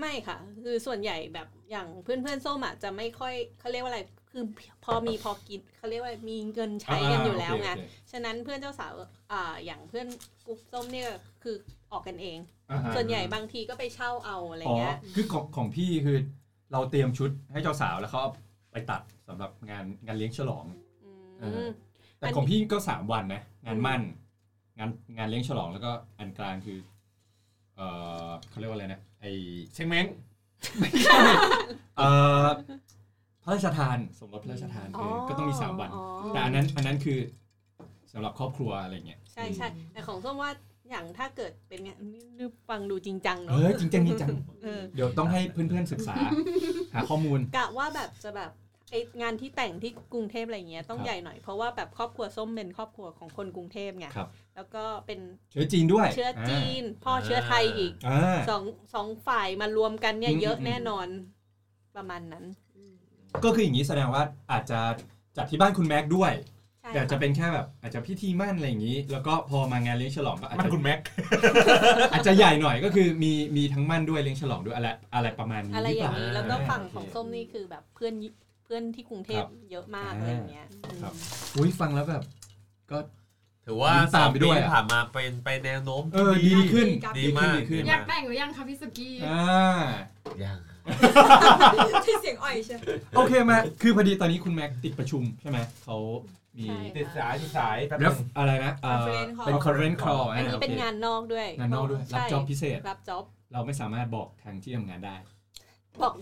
S8: ไม่ค่ะ คือส่วนใหญ่แบบอย่างเพื่อนเพื่อนๆส้มอ่ะจะไม่ค่อยเขาเรียกว่าอะไรคือพอมีพอกินเขาเรียกว่ามีเงินใช้กันอยู่แล้วไง
S3: อ่าโอเคโอเค
S8: ฉะนั้นเพื่อนเจ้าสาวอ่าอย่างเพื่อนกรุ๊ปส้มเนี่ยคือออกกันเอง
S3: อ่าฮะ
S8: ส่วนใหญ่บางทีก็ไปเช่าเอาอะไร
S3: อ๋อ
S8: เงี้ย
S3: คือของของพี่คือเราเตรียมชุดให้เจ้าสาวแล้วเขาเอาไปตัดสำหรับงานงานเลี้ยงฉลอง
S8: อืม
S3: แต่
S8: อัน
S3: ของพี่ก็สามวันนะ งานมั่น งานงานเลี้ยงฉลองแล้วก็อันกลางคือ เออเขาเรียกว่าอะไรนะไอ
S4: เชงเม้ง
S3: <laughs> เออพระราชทานสมรสพระราชทานเออก็ต้องมีสามวัน
S8: อ๋อ
S3: แต่อันนั้นอันนั้นคือสำหรับครอบครัวอะไรเงี้ย
S8: ใช่ใช่แต่ของส้มว่าอย่างถ้าเกิดเป็นงานนี่ฟังดูจริงจัง
S3: เออ
S8: เนาะ
S3: จริงจังจริงจัง
S8: เออ
S3: เดี๋ยวต้องให้เพื่อนๆศึก
S8: <laughs>
S3: ษา หาข้อมูล
S8: กะว่าแบบจะแบบไองานที่แต่งที่กรุงเทพอะไรเงี้ยต้อง
S3: ครับ
S8: ใหญ่หน่อยเพราะว่าแบบครอบครัวส้มเป็นครอบครัวของคนกรุงเทพไง
S3: ครับ
S8: แล้วก็เป็น
S3: เชื้อจีนด้วย
S8: เชื้อจีน พ่อเชื้อไทยอีก
S3: อ่า
S8: สองสองฝ่ายมารวมกันเนี่ย
S3: อืม
S8: เยอะ
S3: อืม
S8: แน่นอนประมาณนั้น
S3: ก็คืออย่างนี้แสดงว่าอาจจะจัดที่บ้านคุณแม็กซ์ด้วย
S8: ใช่
S3: แต่จะ
S8: ค่ะ
S3: เป็นแค่แบบอาจจะพิธีมั่นอะไรอย่างนี้ แล้วก็พอมางานเลี้ยงฉลองก็อาจ
S4: มัน
S3: จะ
S4: คุณแม็ก
S3: <laughs> อาจจะใหญ่หน่อยก็คือมีมีทั้งมั่นด้วยเลี้ยงฉลองด้วยอะไรอะไรประมาณนี้
S8: อะไร
S3: หรือ
S8: อ
S3: เป
S8: ย่า
S3: ล่า
S8: งนี้แล้วก็ฝั่ง
S3: โอเค
S8: ของส้มนี่คือแบบเพื่อนเพื่อนที่กรุงเท
S3: ค
S8: พ
S3: รับ
S8: เยอะมาก
S3: อ่า
S8: อะไรเงี้ยอืม
S3: ครับ อุ้ยฟังแล้วแบบ ก็
S12: เธ ถือว่า
S3: ยิ้ม
S12: ส
S3: ตา
S12: อ
S3: ม
S12: ง
S3: ไปด้
S12: ปี
S3: วย
S12: ที่ผ่านมาเป็นไปแนวโน้ม
S3: เออ
S12: ที่
S3: ดีขึ้น
S12: ดีมาก
S3: ดีขึ้น
S9: อยากแต่งหรือยังคะพี่สุกี้
S3: อ่า
S12: ยัง
S5: ที่เสียงอ่อยใช่ไหม
S3: โอเคมาคือพอดีตอนนี้คุณแม็กติดประชุมใช่ไหมเขามี
S8: ใช่
S4: ติดสายติดสายแป๊บ
S3: เร
S4: นึ
S3: ฟ
S4: ง
S3: อะไรนะเอ่อ
S8: Conference call
S3: เป็น conference call
S8: อันนี้เป็นงานนอกด้วย
S3: งานนอกด้วยรับ
S8: ใช่
S3: job พิเศษ
S8: รับจ็อบ
S3: เราไม่สามารถบอกทางที่ทำงานได้
S8: บอก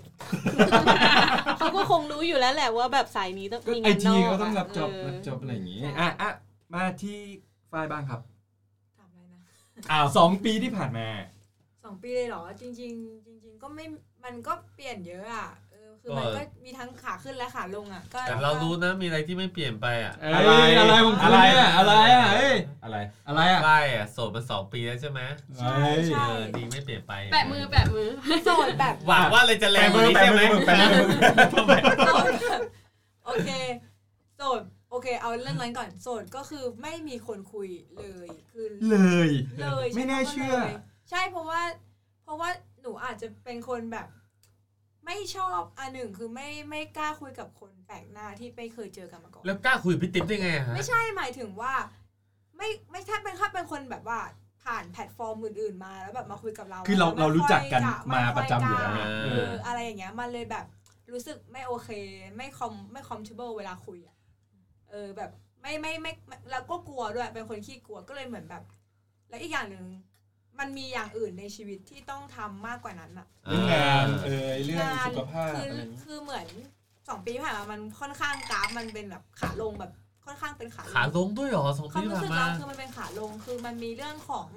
S8: <laughs> เขาก็คงรู้อยู่แล้วแหละว่าแบบสายนี้ต้อง
S3: ไอง
S8: มีานน
S3: ที
S8: อก
S3: ก็ต้องรับจอบ
S8: เออ
S3: รับจอบอะไรอย่างงี้อ่ะอ่ะมาที่ฝ้ายบ้างครับ
S13: อ้าว
S3: สองปีที่ผ่านมา
S5: สองปีเลยเหรอ จริง ๆ จริง ๆ ก็ไม่มันก็เปลี่ยนเยอะอ่ะเออคือมันก็มีทั้งขาขึ้นและขาลงอ่ะก็
S12: แต่เรารู้นะมีอะไรที่ไม่เปลี่ยนไปอ่ะ
S3: อะไรอะไรของคุณเนี่ยอะไรอ่ะเอ้ย
S4: อะไร
S3: อะไรอ่ะ
S12: ป้ายอ่ะโสดมาสองปีแล้วใช่ไหม
S3: ใช่
S12: เออดีไม่เปลี่ยนไป
S9: แปะมือแปะมือ
S5: โสดแบบ
S12: หวังว่าอะไรจะแรงกว่านี้ใช่ไหม
S5: โอเค โสด โอเค เอาเรื่องนั้นก่อน โสดก็คือไม่มีคนคุยเลยคือ
S3: เลย
S5: เลย
S3: ไม่น่าเชื่อ
S5: ใช่ใช่เพราะว่า เพราะว่าหนูอาจจะเป็นคนแบบ ไม่ชอบอันหนึ่งคือไม่ไม่กล้าคุยกับคนแปลกหน้าที่ไม่เคยเจอกันมาก่อน
S12: แล้วกล้าคุยกับพี่ติ๊บได้ไงอะฮะ
S5: ไม่ใช่หมายถึงว่า ไม่ไม่ถ้าเป็นถ้าเป็นคนแบบว่า ผ่านแพลตฟอร์มอื่นๆมาแล้วแบบมาคุยกับเรา
S3: คือเรา
S5: ไม่
S3: เรารู้จักกัน
S5: ค่อย
S3: มาประจำอยู่
S5: ไม่
S3: แล้ว
S5: ค่
S3: ไง
S5: กา
S3: เอ
S5: เอ
S3: อ
S5: ออะไรอย่างเงี้ยมันเลยแบบรู้สึกไม่โอเค ไม่คอมไม่คอมทูเบิลเวลาคุยอะเออแบบไม่ไม่ไม่ไม่แล้วก็กลัวด้วยเป็นคนขี้กลัวก็เลยเหมือนแบบ แล้วอีกอย่างหนึ่งมันมีอย่างอื่นในชีวิตที่ต้องทำมากกว่านั้นอะ
S3: เรื่องงานเอ่ยเรื่องสุขภาพ
S5: คือ
S3: อะไร
S5: อคือเหมือนสองปีที่ผ่านมามันค่อนข้างกราฟมันเป็นแบบขาลงแบบค่อนข้างเป็นขาลง
S12: ขาลงด้วยเหรอสอง
S5: ควา
S12: ปี
S5: ม
S12: ที่
S5: รู้
S12: ผ่านมา
S5: สึกเราคือมันเป็นขาลงคือมันมีเรื่องของ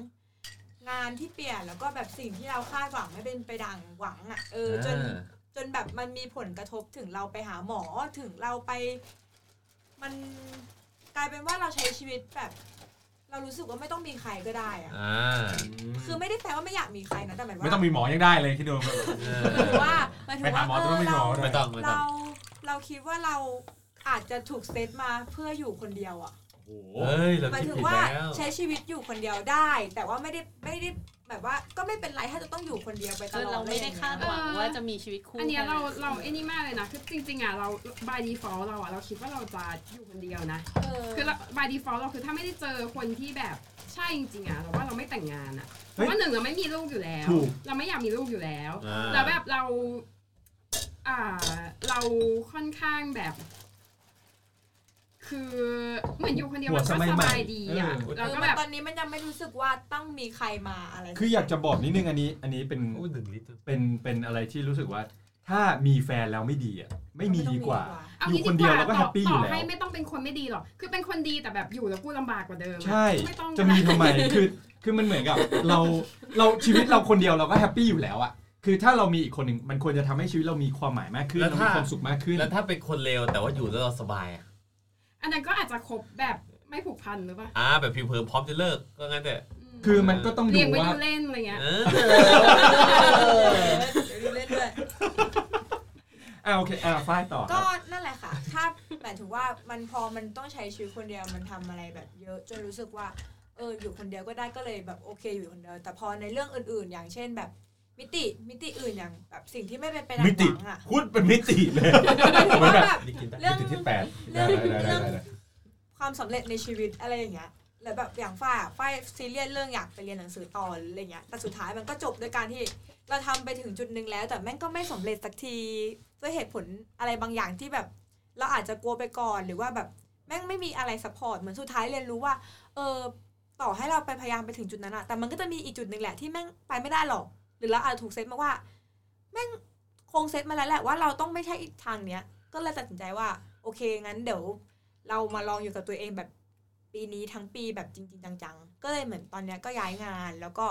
S5: งานที่เปลี่ยนแล้วก็แบบสิ่งที่เราคาดหวังไม่เป็นไปดังหวังอ่ะเออจน
S12: อ่า
S5: จนแบบมันมีผลกระทบถึงเราไปหาหมอถึงเราไป มันกลายเป็นว่าเราใช้ชีวิตแบบ เรารู้สึกว่าไม่ต้องมีใครก็ได้อ่ะ
S12: อ่า
S5: คือไม่ได้แปลว่าไม่อยากมีใครนะแต่หมายว่า
S13: ไม่ต้องมีหมอยังได้เลยคิดดู
S12: เอ
S5: หรือ
S12: อ
S5: ว่าหมายถึงว่า
S13: ไปหาหมอต้องไม่หมอ
S5: เออ
S12: ไม่ต้องไม่ต้อ
S5: เรา
S12: ง
S5: เราคิดว่าเราอาจจะถูกเซตมาเพื่ออยู่คนเดียวอ่ะ
S12: เฮ้ยเรา
S5: หมาย
S12: คิด
S5: ถึง
S12: ผิด
S5: ว่า
S12: แล้ว
S5: ใช้ชีวิตอยู่คนเดียวได้ แต่ว่าไม่ได้ไม่ได้แบบว่าก็ไม่เป็นไรถ้าจะต้องอยู่คนเดียวไปต
S8: คือ
S5: ลอด
S8: เราไม่ได้คาดหวัง
S9: เออ
S8: ว่าจะมีชีวิตคู่
S9: อันเนี้ยเรา
S8: ขด
S9: เราไอ้นี่มากเลยนะคือจริงๆอ่ะเรา by default เราอ่ะเราคิดว่าเราจะอยู่คนเดียวนะ
S5: เออ
S9: คือเรา by default เราคือถ้าไม่ได้เจอคนที่แบบใช่จริงๆอ่ะเราว่าเราไม่แต่งงานอ่ะเพราะว่าหนึ่งเราไม่มีลูกอยู่แล้ว
S3: ถูก
S9: เราไม่อยากมีลูกอยู่แล้ว
S12: อ่า
S9: แล้วแบบเรา อ่า เราค่อนข้างแบบ คือเหมือนอยู่คนเดียว
S3: หัว
S9: มันก็
S3: สมัย
S9: ส
S3: ใหม่
S9: บายดีอ่ะ
S3: เออ
S9: เรา
S5: คือ
S9: ก็
S5: มั
S9: แบ
S5: น
S9: บ
S5: ตอนนี้มันยังไม่รู้สึกว่าต้องมีใครมาอะไร
S3: คืออยากจะบอกนิดนึงอันนี้อันนี้เป็น
S12: อู้หนึ่งลิตร
S3: เป็นเป็นอะไรที่รู้สึกว่า ถ้ามีแฟนแล้วไม่ดีอ่ะไม่มีดีกว่า
S9: เอา
S3: อยู่
S9: งี้
S3: คนเดียวเราก็
S9: ต่
S3: แฮปปี้อยู่
S9: ต่
S3: แล้ว
S9: ให้ไม่ต้องเป็นคนไม่ดีหรอก คือเป็นคนดีแต่แบบอยู่แล้วกูลำบากกว่าเดิมอะ
S3: ใช่
S9: ไม่ต้อง
S3: จะมีทำไมคือคือมันเหมือนกับ เราเราชีวิตเราคนเดียวเราก็แฮปปี้อยู่แล้วอ่ะคือถ้าเรามีอีกคนหนึ่งมันควรจะทำให้ชีวิตเรามีความหมายมากขึ้นเรามีความสุขมากขึ้น
S12: แล้วถ้าเป็นคนเลวแต่ว่าอยู่แล้วเราสบายอะ
S9: อันนั้นก็อาจจะคบแบบไม่ผูกพันหรือเปล่า
S12: อ่าแบบผิวเผินพร้อมจะเลิกก็งั้นแต่
S3: คือมันก็ต้องดู
S9: เลี้ยงไป
S3: ว่า
S9: ดูเล่นอะไรเงี้ย
S12: เออ
S5: เดี๋ยวดูเล่นด้วย
S3: อ่าโอเคอ่าฝ้ายต่อค
S5: ก็
S3: รับ
S5: นั่นแหละค่ะ ถ้าหมายถึงว่ามันพอมันต้องใช้ชีวิตคนเดียวมันทำอะไรแบบเยอะจนรู้สึกว่าเอออยู่คนเดียวก็ได้ก็เลยแบบโอเคอยู่คนเดียวแต่พอในเรื่องอื่นๆ อย่างเช่นแบบมิติมิติอื่นอย่างแบบสิ่งที่ไม่เป็นไปตาม
S4: มิติ
S5: หวังอ่ะ
S4: พูดเป็นมิติเลย
S5: หมายถึงว่าแบบ
S12: นี่กินได้
S5: เรื่อง
S4: มิติที่แปด
S5: เรื่
S4: ได้
S5: อง
S4: ได้ได้
S5: เรื่อง
S4: ได้ได้
S5: ความสำเร็จในชีวิตอะไรอย่างเงี้ยแล้วแบบอย่างฝ้ายอะฝ้ายซีเรียสเรื่องอยากไปเรียนหนังสือต่ออะไรเงี้ยแต่สุดท้ายมันก็จบด้วยการที่เราทำไปถึงจุดหนึ่งแล้ว แต่แม่งก็ไม่สำเร็จสักที ด้วยเหตุผลอะไรบางอย่างที่แบบ เราอาจจะกลัวไปก่อนหรือว่าแบบแม่งไม่มีอะไรสปอร์ตเหมือนสุดท้ายเรียนรู้ว่า เออต่อให้เราไปพยายามไปถึงจุดนั้นอะแต่มันก็จะมีอีกจุดหนึ่งแหละที่แม่งไปไม่ได้หรอก หรือเราอาจจะถูกเซตมาว่า แม่งคงเซตมาแล้วแหละว่าเราต้องไม่ใช่อีกทางเนี้ย ก็เลยตัดสินใจว่า โอเคงั้นเดี๋ยว เรามาลองอยู่กับตัวเองแบบปีนี้ทั้งปีแบบจริง ๆ จังๆ ก็เลยเหมือนตอนเนี้ยก็ย้ายงานแล้วก็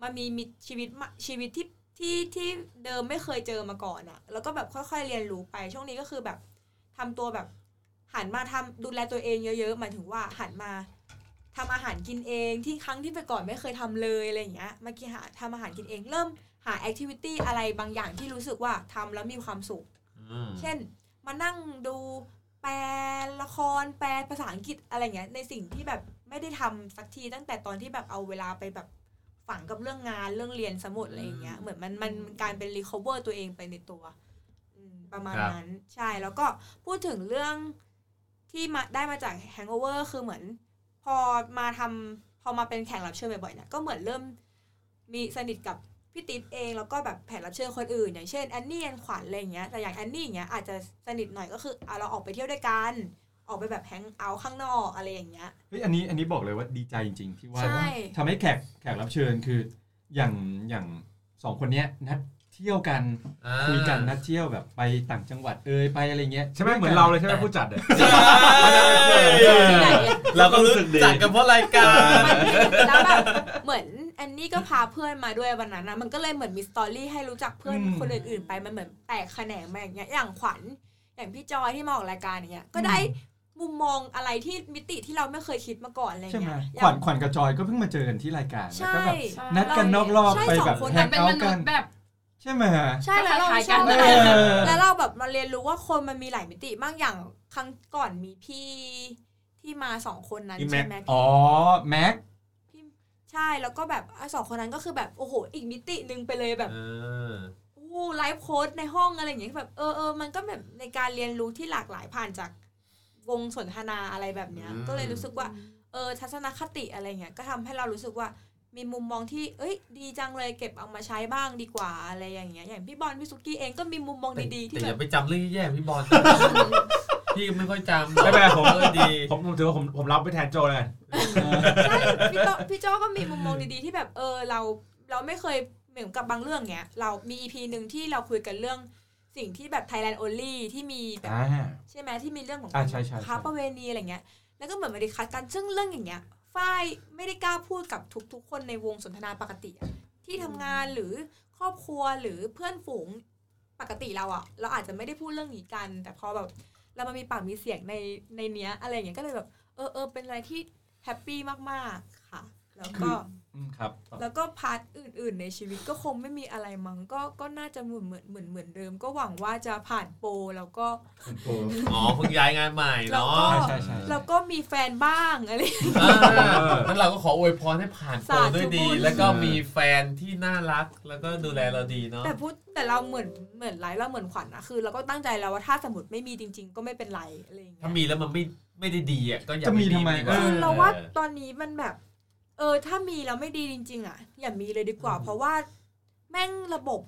S5: มามีมิตรชีวิตมาชีวิตที่ที่ที่เดิมไม่เคยเจอมาก่อนอะแล้วก็แบบค่อยๆเรียนรู้ไป ช่วงนี้ก็คือแบบ ทำตัวแบบหันมาทำดูแลตัวเองเยอะๆหมายถึงว่าหันมาทำอาหารกินเองที่ครั้งที่ไปก่อนไม่เคยทำเลยอะไรอย่างเงี้ยเมื่อกี้หาทำอาหารกินเองเริ่มหาแอคทิวิตี้อะไรบางอย่างที่รู้สึกว่าทำแล้วมีความสุข
S12: อืม
S5: เช่น มานั่งดูแปลละครแปลภาษาอังกฤษอะไรเงี้ยในสิ่งที่แบบไม่ได้ทำสักทีตั้งแต่ตอนที่แบบเอาเวลาไปแบบฝังกับเรื่องงานเรื่องเรียนสมุดอะไรอย่างเงี้ยเหมือนมันมันมันการเป็นรีคอเวอร์ตัวเองไปในตัวอืมประมาณนั้นใช่แล้วก็พูดถึงเรื่องที่มาได้มาจาก hangover คือเหมือน พอมาทำพอมาเป็นแขกรับเชิญบ่อยๆเนี่ยก็เหมือนเริ่มมีสนิทกับพี่ติ๊บเองแล้วก็แบบแขกรับเชิญคนอื่น อย่างเช่นแอนนี่แอนขวัญอะไรอย่างเงี้ยแต่อย่างแอนนี่อย่างเงี้ยอาจจะสนิทหน่อยก็คืออ่ะเราออกไปเที่ยวด้วยกัน ออกไปแบบแฮงเอาท์ข้างนอกอะไรอย่างเงี้ย
S3: เฮ้ยอันนี้อันนี้บอกเลยว่าดีใจจริง ๆ ที่ว่า
S5: ใช่
S3: ทำให้แขกแขกรับเชิญคืออย่างอย่างสองคนเนี้ยนัดเที่ยวกัน
S12: อ่า
S3: คุยกันนัดเที่ยวแบบไปต่างจังหวัดเอยไปอะไรเงี้ย
S4: ใช่ไหมเหมือนเราเลยใช่ไหมผู้จัดอะ
S2: เราก็รู้สึกดีจัดกันเพราะรายการ
S5: แล้วแบบเหมือนแอนนี่ก็พาเพื่อนมาด้วยวันนั้นนะมันก็เลยเหมือนมีสตอรี่ให้รู้จักเพื่อน
S3: อืม
S5: คนอื่นๆไปมันเหมือนแตกแขนงมาอย่างเงี้ยอย่างขวัญอย่างพี่จอยที่มาออกรายการอย่างเงี้ยก็ได้มุมมองอะไรที่มิติที่เราไม่เคยคิดมาก่อนอะไร
S3: ใช่ไหม
S5: เงี้ยอ
S3: ขวั
S5: ย่า
S3: ญ
S5: ง
S3: ขวัญกับจอยก็เพิ่งมาเจอกันที่รายการแล้วก็แบบ
S5: ใช่
S3: นัดกันนอกรอบ
S5: ใช่
S3: ไป
S5: สอง
S3: แบบ
S5: คน
S3: แฮ
S5: แต่
S3: ง
S5: เป็น
S3: เอา
S5: ม
S3: ท์
S5: นุ
S3: กั
S5: ษ
S3: น
S5: ย์แบบ
S3: ใช่ไหมฮะ
S5: ใช่แล้วเรา
S9: คล้ายๆ
S5: ช
S9: กั
S5: อน บ
S3: เออ
S5: แล้วเราแบบมาเรียนรู้ว่าคนมันมีหลายมิติมากอย่างครั้งก่อนมีพี่ที่มาสองคนนั้น
S3: พี่แม็ก
S5: ใช่ไหม
S3: อ๋อแม็ก
S5: ใช่แล้วก็แบบอ่ะสองคนนั้นก็คือแบบโอ้โหอีกมิติหนึงไปเลยแบบโอ้โหไลฟ์โค้ดในห้องอะไรอย่างเงี้ยแบบเออเออมันก็แบบในการเรียนรู้ที่หลากหลายผ่านจากวงสนทนาอะไรแบบเนี้ย
S12: อืม
S5: ก็เลยรู้สึกว่า เออทัศนคติอะไรเงี้ยก็ทำให้เรารู้สึกว่ามีมุมมองที่เอ้ย ดีจังเลยเก็บเอามาใช้บ้างดีกว่าอะไรอย่างเงี้ยอย่างพี่บอลพี่สุกี้เองก็มีมุมมองดีๆที่
S12: แต่
S5: แบ
S12: อย่า
S5: บ
S12: ไปจำเรื่องแย่ๆพี่บอลพี่ก็ไม่ค่อยจำ
S4: ไม่เป็นไรผม
S12: เออดี
S4: ผมผมถือว่าผมผมรับไปแทนโจเลย
S5: ใช่พี่โตพี่โจก็มีมุมมองดีๆที่แบบเออเราเราไม่เคยเหมือนกับบางเรื่องเงี้ยเรามีอีพีหนึ่งที่เราคุยกันเรื่องสิ่งที่แบบ Thailand Only ที่มีแบบ ใช่ไหมที่มีเรื่องของ
S3: อ่าใช่ใช่
S5: ค้า
S3: ใช่
S5: ประเวณีอะไรเงี้ย แล้วก็เหมือนมาดิคัสกันซึ่งเรื่องอย่างเงี้ยฝ้ายไม่ได้กล้าพูดกับทุก ๆ คนในวงสนทนาปกติอะที่ทำงานหรือครอบครัวหรือเพื่อนฝูงปกติเราอะเราอาจจะไม่ได้พูดเรื่องนี้กัน แต่พอแบบเรามามีปากมีเสียงในในเนี้ยอะไรอย่างเงี้ยก็เลยแบบเออเออเป็นอะไรที่แฮปปี้มากๆค่ะ แล้วก็
S3: อืมครับ
S5: แล้วก็พาร์ทอื่น ๆ ในชีวิตก็คงไม่มีอะไรมั้งก็ก็น่าจะเหมือนเหมือนเหมือนเหมือนเดิม ก็หวังว่าจะผ่านโปรแล้วก็
S12: อ๋อเพิ่งย้ายงานใหม่เนาะ
S5: แล้วก็แล้วก็มีแฟนบ้างอะไร
S12: อ่างั้นเราก็ขออวยพรให้ผ่านโปรด้วยดี
S5: สาธุบุญ
S12: แล้วก็มีแฟนที่น่ารักแล้วก็ดูแลเราดีเนาะ
S5: แต่พูดแต่เราเหมือนเหมือนไรเราเหมือนขวัญนะคือเราก็ตั้งใจแล้วว่าถ้าสมมติไม่มีจริง ๆ ก็ไม่เป็นไรอะไรอย่างเงี้ย
S12: ถ้ามีแล้วมันไม่ไม่ได้ดีอ่ะก็อย่า
S3: จะมีทำไม
S12: ดีกว่
S3: เอ
S5: คือเราว่าตอนนี้มันแบบ เออถ้ามีแล้วไม่ดีจริง ๆ อ่ะ อย่ามีเลยดีกว่า เพราะว่าแม่งระบบ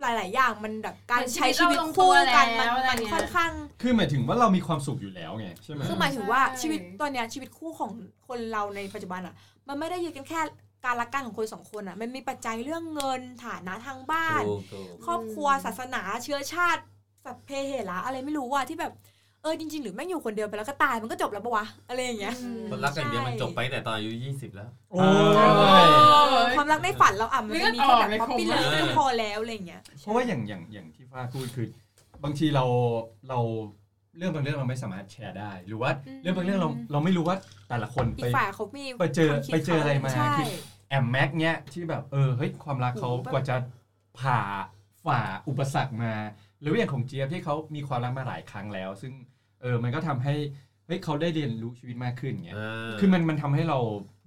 S5: หลาย ๆ อย่างมันแบบการใช้ชีวิตคู่กันมันมันค่อนข้าง
S3: คือหมายถึงว่าเรามีความสุขอยู่แล้วไงใช่ไหม
S5: คือหมายถึงว่าชีวิตตอนเนี้ยชีวิตคู่ของคนเราในปัจจุบันอ่ะ มันไม่ได้ยืนกันแค่การรักกันของคนสองคนอ่ะ มันมีปัจจัยเรื่องเงินฐานะทางบ้าน
S12: ถูกถูก
S5: ครอบครัวศาสนาเชื้อชาติสัพเพเหระอะไรไม่รู้ว่าที่แบบเออจริง ๆ หรือแม่งอยู่คนเดียวไปแล้วก็ตายมันก็จบแล้วปะวะอะไรอย่างเงี้ย
S12: คนรักกันเดียวมันจบไปตั้งแต่ตอนอายุ20 แล้ว
S3: โอ้
S5: เออความรักในฝันเราอ่ะมันจะมีแค่แบบ
S9: เลือดออกเลย
S5: ป๊อปปี้เลิฟ
S12: ผมว่า
S5: ก็พอแล้วอะไรอย่างเงี้ย
S3: เพราะว่าอย่างอย่างอย่างที่ฟ้าพูดคือบางทีเราเราเรื่องบางเรื่องเราไม่สามารถแชร์ได้ หรือว่าเรื่องบางเรื่องเราเราไม่รู้ว่าแต่ละคน
S5: อี
S3: ไป
S5: กฝ่ายเขามี
S3: ไปเจอ
S5: ความคิด
S3: ไปเจออะไรมา
S5: ใช่
S3: คือ แอมแม็กเนี้ยที่แบบเออเฮ้ยความรักเขา
S5: โอ้โห
S3: กว่าจะผ่าฝ่าอุปสรรคมา หรืออย่างของเจี๊ยบที่เขามีความรักมาหลายครั้งแล้ว ซึ่งเออมันก็ทำให้เฮ้ยเขาได้เรียนรู้ชีวิตมากขึ้นเงี้ย
S12: เออ
S3: คือมันมันทำให้เรา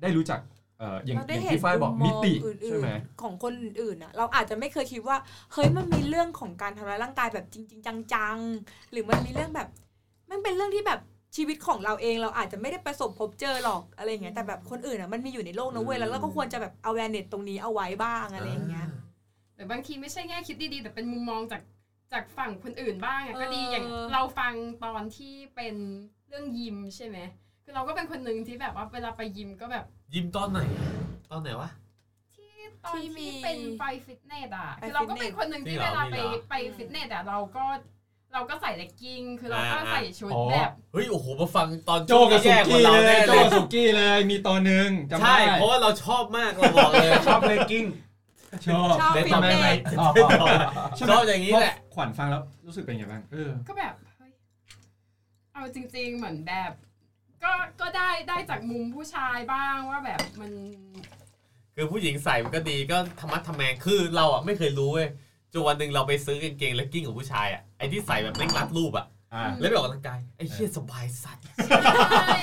S3: ได้รู้จักเอออย่าง
S5: เรา
S3: อ
S5: ได้
S3: ย่าง
S5: เห็น
S3: ที่ฝ้ายบอกมิติ
S5: องอื่
S3: ใช่ไหม
S5: นๆของคนอื่นๆอ่ะเราอาจจะไม่เคยคิดว่าเฮ้ยมันมีเรื่องของการทำร้ายร่างกายแบบจริง ๆ จังๆ หรือมันมีเรื่องแบบ มันเป็นเรื่องที่แบบชีวิตของเราเองเราอาจจะไม่ได้ประสบพบเจอหรอกอะไรอย่างเงี้ยแต่แบบคนอื่นอ่ะมันมีอยู่ในโลกนะเว้ยแล้วเราก็ควรจะแบบเอาแวเนตตรงนี้เอาไว้บ้างอะไรอย่างเงี้ย
S9: หรือบางทีไม่ใช่แง่คิดดีๆ แต่เป็นมุมมองจากจากฝั่งคนอื่นบ้างอะ
S5: เออ
S9: ก็ดีอย่างเราฟังตอนที่เป็นเรื่องยิมใช่ไหมคือเราก็เป็นคนหนึ่งที่แบบว่าเวลาไปยิมก็แบบ
S12: ยิ้มตอนไหน ตอนไหนวะ
S9: ตอนที่เป็นไปฟิตเนสอะ
S5: ไป
S9: คือเราก็เป็นคนหนึ่งที่
S12: ฟิ
S9: เว
S12: ตเนส
S9: ลาไป
S12: จริงเหรอ
S9: ไปฟิตเนสอะเราก็เราก็ใส่เลกกิ้งคือเราก็ใส่ชุดแบบ
S2: เฮ้ยโอ้โหมาฟังตอน
S3: โจกับสุ
S2: แย่กว่า
S3: กี้
S2: เรา
S3: เล
S2: แน่
S3: ยโจ
S2: เลย
S3: กับสุกี้เลยมีตอนหนึ่งจำได้
S2: ใช่ เพราะว่าเราชอบมากเราบอกเลย
S4: ชอบเลกกิ้ง
S3: ชอบ
S5: ชอบ
S2: เดี๋ยว
S5: ฟิ
S2: ทำ
S5: ต
S2: ไม
S5: เน
S2: ไม่
S5: ส
S3: อ๋อ
S2: ชอบอย่างนี้แหละ
S3: ขวัญฟังแล้วรู้สึกเป็นไงบ้างเออ
S9: ก็แบบเฮ้ยเอาจริง ๆ เหมือนแบบ ก็ก็ได้ได้จากมุมผู้ชายบ้างว่าแบบมัน
S2: คือผู้หญิงใส่มันก็ดีก็ธรรมะทำแมงคือเราอ่ะไม่เคยรู้เว้ยจนวันหนึ่งเราไปซื้อกางเกงเลกกิ้งของผู้ชายอ่ะไอ้ที่ใส่แบบแม่งรัดรูปอ่ะ
S4: อ่า
S2: แล้วไปออกกำลังกายไอ้เหี้ยสบายสัตว์
S5: <laughs>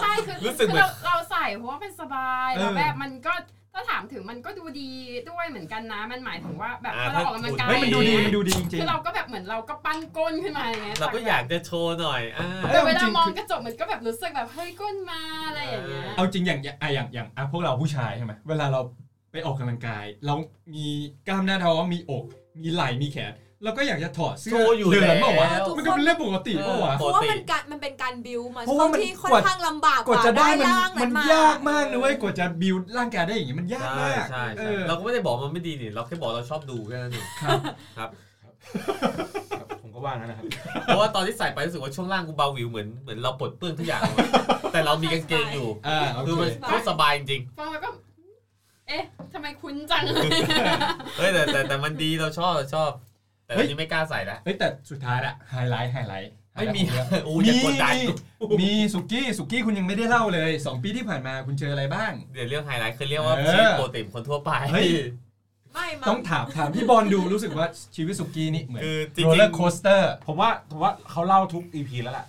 S9: ใช่ ใช่คือ
S2: รู้สึกเหมือน
S9: เราเราใส่เพราะว่ามันสบาย
S3: เออ
S9: แล้วแบบมันก็ถ้า ถ้าถามถึงมันก็ดูดีด้วยเหมือนกันนะ มันหมายถึงว่าแบบ
S2: อ่า
S9: พอเราออกกำลังกาย
S2: เฮ้ยมันดูดีมันดูดีจริงๆ
S9: คือเราก็แบบเหมือนเราก็ปั้นก้นขึ้นมาอย่างเงี้ย
S2: เราก็อยากจะโชว์หน่อยอ่า
S9: แต่เวลามองกระจกมันก็แบบรู้สึกแบบเฮ้ยก้นมาอะไรอย่างเงี้ย
S3: เอาจริงอย่างอย่างอ่ะอย่างอย่างอ่ะพวกเราผู้ชายใช่ไหมเวลาเราไปออกกำลังกาย เรามีกล้ามหน้าท้องมีอก มีไหล่มีแขนเราก็อยากจะถอดเสื้
S2: โช
S3: อ
S2: ว์อยู่
S3: เดินเปล่าวะ
S2: แล้ว
S3: มันก็เป็นเรื่องปกติเปล่าวะ
S5: เพราะว่ามันการมันเป็นการบิวมา
S3: เพราะว่ามัน
S5: ที่ค่อก น
S3: ว่า
S5: ข้างลำบาก
S3: กว่าจะได้มัน
S5: ร่าง
S3: มัน
S5: นมาย
S3: ากมากนะเว้ยกว่าจะบิวร่างกายได้อย่างงี้มันยาก
S2: ใช่
S3: มาก
S2: ใช่
S3: เอ
S2: ใช่
S3: อ
S2: เราก็ไม่ได้บอกมันไม่ดีนี่เราแค่บอกเราชอบดูแค่นั้นเองครับ
S4: ผมก็ว่างั้นนะครับ
S2: เพราะว่าตอนที่ใส่ไปรู้สึกว่าช่วงล่างกูเบาหวิวเหมือนเหมือนเราปลดเปื้อนทุกอย่าง แต่เรามีกางเกงอยู่
S3: อ่าโอเค
S2: คือมันโคตรสบายจริง
S9: ฟังแล้วก็ เอ๊ะทำไมคุ้นจัง <laughs> เลย
S2: ๆเฮ้ยแต่แต่แต่มันดีเราชอบเราชอบ แต่ตอนนี้ไม่กล้าใส่แล้ว
S3: เฮ้ยแต่สุดท้ายอะไฮไลท์ไฮไลท์
S2: ไม่มี
S3: ไฮไลท์
S2: โอ้
S3: ของ
S2: อ
S3: เรื่
S2: ย่า
S3: อง
S2: กดดัน
S3: มีมีมีสุกี้สุกี้คุณยังไม่ได้เล่าเลย 2 ปีที่ผ่านมาคุณเจออะไรบ้าง
S2: <laughs> เดี๋ยวเรื่องไฮไลท์คือเรียกว่า
S3: เออ
S2: ชีวิตปกติของคนทั่วไป
S3: เฮ้ย
S5: ไม่มา
S3: ต้องถามถามพี่บอลดูรู้สึกว่าชีวิตสุกี้นี่เหมือน
S2: คือจริงๆ
S3: โรลเลอร์โคสเตอร์
S4: ผมว่าผมว่าเขาเล่าทุกอีพีแล้วล่ะ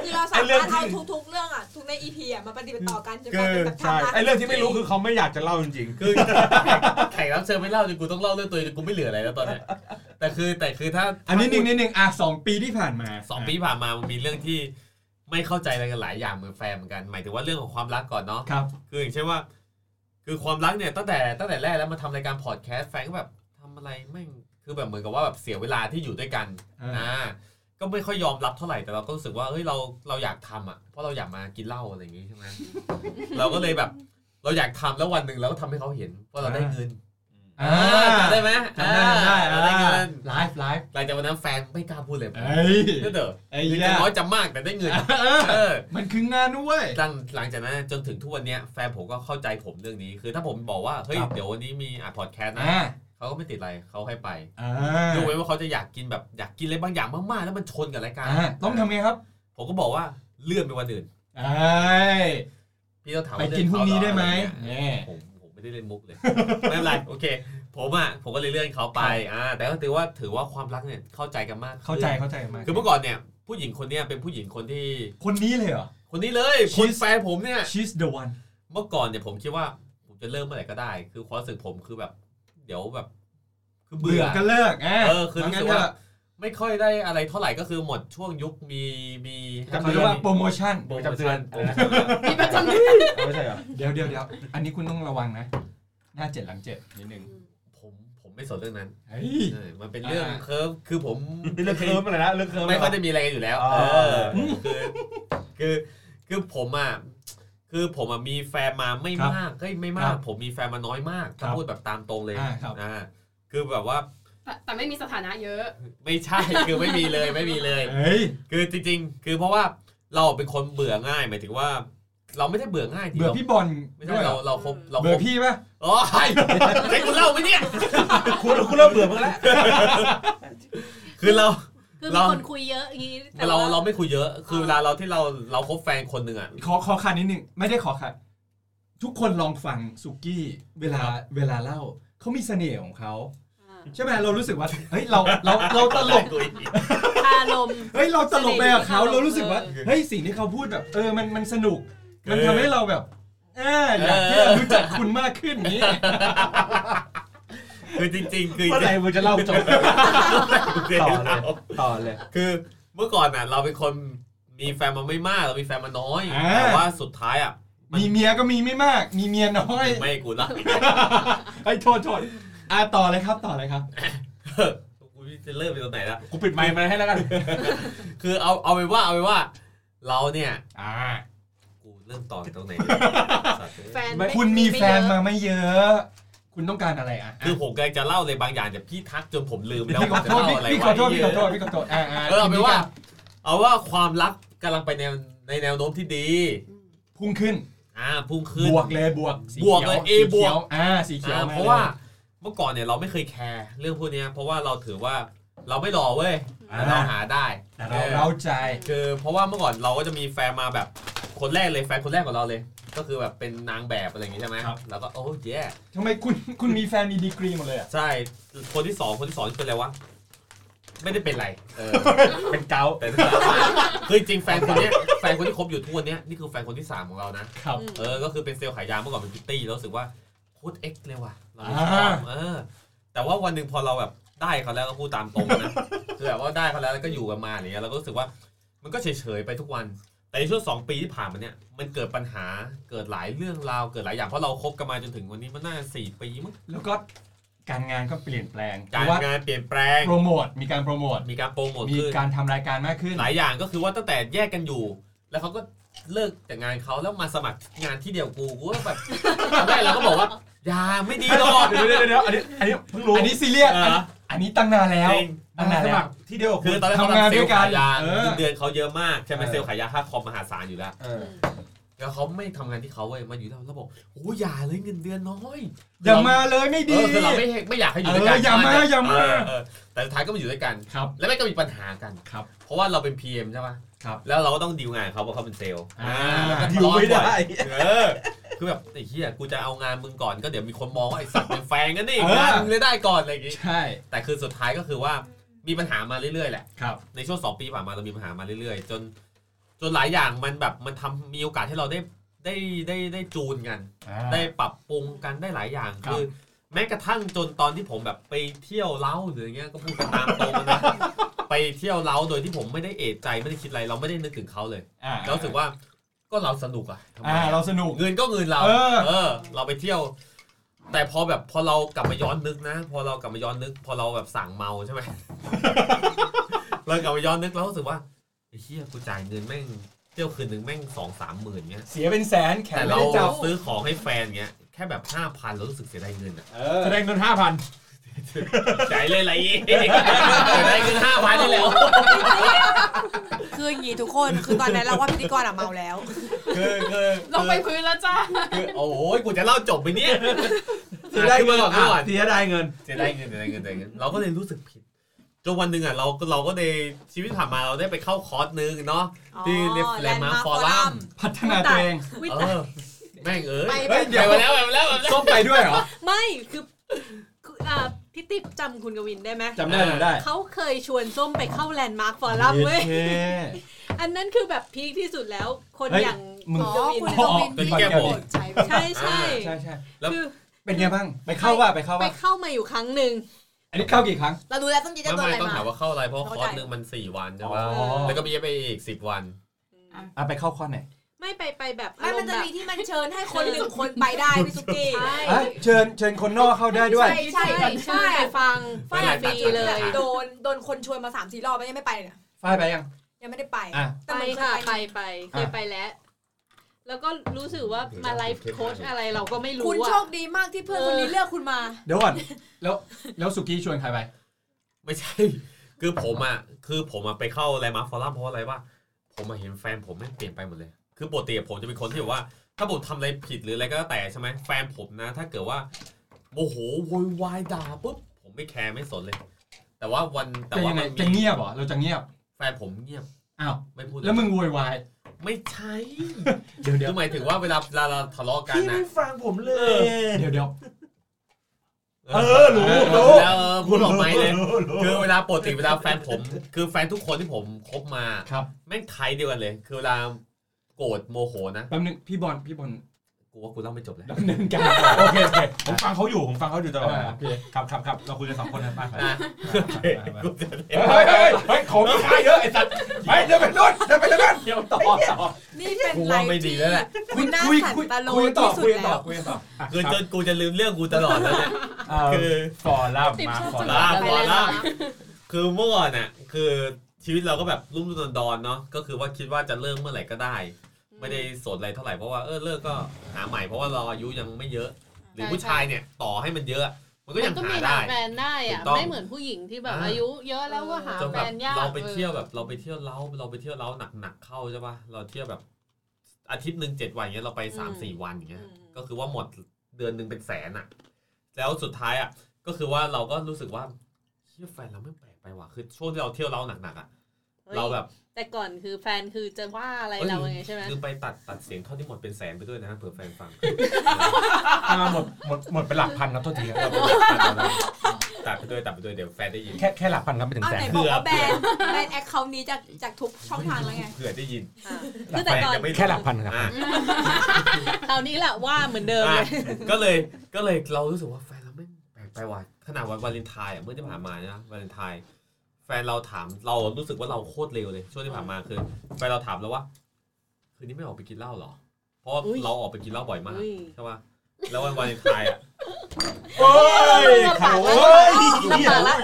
S5: คือเราสามารถเอาทุกๆเรื่องอ่ะทุกในอีพีอ่ะมาปฏิบัติต่อกันจนกลายเป็นแบบทำ
S4: ใช่
S5: ลาย
S4: ไอเรื่องที่ไม่รู้คือเขาไม่อยากจะเล่าจริงๆ
S2: คือแขกรับเชิญไม่เล่าจนกูต้องเล่าเรื่องตัวเองจนกูไม่เหลืออะไรแล้วตอนเนี้ยแต่คือแต่คือถ้า
S3: อันนี้หนึ่งนิดหนึ่งอ่ะสองปีที่ผ่านมา
S2: สองปีที่ผ่านมามันมีเรื่องที่ไม่เข้าใจอะไรกันหลายอย่างเหมือนแฟนเหมือนกัน หมายถึงว่าเรื่องของความรักก่อนเนาะ
S3: ครับ
S2: คืออย่างเช่นว่า คือความรักเนี่ยตั้งแต่ตั้งแต่แรกแล้วมาทำรายการพอดแคสต์แฟนก็แบบทำอะไรไม่งคือแบบเหมือนกับว่าแบบเสียเวลาที่อยู่ด้วยกัน
S3: เอออ่
S2: อ่าก็ไม่ค่อยยอมรับเท่าไหร่แต่เราก็รู้สึกว่าเฮ้ยเราเราอยากทำอ่ะเพราะเราอยากมากินเหล้าอะไรอย่างงี้ใช่ไหม <laughs> เราก็เลยแบบ เราอยากทำแล้ววันหนึ่งเราก็ทำให้เขาเห็นว่าเราได้เงิน
S3: อ่า
S2: จำได้ไหม
S3: จำได้จำได้
S2: อ่าเราได้เงิน
S3: ไลฟ์ไลฟ์
S2: หลังจากวันนั้นแฟนไม่กล้าพูดเลย
S3: เอ้ย
S2: ก็เถอะ
S3: ไอ้
S2: หรือ
S3: เหี้
S2: จะ
S3: ย
S2: น้อยจะมากแต่ได้เงิน
S3: เออ
S2: เออ
S3: มันคืองานด้วย
S2: หลังหลังจากนั้นจนถึงทุกวันเนี้ยแฟนผมก็เข้าใจผมเรื่องนี้ คือถ้าผมบอกว่า เฮ้ย
S3: ครับ
S2: เดี๋ยววันนี้มีอ่ะพอดแคสต์นะ
S3: อ่า
S2: เขาก็ไม่ติดอะไรเขาให้ไป
S3: อ่าย
S2: กเว้นว่าเขาจะอยากกินแบบอยากกินอะไรบางอย่างมากๆ แล้วมันชนกับรายการ
S3: อ่าต้องทำไงครับ
S2: ผมก็บอกว่าเลื่อนไปวันอื่น
S3: ไอ้ย
S2: พี่ต้องถาม
S3: ไป
S2: ว่า
S3: กินพรุ่งนี้ได้ไหม
S2: เรื่อง
S3: แน่
S2: เขาเหรออะไรเงี้ยผมผมไม่ได้เล่นมุกเลย ไม่เป็นไรโอเค ผมอ่ะผมก็เลยเลื่อนเขาไปอ่าแต่ก็ถือว่าถือว่าความรักเนี่ยเข้าใจกันมากขึ้น
S3: เข้าใจเข้าใจมาก
S2: คือเมื่อก่อนเนี่ยผู้หญิงคนเนี้ยเป็นผู้หญิงคนที่
S3: คนนี้เลยเหรอ
S2: คนนี้เลยคน
S3: She's-
S2: แฟนผมเนี่ย
S3: she's the one
S2: เมื่อก่อนเนี่ยผมคิดว่าผมจะเลิกเมื่อไหร่ก็ได้ คือความรู้สึกผมคือแบบ เดี๋ยวแบบ คือเบื่
S3: เบื่อ
S2: อ
S3: ก็เลิกอ่ะ
S2: เออคือรู้
S3: งั้
S2: สึ
S3: น
S2: ก
S3: ก็
S2: ว่า ไม่ค่อยได้อะไรเท่าไหร่ก็คือหมดช่วงยุคมีมี
S3: เขาเรียกว่าโปรโมชั่น
S2: โปรโมชั่น
S9: มีประจำเดือน
S4: ไม่ใช่เหรอ
S3: เดี๋ยวเดี๋ยวเดี๋ยวอันนี้คุณต้องระวังนะ หน้าเจ็ดหลังเจ็ดนิดนึง
S2: ผมผมไม่สนเรื่องนั้น
S3: เฮ้ย
S2: เออมันเป็นเรื่อง
S3: อ่า
S2: เคิร์ฟคือผม
S4: เรื่องเคิร์มอะไรนะเรื่องเคิร์ม
S2: ไม่ค่อยจะมีอะไรกันอยู่แล้ว
S4: อ๋อ
S2: เออคือคือคือผมอ่ะคือผมอ่ะมีแฟนมาไม่
S3: ครับ
S2: มากก็ไม่มา
S3: ค
S2: ก
S3: รับ
S2: ผมมีแฟนมาน้อยมาก
S3: ครั
S2: ถ้า
S3: บ
S2: พูดแบบตามตรงเลย
S3: อ่าครับ
S2: อ่าคือแบบว่า
S9: แต่แต่ไม่มีสถานะเยอะ
S2: ไม่ใช่ <laughs> คือไม่มีเลยไม่มีเลย
S3: เฮ้ย
S2: คือจริงๆ คือเพราะว่าเราเป็นคนเบื่อง่ายหมายถึงว่า เราไม่ได้เบื่อง่ายที
S3: เบื่อ
S2: เรา
S3: พี่บอล
S2: ไม่
S3: ด้
S2: ใช่
S3: วยเหร
S2: เรา
S3: อ
S2: เราคบเรา
S3: เบื่
S2: ค
S3: อ
S2: บ
S3: พี่ปะ
S2: โอ้ยให้กูเล่าไหมเนี่ย
S4: คุณคุณเริ่มเบื่อมึงแล้ว
S2: <laughs> คือเรา
S8: คือมี
S2: เรา
S8: คนคุยเยอะอย่างนี้แต่
S2: เรา
S8: ว่
S2: เราไม่คุยเยอะ คือเวลาเราที่เราเราคบแฟนคนหนึ่งอ่ะ
S3: ขอขอขัดนิดนึงไม่ได้ขอขัดทุกคนลองฟังสุกี้เวลาเวลาเล่าเขามีเสน่ห์ของเขา
S8: อ่า
S3: ใช่ไหมเรารู้สึกว่าเฮ้ยเราเราเราตลก
S8: คารม
S3: เฮ้ยเราตลกไปกับเขา
S8: เสน่ห์
S3: เรารู้สึกว่า
S8: เออ
S3: เฮ้ยสิ่งที่เขาพูดแบบ เออมันมันสนุก มัน
S2: เออ
S3: ทำให้เราแบบเอออยากที่จะรู้จักคุณมากขึ้นอย่างนี้
S2: คือจริง ๆ คือ
S4: เมื่อไหร่มึงจะเล่าจ
S3: <laughs>
S4: บ
S2: คือ
S4: ต่อเลย ต่อเลย
S2: คือเมื่อก่อนอ่ะ เราเป็นคนมีแฟนมาไม่มาก เรามีแฟนมาน้อย
S3: อ่า
S2: แต่ว่าสุดท้ายอ่ะน
S3: มีเมียก็มีไม่มาก มีเมียน้อย
S2: ไม่ให้กูเล่า
S3: ไอ้ยโทษโทษอ่ะต่อเลยครับต่อเลยครับ
S2: <laughs> กูจะเริ่มไปตรงไหนละ
S4: กูปิดไมค์มาให้แล้วกัน
S2: คือเอาเอาไปนว่าเอาไปนว่า เราเนี่ย
S4: อ่า
S2: กูเริ่มต่อจากตรงไหน
S3: <laughs>
S8: แฟน
S4: ไม่
S8: ไ
S3: คุณมีแฟน
S8: ไเย
S3: มา
S8: อะ
S3: ไม่เยอะ คุณต้องการอะไรอ่ะ
S2: คือผมกำลังจะเล่าเลยบางอย่างแต่พี่ทักจนผมลืมแล้ว
S3: พี่ขอ
S2: ว่าจะ
S3: โทษ
S2: เล่าอะไร
S3: พี่
S2: ไว้
S3: ขอโทษพี่ขอโทษพี่ขอโทษอ่าอ่า
S2: เออเอาไปนว่า เอาว่าความรักกำลังไปในวในแนวโน้มที่ดี
S3: พุ่งขึ้น
S2: อ่าพุ่งขึ้น
S3: บวกเลยบวกสีขี
S2: บวกเลย A
S3: สีขี
S2: บวก
S3: อ่าสีเขียว
S2: อ่าม
S3: ลย
S2: เพราะว่าเมื่อก่อนเนี่ยเราไม่เคยแคร์เรื่องพวกเนี้ยเพราะว่าเราถือว่าเราไม่รอเว้ย
S3: อ่า
S2: เราหาได้
S3: แต่เราเราใจ
S2: คือเพราะว่าเมื่อก่อนเราก็จะมีแฟนมาแบบคนแรกเลยแฟนคนแรกของเราเลย ก็คือแบบเป็นนางแบบอะไรอย่างงี้ใช่ไหมแล้วก็โอ้เย
S3: <laughs> ทำไมคุณคุณมีแฟนมีดีกรีหมดเลยอ่ะ
S2: ใช่ คนที่สองคนที่สองนี่เป็นอะไรวะ ไม่ได้เป็นไร <laughs> เออ
S3: เป็นเกา
S2: เป็นเกาคือจริงๆแฟนคนเนี้ยแฟนคนที่คบอยู่ทุกวันเนี้ยนี่คือแฟนคนที่สามของเรานะครับ เออก็คือเป็นเซลล์ขายยาเมื่อก่อนเป็นพิตตี้แล้วรู้สึกว่าโคตรเอ็กซ์เลยว่ะเราไม่ช
S3: อ่า
S2: อบเออ แต่ว่าวันหนึ่งพอเราแบบได้เขาแล้วก็พูดตามตรง <laughs> นะคือแบบว่าได้เขาแล้วแล้วก็อยู่กันมาอะไรเงี้ยเราก็รู้สึกว่า มันก็เฉยๆไปทุกวัน แต่ในช่วงสองปีที่ผ่านมาเนี่ยมันเกิดปัญหาเกิดหลายเรื่องราวเกิดหลายอย่างเพราะเราคบกันมาจนถึงวันนี้มันน่าจะสี่ปีมั้ง
S3: แล้วก็การงานก็เปลี่ยนแปลง
S2: การ
S3: เพะว่
S2: งานเปลี่ยนแปลง
S3: โปรโมทมีการโปรโมท
S2: มีการโปรโมท
S3: มี
S2: ขึ้น
S3: การทำรายการมากขึ้น
S2: หลายอย่างก็คือว่าตั้งแต่แยกกันอยู่ แล้วเขาก็เลิกจากงานเขาแล้วมาสมัครงานที่เดียวกูกูก็ <laughs> แบบตอนแรกเราก็บอกว่าอย่าไม่ดีหรอก
S3: เดี๋ยวเดี๋ยวเดี๋ยวอันนี้
S2: อันนี้
S3: เพิ่งรู้อันนี้ซีเรียส
S2: ออ
S3: อันนี้ตั้งนานแล้ว
S2: จริง
S3: ตั้งนานแล้ว
S4: ที่เดียว
S2: คือตอนแรกเขา
S3: ทำงาน
S2: ทำเซลล์
S3: ด้วยกัน
S2: ขายยา
S3: เออ
S2: เงินเดือนเขาเยอะมากใช่ไหมเซลล์ขายยาค่าคอมมหาศาลอยู่แล้วแล้วเขาไม่ทำงานที่เขาเว้ยมาอยู่ที่เราแล้วบอกโอ้ยอย่าเลยเงินเดือนน้อย
S3: อย่ามาเลยไม่ดี
S2: เออคือเราไม่ไม่อยากให้อยู่ด้วยกัน
S3: เอออย่ามา
S2: ใช่ไห
S3: อย่ามา
S2: เเออแต่สุดท้ายก็มาอยู่ด้วยกัน
S3: ครับ
S2: แล้วไม่ก็มีปัญหากัน
S3: ครับ
S2: เพราะว่าเราเป็น PM ใช่ปะ
S3: ครับ
S2: แล้วเราก็ต้องดีลงานเขาเพราะเขาเป็นเซลล์
S3: อ่า
S2: แล้วก็ทะเลาะกันบ่อยเออ คือแบบไอ้เหี้ยกูจะเอางานมึงก่อนก็เดี๋ยวมีคนมองว่าไอ้สัตว์เป็นแฟนกันนี่
S3: เออ
S2: งานมึงเลยได้ก่อนอะไรอย่างงี้
S3: ใช่
S2: แต่คือสุดท้ายก็คือว่ามีปัญหามาเรื่อยๆแหละ
S3: ครับ
S2: ในช่วงสองปีผ่านมาเรามีปัญหามาเรื่อยๆ จน จนหลายอย่างมันแบบมันทำมีโอกาสให้เราได้ได้ได้ได้จูนกัน
S3: อ่า
S2: ได้ปรับปรุงกันได้หลายอย่าง
S3: ครับ
S2: คือ แม้กระทั่งจนตอนที่ผมแบบไปเที่ยวเล้าหรืออย่างเงี้ยก็พูดกันตามตรงนะ
S3: <laughs>
S2: ไปเที่ยวเล้าโดยที่ผมไม่ได้เอะใจไม่ได้คิดอะไรเราไม่ได้นึกถึงเขาเลย
S3: อ่า
S2: เรารู้สึกว่าก็เราสนุกอะทำไม
S3: อ่า
S2: อะ
S3: เราสนุก
S2: เงินก็เงินเรา
S3: เออ
S2: เออ เราไปเที่ยว แต่พอแบบพอเรากลับมาย้อนนึกนะ พอเรากลับมาย้อนนึก พอเราแบบสั่งเมา
S3: <laughs>
S2: ใช่ไหม เรากลับมาย้อนนึกเรารู้สึกว่าไอ้เหี้ยกูจ่ายเงินแม่งเที่ยวคืนหนึ่งแม่งสองสามหมื่นเงี้ย
S3: เสียเป็นแสนแขน
S2: แต่
S3: ไม่
S2: เรา
S3: ได้จับ
S2: ซื้อของให้แฟนเงี้ยแค่แบบห้าพันเรารู้สึกเสียดายเงินอะ
S3: เออ
S13: แสดงเงินห้าพัน
S2: จ่ายเลยอะไรอีกได้เงินห้าพันนี่แหละ
S5: คืออย่างนี้ทุกคนคือตอนนั้นเราว่าพิธีกรอะเมาแล้ว
S2: คือคือ
S9: ลงไปพื้นแล้วจ้า
S2: คือโอ้โหกูจะเล่าจบไปเนี่ย
S4: เสียดายเงิน
S2: ขึ้นมาก่อนขึ้นมาก่อน
S4: เสียดายเงิน
S2: เสียดายเงินเสียดายเงินเสียดายเงินเราก็เลยรู้สึกผิดจนวันหนึ่งอ่ะเราก็เราก็ได้ชีวิตผ่านมาเราได้ไปเข้าคอร์สนึงเนาะที่เรียกแลนด์มาร์คฟอรัม
S3: พัฒนาตัวเอง
S8: วิ
S2: เอ
S8: ตาย
S2: อแม่งเอ้ย
S5: ไปไป
S2: เฮ้ยเดี๋ยวไปแล้วไปแล้วไปแล้ว
S3: ส้มไปด้วยเหรอ
S8: ไม่คือคืออ่าพี่ติ๊บจำคุณกวินได้ไหม
S3: จำได้จำได้
S8: เขาเคยชวนส้มไปเข้าแลนด์มาร์คฟอรัมเว้ย
S3: เท่
S8: อันนั้นคือแบบพีคที่สุดแล้วคน
S3: เฮ้ย
S8: อย่าง
S3: มึง
S8: อ๋
S5: อ๋
S8: อ
S5: อ
S8: คุ
S5: คุณ
S8: ณ
S5: กวินที่โกรธใจไป
S8: ใช่ใช่
S3: ใช่ใช่
S8: คือ
S3: เป็นไงบ้าง ไปเข้าว่าไปเข้า
S8: ไป
S3: ว่า
S8: เข้ามาอยู่ครั้งหนึ่ง
S3: อันนี้เข้ากี่ครั้ง
S5: เราดูแล้วต้องจีจะ
S2: ไม่
S5: โด
S2: ไม่
S5: นอะไร
S2: ต้อง
S5: มา
S2: ถามว่าเข้าอะไรเพราะคอร์สนึงมันสี่วันใช่ป่ะ
S3: อ๋อ
S2: แล้วก็มีไปอีกสิบวัน
S3: อ่ะไปเข้าข้อไหน
S8: ไม่ไปไปแบบ
S5: ไม่มัน
S8: อารณ์
S5: จะ
S8: แบบ
S5: มีที่มันเชิญให้คนหนึ่งคนไปได้พี่สุกี้
S8: ใช่
S3: อ่ะเชิญเชิญคนนอกเข้าได้ด้วย
S5: ใช่
S8: ใช่ใช่ไปฟัง
S2: ไม่ได้
S8: ฟรีเลย
S5: โดนโดนคนชวนมาสามสี่รอบแล้วยังไม่ไปเนี่ย
S3: ฝ้ายไปยัง
S5: ยังไม่ได้ไป
S3: อ่ะ
S5: แต่
S8: ไป
S5: มันเค
S8: ค่ะ
S5: ย
S8: ไป
S5: ไป
S8: ไปเคยไปแล้ว แล้วก็รู้สึกว่ามาไลฟ์โค้ชอะไรเราก็ไม่รู้
S5: คุณโช
S8: อะ
S5: คดีมากที่เพื่อนคนนี้เลือกคุณมา
S3: เดี๋ยวก่อน แล้วแล้วสุกี้ชวนใครไป
S2: ไม่ใช่ คือผมอ่ะ คือผมอ่ะไปเข้าอะไรมาฟอรัมเพราะอะไรว่า ผมมาเห็นแฟนผมแม่งเปลี่ยนไปหมดเลย คือปกติผมจะเป็นคนที่แบบว่า ถ้าผมทำอะไรผิดหรืออะไรก็แล้วแต่ใช่ไหมแฟนผมนะ ถ้าเกิดว่าโมโหโวยวายด่าปุ๊บ ผมไม่แคร์ไม่สนเลย แต่ว่าวันแต่
S3: จะ
S2: ว่า
S3: ยังไง
S2: มัน
S3: จะ
S2: มี
S3: เงียบเหรอ เราจะเงียบ
S2: แฟนผมเงียบ
S3: อ้าว
S2: ไม่พูดเย
S3: แล้วมึงโวยวาย
S2: ไม่ใช่
S3: เดี๋ยวเดี๋ย
S2: คื
S3: ว
S2: อหมายถึงว่าเวลาเวลาเราทะเลาะกัน
S4: พี่
S2: นะ
S4: ไม่ฟังผมเลย
S3: เดี๋ยวเดี๋ยว
S4: เออรู้รู้
S2: แล้วเออพูดออกไม้เลย
S4: รู้
S2: คือเวลาปกติเวลาแฟนผม คือแฟนทุกคนที่ผมคบมา
S3: ครับ
S2: แม่งไทยเดียวกันเลย คือเวลาโกรธโมโหนะ
S3: แป๊บนึงพี่บอลพี่บอล
S2: กูว่ากูเล่าไม่จบเลย
S3: ดำเนินการ
S4: โอเคโอเคผมฟังเขาอยู่ผมฟังเขาอยู่ตลอด
S3: อ่าโอ
S4: ครับ
S3: เค
S4: ครับครับเราคุยกันสองคนนะมาก
S2: นะกูจะ
S3: เฮ้ยเฮ้ยเฮ้ยของมีค่าเยอะไอ้สัตว์ไปเดี๋ยวไปโน่นเดี๋ยวไปแล้วกัน
S13: เที่ยวต่อต่อ
S5: นี่เป็น
S2: กู
S5: ไล
S2: ว่า
S5: ฟ์
S2: ไม่ดี
S5: ที่
S2: แล้วแหละ
S5: คุณน่า
S3: คุย
S5: ขัน
S3: คุย
S5: ตะโล
S3: คุย
S5: น
S3: ต่อ
S5: ที่สุ
S3: คุ
S5: ด
S3: ยต่อ
S5: แล้ว
S3: คุยต่อ
S2: คือจนกูจะลืมเรื่องกูตลอดแล้วเนี่ย
S3: คื
S2: คือ อ
S13: ฟอร์ล่ามมาฟอร์ล่าม
S2: ลา
S8: ไป
S2: พอ
S8: แว
S2: ละ
S8: นะ
S2: คือเมื่อก่อนน่ะคือชีวิตเราก็แบบรุ่มรุ่นดอนๆเนาะก็คือว่าคิดว่าจะเลิกเมื่อไหร่ก็ได้ ไม่ได้สนอะไรเท่าไหร่เพราะว่าเออเลิกก็หาใหม่เพราะว่าเราอายุยังไม่เยอะ หรือผู้ชายเนี่ยต่อให้มันเยอะ มันก็
S8: มั
S2: ยัง
S8: นก็
S2: หา
S8: มีหา
S2: ได้
S8: แฟนได้
S2: ถู
S8: อะ
S2: กต้อง
S8: ไม่เหมือนผู้หญิงที่แบบ
S2: อ่า
S8: อายุเยอะแล้วก็หา
S2: จน
S8: แฟ
S2: แบบ
S8: นยาก
S2: เราไปเที่ยว
S8: ออ
S2: แบบเราไปเที่ยวเล้าเราไปเที่ยวเล้าหนักๆเข้าใช่ป่ะเราเที่ยวแบบอาทิตย์หนึ่งเจ็ดวันอย่างเงี้ยเราไปสามสี่วันอย่างเงี้ย ก็คือว่าหมดเดือนหนึ่งเป็นแสนอะแล้วสุดท้ายอะก็คือว่าเราก็รู้สึกว่าเชี่ยแฟนเราไม่แปลกไปว่ะคือช่วงที่เราเที่ยวเล้าหนักๆอะ
S8: ฮ้ย
S2: เราแบบ
S8: แต่ก่อนคือแฟนคือจะว่าอะไรเราไงใช่ไหม
S2: ลืมไปตัดตัดเสียงเท่าที่หมดเป็นแสนไปด้วยนะเผื่อแฟ
S8: <laughs>
S2: นฟัง
S13: หมดหมดหมดเป็นหลักพันครับโทษทีครับ
S2: ตัดไปด้วยตัดไปด้วยเดี๋ยวแฟนได้ยิน
S13: แค่แค่หลักพันครับไปถึง
S5: เอา
S13: แสน
S5: ไหนบอก
S2: เผื่อ
S5: ว่าแบ
S2: เผื่อน
S5: แบนแอคเคาท์นี้จากจากทุกช่องทางแล้วไง
S2: เผื่อได้ยิน
S8: คือแต่ก่อน
S2: ฟจะไม่รู้
S13: แค่หลักพันครับ
S2: อ่ะ
S8: คราวนี้แหละว่าเหมือนเดิมเล
S2: อ่ะ
S8: ย
S2: ก็เลยก็เลยเรารู้สึกว่าแฟนเราไม่แปลกไปว่ะขนาดวันวาเลนไทน์อ่ะเมื่อที่ผ่านมานะวาเลนไทน์แฟนเราถามเรารู้สึกว่าเราโคตรเร็วเลยช่วงที่ผ่านมาคือแฟนเราถามเราว่า คืนนี้ไม่ออกไปกินเหล้าเหรอ เพราะ
S8: อุ๊ย
S2: เราออกไปกินเหล้าบ่อยมาก
S8: อุ๊ย
S2: ใช่ป่ะแล้ววันวาเลนไทน์อ่ะ
S13: โอ้ย
S8: ลำบากละ
S13: โอ้ย
S8: ลำบากละ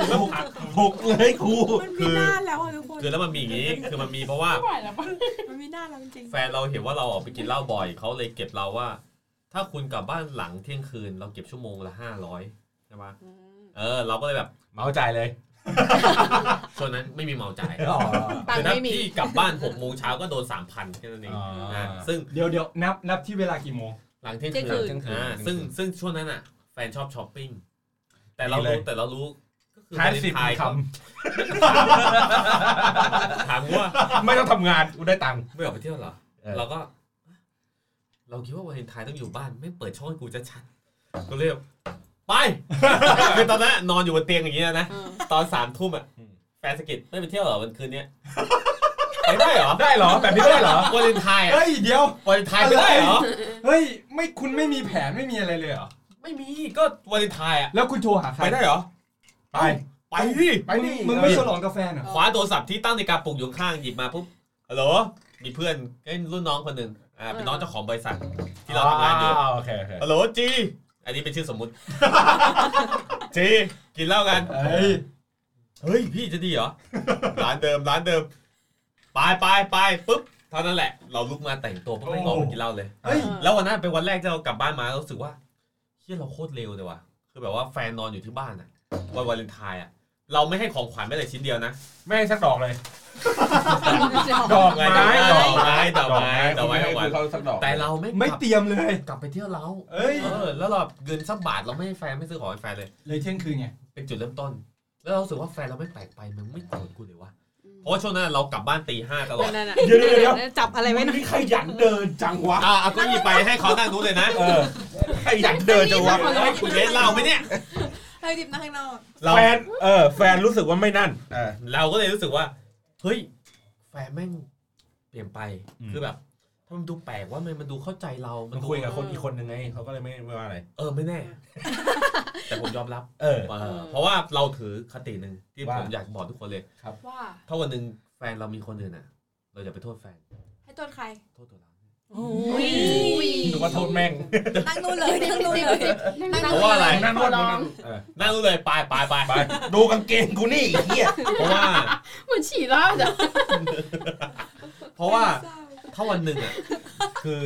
S13: หกเลยครู
S5: มันมีหน้าแล้วอ่ะทุกคน
S2: คือแล้วมันมีอย่างนี้คือมันมีเพราะว่า
S9: ไม่ไหวแล้วปะ
S5: มันมีหน้าแล้วจริง
S2: แฟนเราเห็นว่าเราออกไปกินเหล้าบ่อยเขาเลยเก็บเราว่า ถ้าคุณกลับบ้านหลังเที่ยงคืน เราเก็บชั่วโมงละห้าร้อยใช่ป่ะเออ เราก็เลยแบบ
S13: เมาใจายเลย
S2: ช่วงนั้นไม่มีเมาใจาย
S13: อ๋อ
S8: ตัง
S2: คือ
S8: ค์
S2: นับ
S8: ไม่มี
S2: ที่กลับบ้าน <laughs> 6 โมงเช้าก็โดน 3,000แค่นั้นเอง
S13: อ่า
S2: นะซึ่ง
S3: เดี๋ยวเดี๋ยวนับนับที่เวลากี่โมง
S2: หลังเที่ยง
S8: เที่ยงคื
S2: คื
S8: น
S2: นอ่าซึ่งซึ่งช่วงนั้นอ่ะ แฟนชอบช้อปปิ้ง แต่เรา
S13: ดีเล
S2: รู้
S13: ย
S2: แต่เรารู้ก็คือ
S13: คลาสสิบ
S2: วเลนไน์
S13: ค
S2: ถามว่า
S13: ำไม่ต้องทำงานกูได้ตังค์
S2: ไม่ออกไปเที่ยวเหรอ
S13: เออ
S2: เราก็ เราคิดว่าวาเลนไทน์ต้องอยู่บ้าน ไม่เปิดช่องให้กูจะชัดๆก็เรียกไปคือตอนนั้นนอนอยู่บนเตียงอย่างเงี้ยนะ
S8: เออ
S2: ตอนสามทุ่มอ่ะแฟนสะกิดไม่ไปเที่ยวเหรอวันคืนเนี้ยไปได้เหรอ
S13: ได้เหรอแบบนี้ได้เหรอ
S2: วาเลนไทน์อะ
S3: เฮ้ย เดี๋ยว
S2: วาเลนไทน์ไม่ได้เหรอ
S3: เฮ้ย ไม่คุณไม่มีแผนไม่มีอะไรเลยเหรอ
S2: ไม่มีก็วาเลนไทน์อ่ะ
S3: แล้วคุณโทรหาใคร
S2: ไปได้เหรอ
S3: ไป
S2: ไปดิ
S3: ไปนี่มึงไม่ฉลองกาแฟเหรอ
S2: คว้าโทรศัพท์ที่ตั้งในาฬิการปลุกอยู่ข้างหยิบมาปุ๊บฮัลโหลมีเพื่อนเอ้ยรุ่นน้องคนหนึ่งอ่าเป็นน้องเจ้าของบริษัทที่เราทำงานอยู่
S13: โอเคโอเค
S2: ฮัลโหลจีอันนี้เป็นชื่อสมมุติ จีกินเหล้ากัน
S3: เฮ้ย
S2: เฮ้ยพี่จะดีเหรอ ร้านเดิมร้านเดิม ไปไปไปปุ๊บเท่านั้นแหละ เราลุกมาแต่งตัวเพื่อไปงอกไปกินเหล้าเลย
S3: เฮ้ย
S2: แล้ววันนั้นเป็นวันแรกที่เรากลับบ้านมาแล้วรู้สึกว่าเฮียเราโคตรเร็วเลยว่ะคือแบบว่าแฟนนอนอยู่ที่บ้านอ่ะวันวาเลนไทน์อ่ะ เราไม่ให้ของขวัญแม้แต่ชิ้นเดียวนะ
S13: ไม่ให้สักดอกเลย
S2: ดอกไม้
S13: ด
S2: ดอ
S13: อก กไม้
S2: ไม้ดอกไม้ดอกไม้ดอกไม้
S4: ให้เขาสักดอก
S2: แต่เราไม่
S3: ไม่
S2: กลับ
S3: เตรียมเลย
S2: กลับไปเที่ยวเรา
S3: เอ้ย
S2: เออแล้วเราเงินสักบาทเราไม่ให้แฟนไม่ซื้อของให้แฟนเลย
S3: เลยเที่ยงคืนไง
S2: เป็นจุดเริ่มต้น แล้วเรารู้สึกว่าแฟนเราไม่แปลกไปมันไม่โกรธกูเลยวะเพราะว่าช่วงนั้นเรากลับบ้านตีห้าตลอด
S8: นั่นน่ะ
S13: เดี๋ยวเดี๋ยวเดี๋ยว
S8: จับอะไรไว้หน่อย
S13: นี่ขยันเดินจังวะ
S2: อ่ะเอาเก็หยิบไปให้เขานั่งนู้นเลยนะ
S13: เออขยันเดินจังวะ
S2: เฮ้ยคุณเล่นเหล่าไหมเนี่ย
S5: ๆเฮ้ยดิบนะข้างนอก
S2: เรา
S13: แฟนเออแฟนรู้สึกว่าไม่นั่นเออ
S2: เราก็เลยรู้สึกว่า เฮ้ย แฟนแม่งเปลี่ยนไป
S13: อืม
S2: คือแบบถ้ามันดูแปลกว่ามันมันดูเข้าใจเรา
S13: มัน
S2: ดู
S13: คุยกับคนอีกคนนึงไงเขาก็เลยไม่ไม่ว่าอะไร
S2: เออไม่แน่ <laughs> แต่ผมยอมรับ
S13: เออ
S2: เออเพราะว่าเราถือคติหนึ่งที่
S13: ว่า
S2: ผมอยากบอกทุกคนเลย
S5: ว่า
S2: ถ้าวันหนึ่งแฟนเรามีคนอื่นอ่ะ เราอย่าไปโทษแฟน
S5: ให้ต้นใคร
S2: โทษตัวเรา
S8: โอ้ย
S13: หรือว่าโทษแม่ง
S5: นั่งนู่นเลยนั่งนู่นเลย
S2: เพราะว่าอะไร
S13: นั่งนวด
S9: ร้อง
S13: เออ
S2: นั่งรู้เลยไปไปไป
S13: ไปดูกางเกงกูนี่ไอ้เหี้ย
S2: เพราะว่า
S9: เหมือนฉี่แล้วจ้ะ
S2: เพราะว่าถ้าวันหนึ่งอ่ะ คือ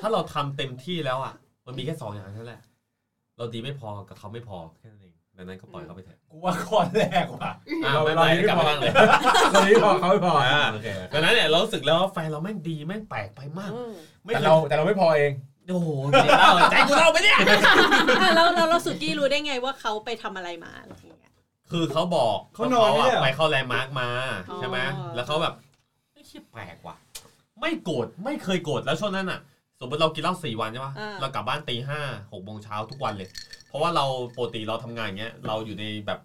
S2: ถ้าเราทำเต็มที่แล้วอ่ะ มันมีแค่สองอย่างเท่านั้นแหละ เราดีไม่พอกับเขาไม่พอแค่นั้นเองดังนั้นก็ปล่อยเขาไปเถอะ
S13: กูว่าข้อแรกว่ะ
S2: อ่ะ
S13: เรา
S2: ไม่
S13: เรา
S2: ไม่
S13: ไม่
S2: กลับ
S13: พอ
S2: มาบ้างเลย
S13: ตอนนี้พอเขาไม่พอ
S2: อ่า
S13: โอเค
S2: ดังนั้นเนี่ยเรารู้สึกแล้วว่าแฟนเราแม่งดีแม่งแปลกไปมาก ไม่
S13: แต่
S2: เคย
S13: เราแต่เราไม่พอเอง
S2: โอ้โหกินเหล่าใจกูเหล่าไปเนี่ย
S8: อ่ะแล้วแล้วแล้วสุกี้รู้ได้ไงว่าเขาไปทำอะไรมาอะไรอย่างเงี้ย
S2: คือเขาบอก
S3: เขานอนไม่
S2: ว่
S3: ได้เหรอ
S2: ไปเข้าแลนด์มาร์กมา
S8: อ๋อ
S2: ใช่ไหมแล้วเขาแบบไม่คิดแปลกว่ะ ไม่โกรธไม่เคยโกรธแล้วช่วงนั้นอ่ะ สมมติเรากินเหล้าสี่วันใช่ปะเรากลับบ้านตีห้าหกโมงเช้าทุกวันเลย เพราะว่าเราปกติเราทำงานอย่างเงี้ย เราอยู่ในแบบ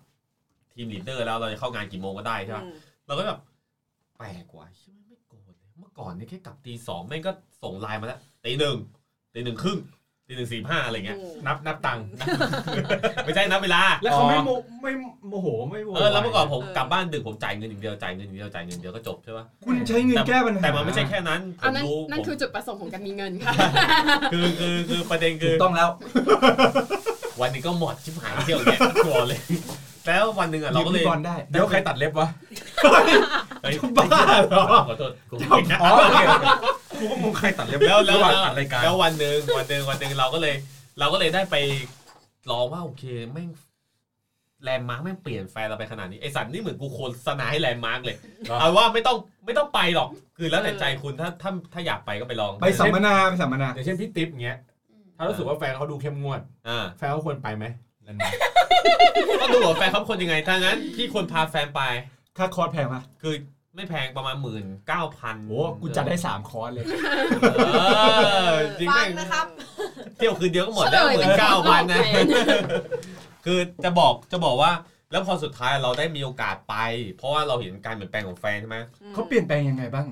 S2: ทีมลีดเดอร์แล้วเราจะเข้างานกี่โมงก็ได้ใช่ปะ
S8: อืม
S2: เราก็แบบแปลกว่ะใช่ไหมไม่โกรธเลยเมื่อก่อนเนี่ยแค่กลับตีสองแม่งก็ส่งไลน์มาแล้วตีหนึ่งตีหนึ่งครึ่งตีหนึ่งสี่ห้าอะไรเงี้ย
S8: โอ้
S13: นับนับตังค์
S2: <laughs> ไม่ใช่นะเวลา
S3: แล้วเขาไม่โมไม่โมโหไม่โว
S2: เออแล้วเมื่อก่อนผม
S8: เออ
S2: กลับบ้านดึกผมจ่ายเงินอย่างเดียวจ่ายเงินอย่างเดียวจ่ายเงินอย่างเดียวก็จบใช่ปะ
S3: คุณใช้เงินแก้ปัญหา
S2: แต่มันไม่ใช่แค่นั้นผ
S9: อัน
S2: ม
S9: นั้น
S2: รู้
S9: นั่น
S2: ผม
S9: คือจุดประสงค์ของการมีเงินค่ะ
S2: คือคือคือประเด็น
S3: ถู
S2: คือก
S3: ต้องแล้ว
S2: วันหนี้ก็หมดชิบหายเที่ยว <laughs> เนี่ยกลัวเลย แล้ววันหนึ่งอ่ะเราก็เลย
S3: พี่บอลได้
S13: เดี๋ยวใครตัดเล็บวะ
S2: เฮ้ย
S13: บ้าเหรอ
S2: ขอโทษกู
S13: อ๋อโอเคกูก็งงใครตัดเล็บ
S2: แล้วแล้ว
S13: ระหางอั
S2: แล้ว
S13: ดรายการ
S2: แล้ววันหนึ่งวันหนึ่งวันหนึ่งเราก็เลย เราก็เลยได้ไปลองว่าโอเคแม่งแลนด์มาร์กแม่งเปลี่ยนแฟนเราไปขนาดนี้ไอสัตว์นี่เหมือนกูโคนสนายแลนด์มาร์กเลยเอาว่าไม่ต้องไม่ต้องไปหรอก คือแล้วแต่ใจคุณถ้าถ้าถ้าอยากไปก็ไปลอง
S3: ไปสัมมนาไปสัมมนา
S13: อย่างเช่นพี่ติ๊บเงี้ย ถ้ารู้สึกว่าแฟนเขาดูเข้มงวด
S2: อ่า
S13: แฟนเขาควรไปไหมนั่นไง
S2: ก็ดูว่าแฟนเขาเป็นคนยังไงถ้างั้นพี่ควรพาแฟนไป
S3: ค่าคอร์สแพงปะ
S2: คือไม่แพงประมาณหมื่นเก้าพัน
S3: โอ้กูจัดได้สามคอร์สเลย
S2: เออจริง
S5: ฟั
S2: แม่
S5: ง
S2: ง
S5: นะครับ
S2: เที่ยวคืนเดียวก็หมดแล้วหมื่นเก้าพันนะ
S9: เฉลยไปก่อน
S2: คือ <laughs> จะบอกจะบอกว่า แล้วพอสุดท้ายเราได้มีโอกาสไป เพราะว่าเราเห็นการเปลี่ยนแปลงของแฟนใช่ไหม
S3: เขาเปลี่ยนแปลงยังไงบ้าง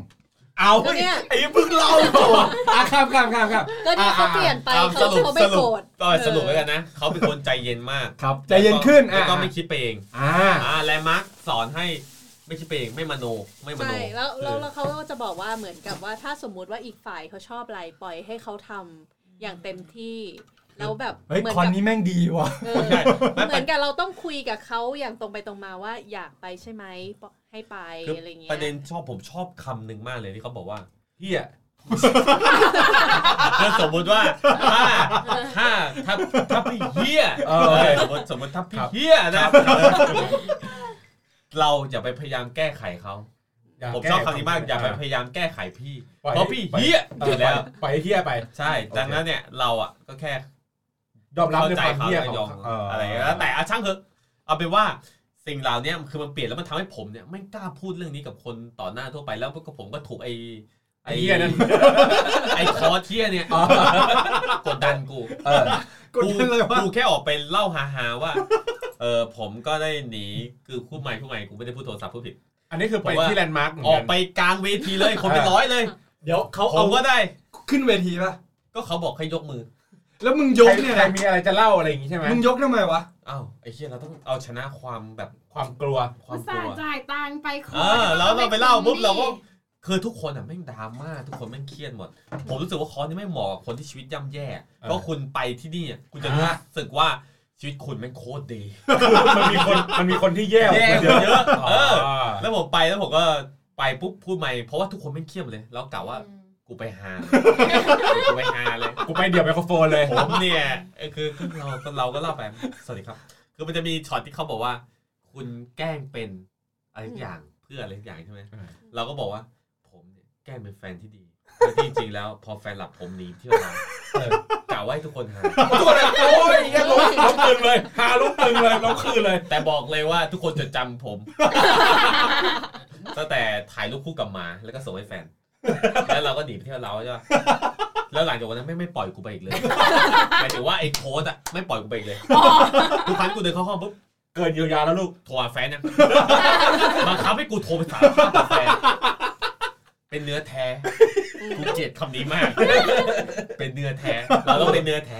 S2: เอาเนี่ยไอ้เพึ่งเล่าตัว <laughs>
S3: อ่ะครับครับครับครับ
S15: ก็เนี่ยเขาเปลี่ยนไป
S2: อ่ะ
S15: เขาเขาไม่โกรธ
S2: สรุปสรุปไว้กันนะ เขาเป็นคนใจเย็นมาก
S3: ครับใจเย็นขึ้น
S2: แล้วก็
S3: อ่ะ
S2: ไม่คิดไปเอง
S3: อ่า
S2: แลนด์มาร์คสอนให้ไม่คิดไปเองไม่มโนไม่มโน
S8: ใช่แล้วแล้วแล้วเขาก็จะบอกว่าเหมือนกับว่าถ้าสมมุติว่าอีกฝ่ายเขาชอบอะไรปล่อยให้เขาทำอย่างเต็มที่แล้วแบบ
S3: เฮ้ย
S8: เหมือน
S3: คอน
S8: กับ
S3: นี้แม่งดีว่ะ
S8: เออเหมือนกับเราต้องคุยกับเขาอย่างตรงไปตรงมาว่าอยากไปใช่ไหมให้ไป
S2: คือ
S8: อะไรเงี้ย
S2: ประเด็นชอบผมชอบคำหนึ่งมากเลยที่เขาบอกว่าเฮีย <laughs> แล้วสมมติว่าถ้าถ้าถ้าถ้าพี่เฮีย
S3: เออ
S2: เออสมมติสมมติถ้าพี่เฮียนะ <laughs> เราอย่าไปพยายามแก้ไขเขา ผมชอบคำนี้มากอย่าไปพยายามแก้ไขพี่
S4: ปล่อย
S2: เพราะพี่
S4: ปล่อย
S2: เฮี้ย
S4: เอ
S2: อ
S4: อ
S2: ยู่แล้ว
S4: ปล่อยให้เหี้ยไป
S2: ใช่
S4: โอเค
S2: ดังนั้นเนี่ยเราอ่ะก็แค่
S4: ยอมรับ
S2: เข้าใจ
S4: ในความเหี้ย
S2: ข
S4: ของ
S2: ยอม
S4: เอออ
S2: อะไรก็แล้วแต่อะช่างเถอะเอาเป็นว่าสิ่งเหล่าเนี้ยคือมันเปลี่ยนแล้วมันทำให้ผมเนี่ยไม่กล้าพูดเรื่องนี้กับคนต่อหน้าทั่วไปแล้วก็ผมก็ถูกไอ้
S4: ไอ้เหี้ยนั่น
S2: ไอ้คอเทียเนี่ยกดดันกู
S4: เออ
S2: กูกูแค่ออกไปเล่าฮาๆว่าเออผมก็ได้หนีคือคู่ใหม่คู่ใหม่กูไม่ได้พูดโทรศัพท์พูดผิด
S4: อันนี้คือ
S2: ผ
S4: ไป
S2: มว่า
S4: ที่แลนด์มาร์ก
S2: ออกไปกลางเวทีเลยคนเป็นร้อยเลย
S3: เดี๋ยวเขา
S2: ผมก็ได้
S3: ขึ้นเวทีป่ะ
S2: ก็เขาบอกให้ยกมือ
S3: แล้วมึงยกเนี่ย
S4: ใคร
S3: นะ
S4: มีอะไรจะเล่าอะไรอย่างงี้ใช่ไหม
S3: มึงยกทำไมวะ
S2: อ้าวไอ้เหี้ยเราต้องเอาชนะความแบบ
S4: ความกลัว
S2: ค
S9: อุ
S2: วามก
S9: ตส่า
S2: ลัว
S9: ห์จ่ายตังค์ไปข
S2: เออแล้วเราไปเล่าปุ๊บ
S9: นี่
S2: เราก็คือทุกคนอ่ะแม่งดราม่าทุกคนแม่งเครียดหมด ผมรู้สึกว่าคอร์สนี่ไม่เหมาะกับคนที่ชีวิตย่ำแย่เพราะคุณไปที่นี่อ่ะคุณจะรู้สึกว่าชีวิตคุณแม่งโคตรดี
S4: มันมีคนมันมีคนที่แย่กว่า
S2: แย่
S4: คน
S2: เย
S4: เยอะ
S2: อะเออ
S4: อ่า
S2: แล้วผมไปแล้วผมก็ไปปุ๊บพูดใหม่เพราะว่าทุกคนไม่งเครียดหมดเลย แล้วกล่าวว่ากูไปหา <laughs> กูไปหาเลย
S4: กูไปเดี่ยวไมโครโฟนเลย
S2: ผมเนี่ยเออคือคือเราเราก็เล่าไปสวัสดีครับ คือมันจะมีช็อตที่เขาบอกว่า คุณแกล้งเป็นอะไรสักอย่างเพื่ออะไรสักอย่างใช่ไหมเราก็บอกว่า ผมเนี่ยแกล้งเป็นแฟนที่ดีแต่ที่จริงแล้ว พอแฟนหลับผมหนีเที่ยวมานกล่าวว่าให้ทุกคนหา
S4: ทุกคนเลยโอ้ยเหี้ยล้มล้มตึงเลยหาล้มตึงเลยล้มคืนเลย
S2: แต่บอกเลยว่าทุกคนจดจำผม ตั้งแต่ถ่ายรูปคู่กับหมาแล้วก็ส่งให้แฟน แล้วเราก็หนีไปเที่ยวเราใช่ปะแล้วหลังจากวันนั้นไม่ไม่ปล่อยกูไปอีกเลยหมายถึงว่าไอ้โค้ดอะไม่ปล่อยกูไปอีกเลยทุกครั้งกูเดินเข้าห้องปุ๊บ
S4: เกินเยียวยาแล้วลูก
S2: โทรหาแฟ
S8: <laughs>
S2: นยังบังคับให้กูโทรไปสารภาพกับแฟนเป็นเนื้อแท้กูเกลียดคำนี้มาก เป็นเนื้อแท้เราต้องเป็นเนื้อแท้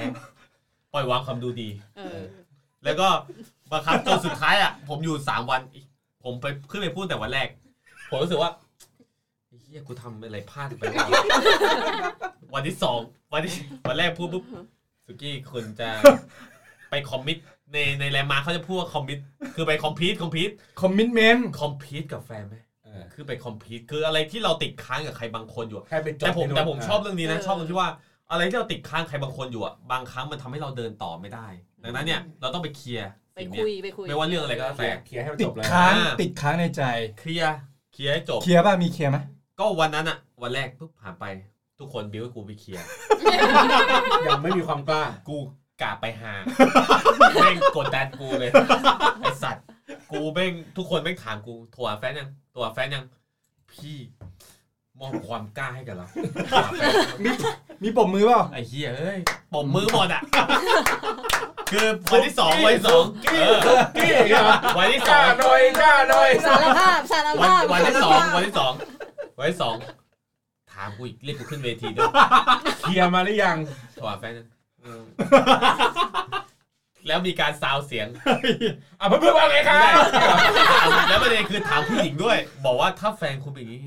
S2: ปล่อยวางความดูดี
S8: เออ
S2: แล้วก็บังคับจนสุดท้ายอ่ะ ผมอยู่สามวัน ผมไปขึ้นไปพูดแต่วันแรก ผมรู้สึกว่าไอ้เฮียกูทำอะไรพลาดไปวะวันที่สองวันที่วันแรกพูดปุ๊บสุกี้คุณจะ <laughs> ไปคอมมิตในในแรมมาร์คเขาจะพูดว่าคอมมิตคือไปคอมพีทคอมพีท
S3: คอมมิชเมนต์
S2: คอมพีทกับแฟนไหมคือไปคอมพีทคืออะไรที่เราติดค้างกับใครบางคนอยู่อะ
S4: ใครเป็นจด
S2: แต่ผม
S4: ในโน้ต
S2: แต่ผม
S4: อ่ะ
S2: ชอบเรื่องนี้นะชอบตรงที่ว่า อะไรที่เราติดค้างใครบางคนอยู่อ่ะบางครั้งมันทำให้เราเดินต่อไม่ได้ ดังนั้นเนี่ยเราต้องไปเคลียร์
S8: ไป
S2: สิ่งเนี้ย
S8: คุยไปคุย
S2: ไม่ว่าเรื่องอะไรก็แล้วแต่
S4: เคลียร์ให้มัน
S3: ติ
S4: จ
S3: ด
S4: บเลย
S3: ค้าง
S2: อ่า
S3: ติดค้างในใจ
S2: เคลียร์เคลียร์ให้จบ
S3: เคลียร์ป่ะมีเคลียร์ไหม
S2: ก็วันนั้นอะวันแรกปุ๊บผ่านไป ทุกคนบิ้วให้กูไปเคลียร์
S4: <laughs> ยังไม่มีความกล้า
S2: กูกาไปหาแม่งกดดันกูเลยไอสัตว์ กูแม่งทุกคนแม่งถามกูโทรหาแฟนยังโทรหาแฟนยัง พี่มอบความกล้าให้กับเราโทรหาแฟน
S3: มีปมมือเปล่า
S2: ไอ้เหี้ยเอ้ยปมมือหม <laughs> ดอะคือวันที่สองวันที่สองเออ
S4: กี้เหรอ
S2: วันที่ส
S4: กล้า
S2: อง
S4: หน่อยกล้าหน่อย
S15: สารภาพสาร
S2: วัน
S15: ภาพ
S2: วันที่สองวันที่สองวันที่สองถามกูอีกเรียกกูขึ้นเวทีด้วย
S4: เคลียร์มาหรือยัง
S2: ถวาแฟนนะเออแล้วมีการซาวเสียง
S4: อ่ะเพื่อนๆว่าไงครับ
S2: แล้วประเด็นคือถามผู้หญิงด้วย บอกว่าถ้าแฟนคุณเป็นอย่างนี้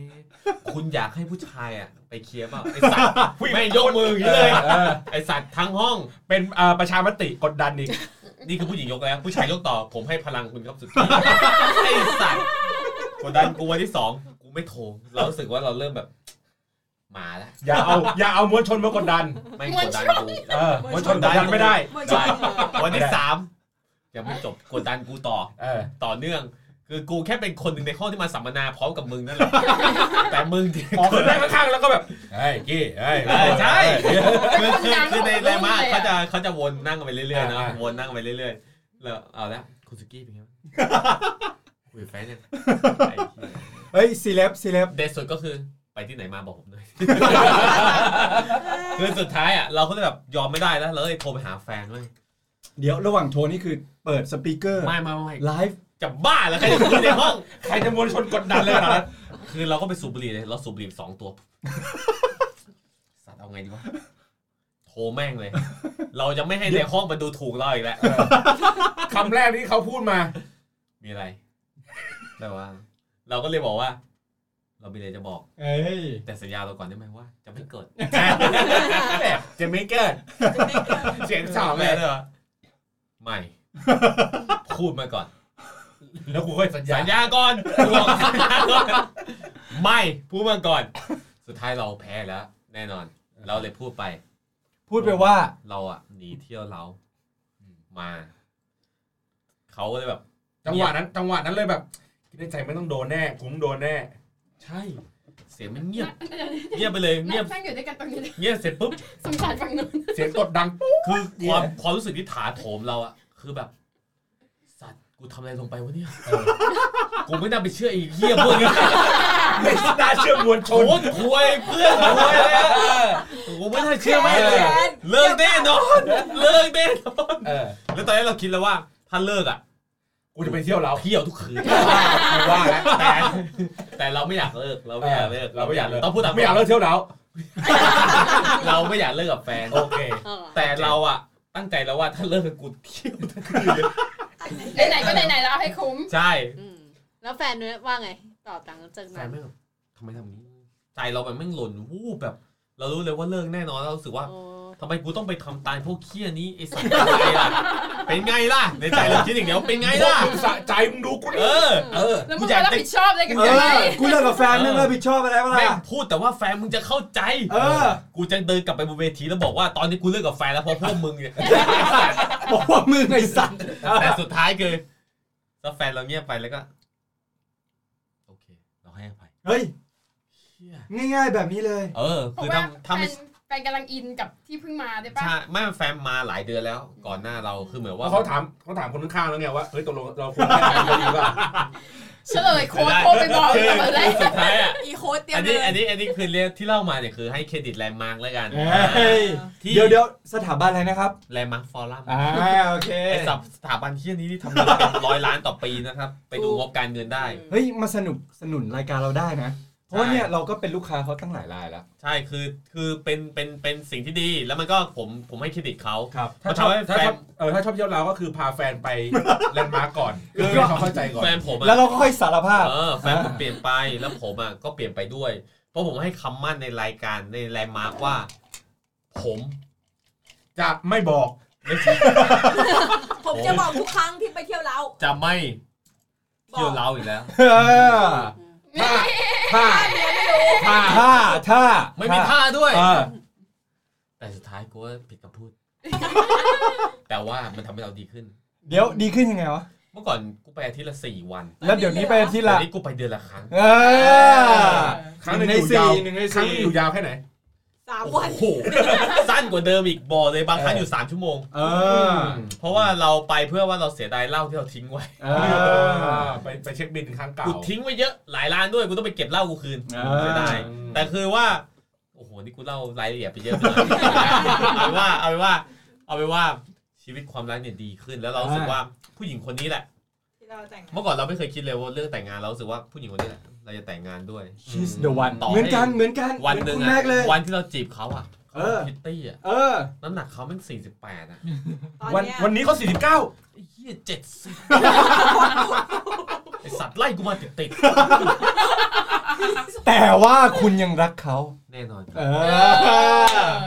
S2: คุณอยากให้ผู้ชายอ่ะ ไปเคลียร์เปล่าไอสัตว์ไม่ยกมืออย่างนี้เลย
S4: เออ
S2: ไอสัตว์ทั้งห้อง
S4: เป็นอ่าประชามติกดดันอีก
S2: นี่คือผู้หญิงยกแล้ว ผู้ชายยกต่อ ผมให้พลังคุณครับสุดที่ไอสัตว์กดดันกูวันที่สองกูไม่โทรเรารู้สึกว่าเราเริ่มแบบหมาแล้ว
S4: อย่าเอาอย่าเอามวลชนมากดดัน
S2: ไม่กดดันกู
S4: เออมวลชนกดดันไม่ได้
S2: ได้วันที่สามยังไม่จบกดดันกูต่อ
S4: เออ
S2: ต่อเนื่อง คือกูแค่เป็นคนหนึ่งในห้องที่มาสัมมนาพร้อมกับมึงนั่นแห <laughs> ละแต่มึงที่
S4: ออกคนแรกข้างๆแล้วก็แบบเฮ้ยกี้เฮ้ย
S2: เออใช่คือคือคือในแรมาเขาจะเขาจะวนนั่งไปเรื่อยๆเนอะ
S4: อ่า
S2: วนนั่งไปเรื่อยๆแล้วเอาละคุณสุกี้เป็น <laughs> ไงบ้างคุยกับแฟนยังไอ้เหี้ย
S3: เฮ้ยซีเลบซีเลบ
S2: เด็ดสุดก็คือไปที่ไหนมาบอก <laughs> ผมหน่อย คือสุดท้ายอ่ะเราก็เลยแบบยอมไม่ได้แล้วเราเลยโทรไปหาแฟนเลย
S3: เดี๋ยวระหว่างโชว์นี่คือเปิดสปีกเกอร์
S12: ไม่ไม่ไม่
S3: ไลฟ์
S2: จะบ้าแล้วใครจะคุยในห้อง
S3: ใครจะมวลชนกดดันเลยนะ
S2: คือเราก็ไปสูบบุหรี่เลย เราสูบบุหรี่สองตัว สัตว์เอาไงดีวะ โทรแม่งเลย เราจะไม่ให้ในห้องมันดูถูกเราอีกแล้ว
S4: คำแรกที่เขาพูดมา
S2: มีอะไร แต่ว่า เราก็เลยบอกว่า เรามีอะไรจะบอก
S3: เอ้ย
S2: แต่สัญญาเราก่อนได้ไหมว่า จะไม่เกิด
S4: แบบจะไม่เกิดเสียงสาวเลย
S2: เหรอไม่ พูดมาก่อน
S4: แล้วกูค่อยสัญญา
S2: สัญญาก่อนกูบอกสัญญาก่อน <laughs> ไม่ พูดมาก่อน สุดท้ายเราแพ้แล้ว แน่นอน เราเลยพูดไป
S3: พูดไปว่า
S2: เราอะหนีเที่ยวเรามา เขาก็เลยแบบ
S4: จังหวะนั้น จังหวะนั้นเลยแบบคิดในใจไม่ต้องโดนแน่กูต้องโดนแน่
S2: ใช่ เสียงมันเงียบ เงียบไปเลยเงียบ
S9: นั่งอยู่ด้วยกันตรงนี้เลย
S2: เงียบเสร็จปุ๊บ
S9: <laughs> สงสารฝั่งนู้น
S4: เสียงกดดัง
S2: คือความความรู้สึกที่ถาโถมเราอะคือแบบ สัตว์กูทำอะไรลงไปวะเนี่ยกูไม่น่าไปเชื่อไอ้เหี้ยพวกนี้
S4: ไม่น่าเชื่อมวลชน
S2: โคตรควยเพื่อนควยเลยอะเออกูไม่น่าเชื่อไม่งเลยเลิกแน่นอนเลิกแน่นอนแล้วตอนแรกเราคิดแล้วว่า ถ้าเลิกอะ
S4: กูจะไปเที่ยวเรา
S2: เที่ยวทุกคืน
S4: ว่าแล้วแต่
S2: แต่เราไม่อยากเลิกเราไม่อยากเลิก
S4: เราไม่อยากเลิก
S2: ต้องพูดตาม
S4: ไม่อยากเลิกเที่ยวเรา
S2: เราไม่อยากเลิกกับแฟน
S4: โอเค
S2: แต่เราอะตั้งใจแล้วว่าถ้าเลิกกูเที่ยวทั้งคืน
S9: ไหนๆก็ไหนๆแล้วเอาให้คุ้ม
S2: ใช่
S8: แล้วแฟนเนี่ยว่าไงตอบต่างจาก
S2: แฟ
S8: นั้นน
S2: ไม่งแบบทำไมทำนี้ ใจเราแบบไม่งหล่นวูบแบบ เรารู้เลยว่าเลิกแน่นอนเรารู้สึกว่าทำไมกูต้องไปทำตายพวกเคี้ยนี้ไอ้สัตว์เป็นไงล่ะเป็นไงล่ะในใจเราคิดอย่างเดียวเป็นไงล่ะ
S4: มึงสะใจมึงดูกูดิ
S2: เออเออ
S9: แล้วมึงจะรับผิดชอบอะไรกับใจ
S3: กูเลิกกับแฟนไม่เลิกผิดชอบอะไรบ้าง
S2: แม่ง
S3: ล่ะ
S2: พูดแต่ว่าแฟนมึงจะเข้าใจ
S3: เออ
S2: กูจะเดินกลับไปบนเวทีแล้วบอกว่าตอนนี้กูเลิกกับแฟนแล้วเพราะพวกมึงเนี่ย
S3: บอกว่ามึงไอ้สัตว์
S2: แต่สุดท้ายคือแล้วแฟนเราเงียบไปแล้วก็โอเค เราให้อภัย
S3: เฮ้ยง่ายๆแบบนี้เลย
S2: เออ
S9: เพราะ
S2: คือ
S9: ว่า
S2: ทำทำไม่
S9: แฟนแฟนกำลังอินกับที่เพิ่งมาได้ปะ
S2: ใช่ไม่แฟนมาหลายเดือนแล้ว ก่อนหน้าเราคือเหมือน
S4: เพ
S2: ว่า
S4: ราะเขาถามเขาถามคนข้างๆแล้วไงว่าเฮ้ยตกลงเราควรแก้ไขดีป่ะ
S9: เฉลยโค้ดโค้ดไปบอก
S2: คือ
S9: เลย
S2: สุดท้ายอ่ะ
S5: อีโค้ดเตรีย
S2: อั
S5: ม
S2: น
S5: เล
S2: นี้
S5: ย
S2: อันนี้อันนี้คือเรียกที่เล่ามาเนี่ยคือให้เครดิตแลนด์มาร์กแล้วกัน
S3: เฮ้ย
S2: ที่
S3: เดี๋ยวเดี๋ยวสถาบันอะไรนะครับ
S2: แลนด์มาร์กฟอรัม
S3: อ่าโอเค
S2: ไอสับสถาบันที่นี้ที่ทำเงินเป็นร้อยล้านต่อปีนะครับ ไปดูงบการเงินได้
S3: เฮ้ย มาสนุกสนุนรายการเราได้นะ เพราะว่าเนี่ยเราก็เป็นลูกค้าเขาตั้งหลายรายแล้ว
S2: ใช่คือคือเป็นเป็นเป็นสิ่งที่ดีแล้วมันก็ผมผมให้เครดิตเขา
S4: ครับ
S2: เพ
S4: ถ้า
S2: ราะ
S4: ชอบ
S2: ทำให้แฟ
S4: ถ้าชอน บเออถ้าชอบเที่ยวเราก็คือพาแฟน
S3: <laughs>
S4: ไปแลนด์มาร์กก่อน
S3: คือ
S4: ให้เขาเข้าใจก่อน
S2: แฟนผมอะ
S3: แล้วเราก็ค่อยสารภาพ
S2: เออแฟนผมเปลี่ยนไปแล้วผมอ่ะก็เปลี่ยนไปด้วย เพราะผมให้คำมั่นในรายการในแลนด์มาร์กว่า ผม
S4: จะไม่บอก
S2: ไม่ใช่
S5: ผมจะบอกทุกครั้งที่ไปเที่ยวเรา
S2: จะไม่
S5: บ
S2: เที่ย
S5: อ
S2: ว
S5: ก
S2: เราอีกแล้ว
S3: เออ
S4: ถ้าถ้าถ้า
S3: ท่าท่า
S2: ไม่มีท่าด้วย
S3: เออ
S2: แต่สุดท้ายกูว่าผิดคำพูด <laughs> แต่ว่ามันทำให้เราดีขึ้น
S3: เดี๋ยวดีขึ้นยังไงวะ
S2: เมื่อก่อนกูไปอาทิตย์ละสี่วัน
S3: แล้วเดี๋ยวนี้ไป
S2: เดี๋
S3: ที่
S2: ย
S3: ละ
S2: วนี้กูไปเดือนละครั้ง
S3: เออ
S4: ครั้งหนึ่ง
S3: ใน
S4: อยู่
S3: สี่
S4: ยาว
S3: หนึ่งใน
S4: ครั้ง
S3: สี่
S4: หนึ่งอยู่ยาวแค่ไหน
S5: สาม
S2: โอ้
S5: วัน
S2: โหสั้นกว่าเดิมอีกบอเลยบางครั้งอยู่สามชั่วโมง
S3: เออ
S2: เพราะว่าเราไปเพื่อว่าเราเสียดายเหล้าที่เราทิ้งไว้
S3: เออ
S4: ไปไปเช็คบินครั้งเก่า
S2: กูทิ้งไว้เยอะหลายร้านด้วยกูต้องไปเก็บเหล้ากูคืน
S3: อ่า
S2: เสียดายแต่คือว่า โอ้โหนี่กูเล่ารายละเอียดไปเยอะไปหน่อย <laughs> เอาเป็นว่าเอาเป็นว่า เอาเป็นว่าชีวิตความรักเนี่ยดีขึ้น แล้วเรารู้สึกว่าผู้หญิงคนนี้แหละ
S5: ที่เราแต่งงาน
S2: เมื่อก่อนเราไม่เคยคิดเลยว่าเรื่องแต่งงานเรารู้สึกว่าผู้หญิงคนนี้แหละเราจะแต่งงานด้วย
S3: she's the one
S2: ต่อ
S3: เห
S2: ให้
S3: มือนกันเหมือนกัน
S2: วันหนึ่ง
S3: เหมือคุณ
S2: อะ
S3: แม่เลย
S2: วันที่เราจีบเขาอะ
S3: เออ
S2: พิตตี้อะ
S3: เออ
S2: น้ำหนักเขาแม่งสี่สิบแปดอะ
S5: ตอน
S3: วัน
S5: เนี้ย
S3: วันนี้เขาสี่สิบเก้า
S2: ไอ้เหี้ยเจ็ดสิบไอสัตว์ไล่กูมาติดติด
S3: แต่ว่าคุณยังรักเขา
S2: ๆแน่นอนครับ
S3: เอ
S9: เอ
S3: อ
S9: อ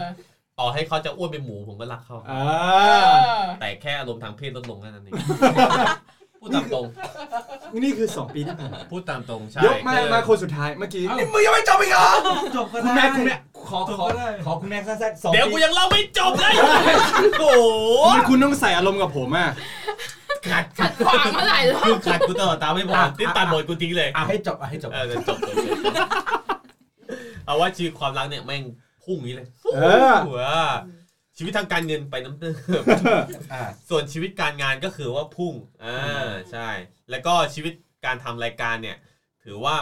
S2: ต่อให้เขาจะอ้วนเป็นหมูผมก็รักเขา
S3: เอ
S9: เอ
S3: อ
S9: อ
S2: แต่แค่อารมณ์ทางเพศลดลงแค่นั้นเอง <laughs> พูดตามตรง
S3: นี่คือสองปีที่ผ่านมา
S2: พูดตามตรงใช่
S3: เดี๋ยวมา
S2: คือ
S3: มาคนสุดท้ายเมื่อกี้
S4: มึงยังไม่จบอีกเหรอ
S13: จบก็
S3: คุณ
S13: ได้
S3: แม่คุณแม่ขอ
S13: จบ
S3: ขอ
S13: ก็ได้
S3: ขอคุณแม่สั้นๆสอง
S2: เดี๋ยว
S3: ปี
S2: กูยังเล่าไม่จบเลย โอ้โห
S3: ทำไมคุณต้องใส่อารมณ์กับผมอ่ะ
S2: ขัด
S9: ขัดขวางมาหลายรอบ
S2: คือขัดกูตลอดตามไม่พอนี่ตัดบทกูทิ้งเลย
S4: อ่ะให้จบอ่ะให้จบ
S2: เออเดี๋ยวจบจบจบเอาว่าชีวิตความรักเนี่ยแม่งพุ่งอย่างนี้เลย
S3: เออ
S2: หัวชีวิตทางการเงินไปน้ำเติม
S4: อ่ะ
S2: ส่วนชีวิตการงานก็คือว่าพุ่งอ่าใช่ แล้วก็ชีวิตการทำรายการเนี่ย ถือว่า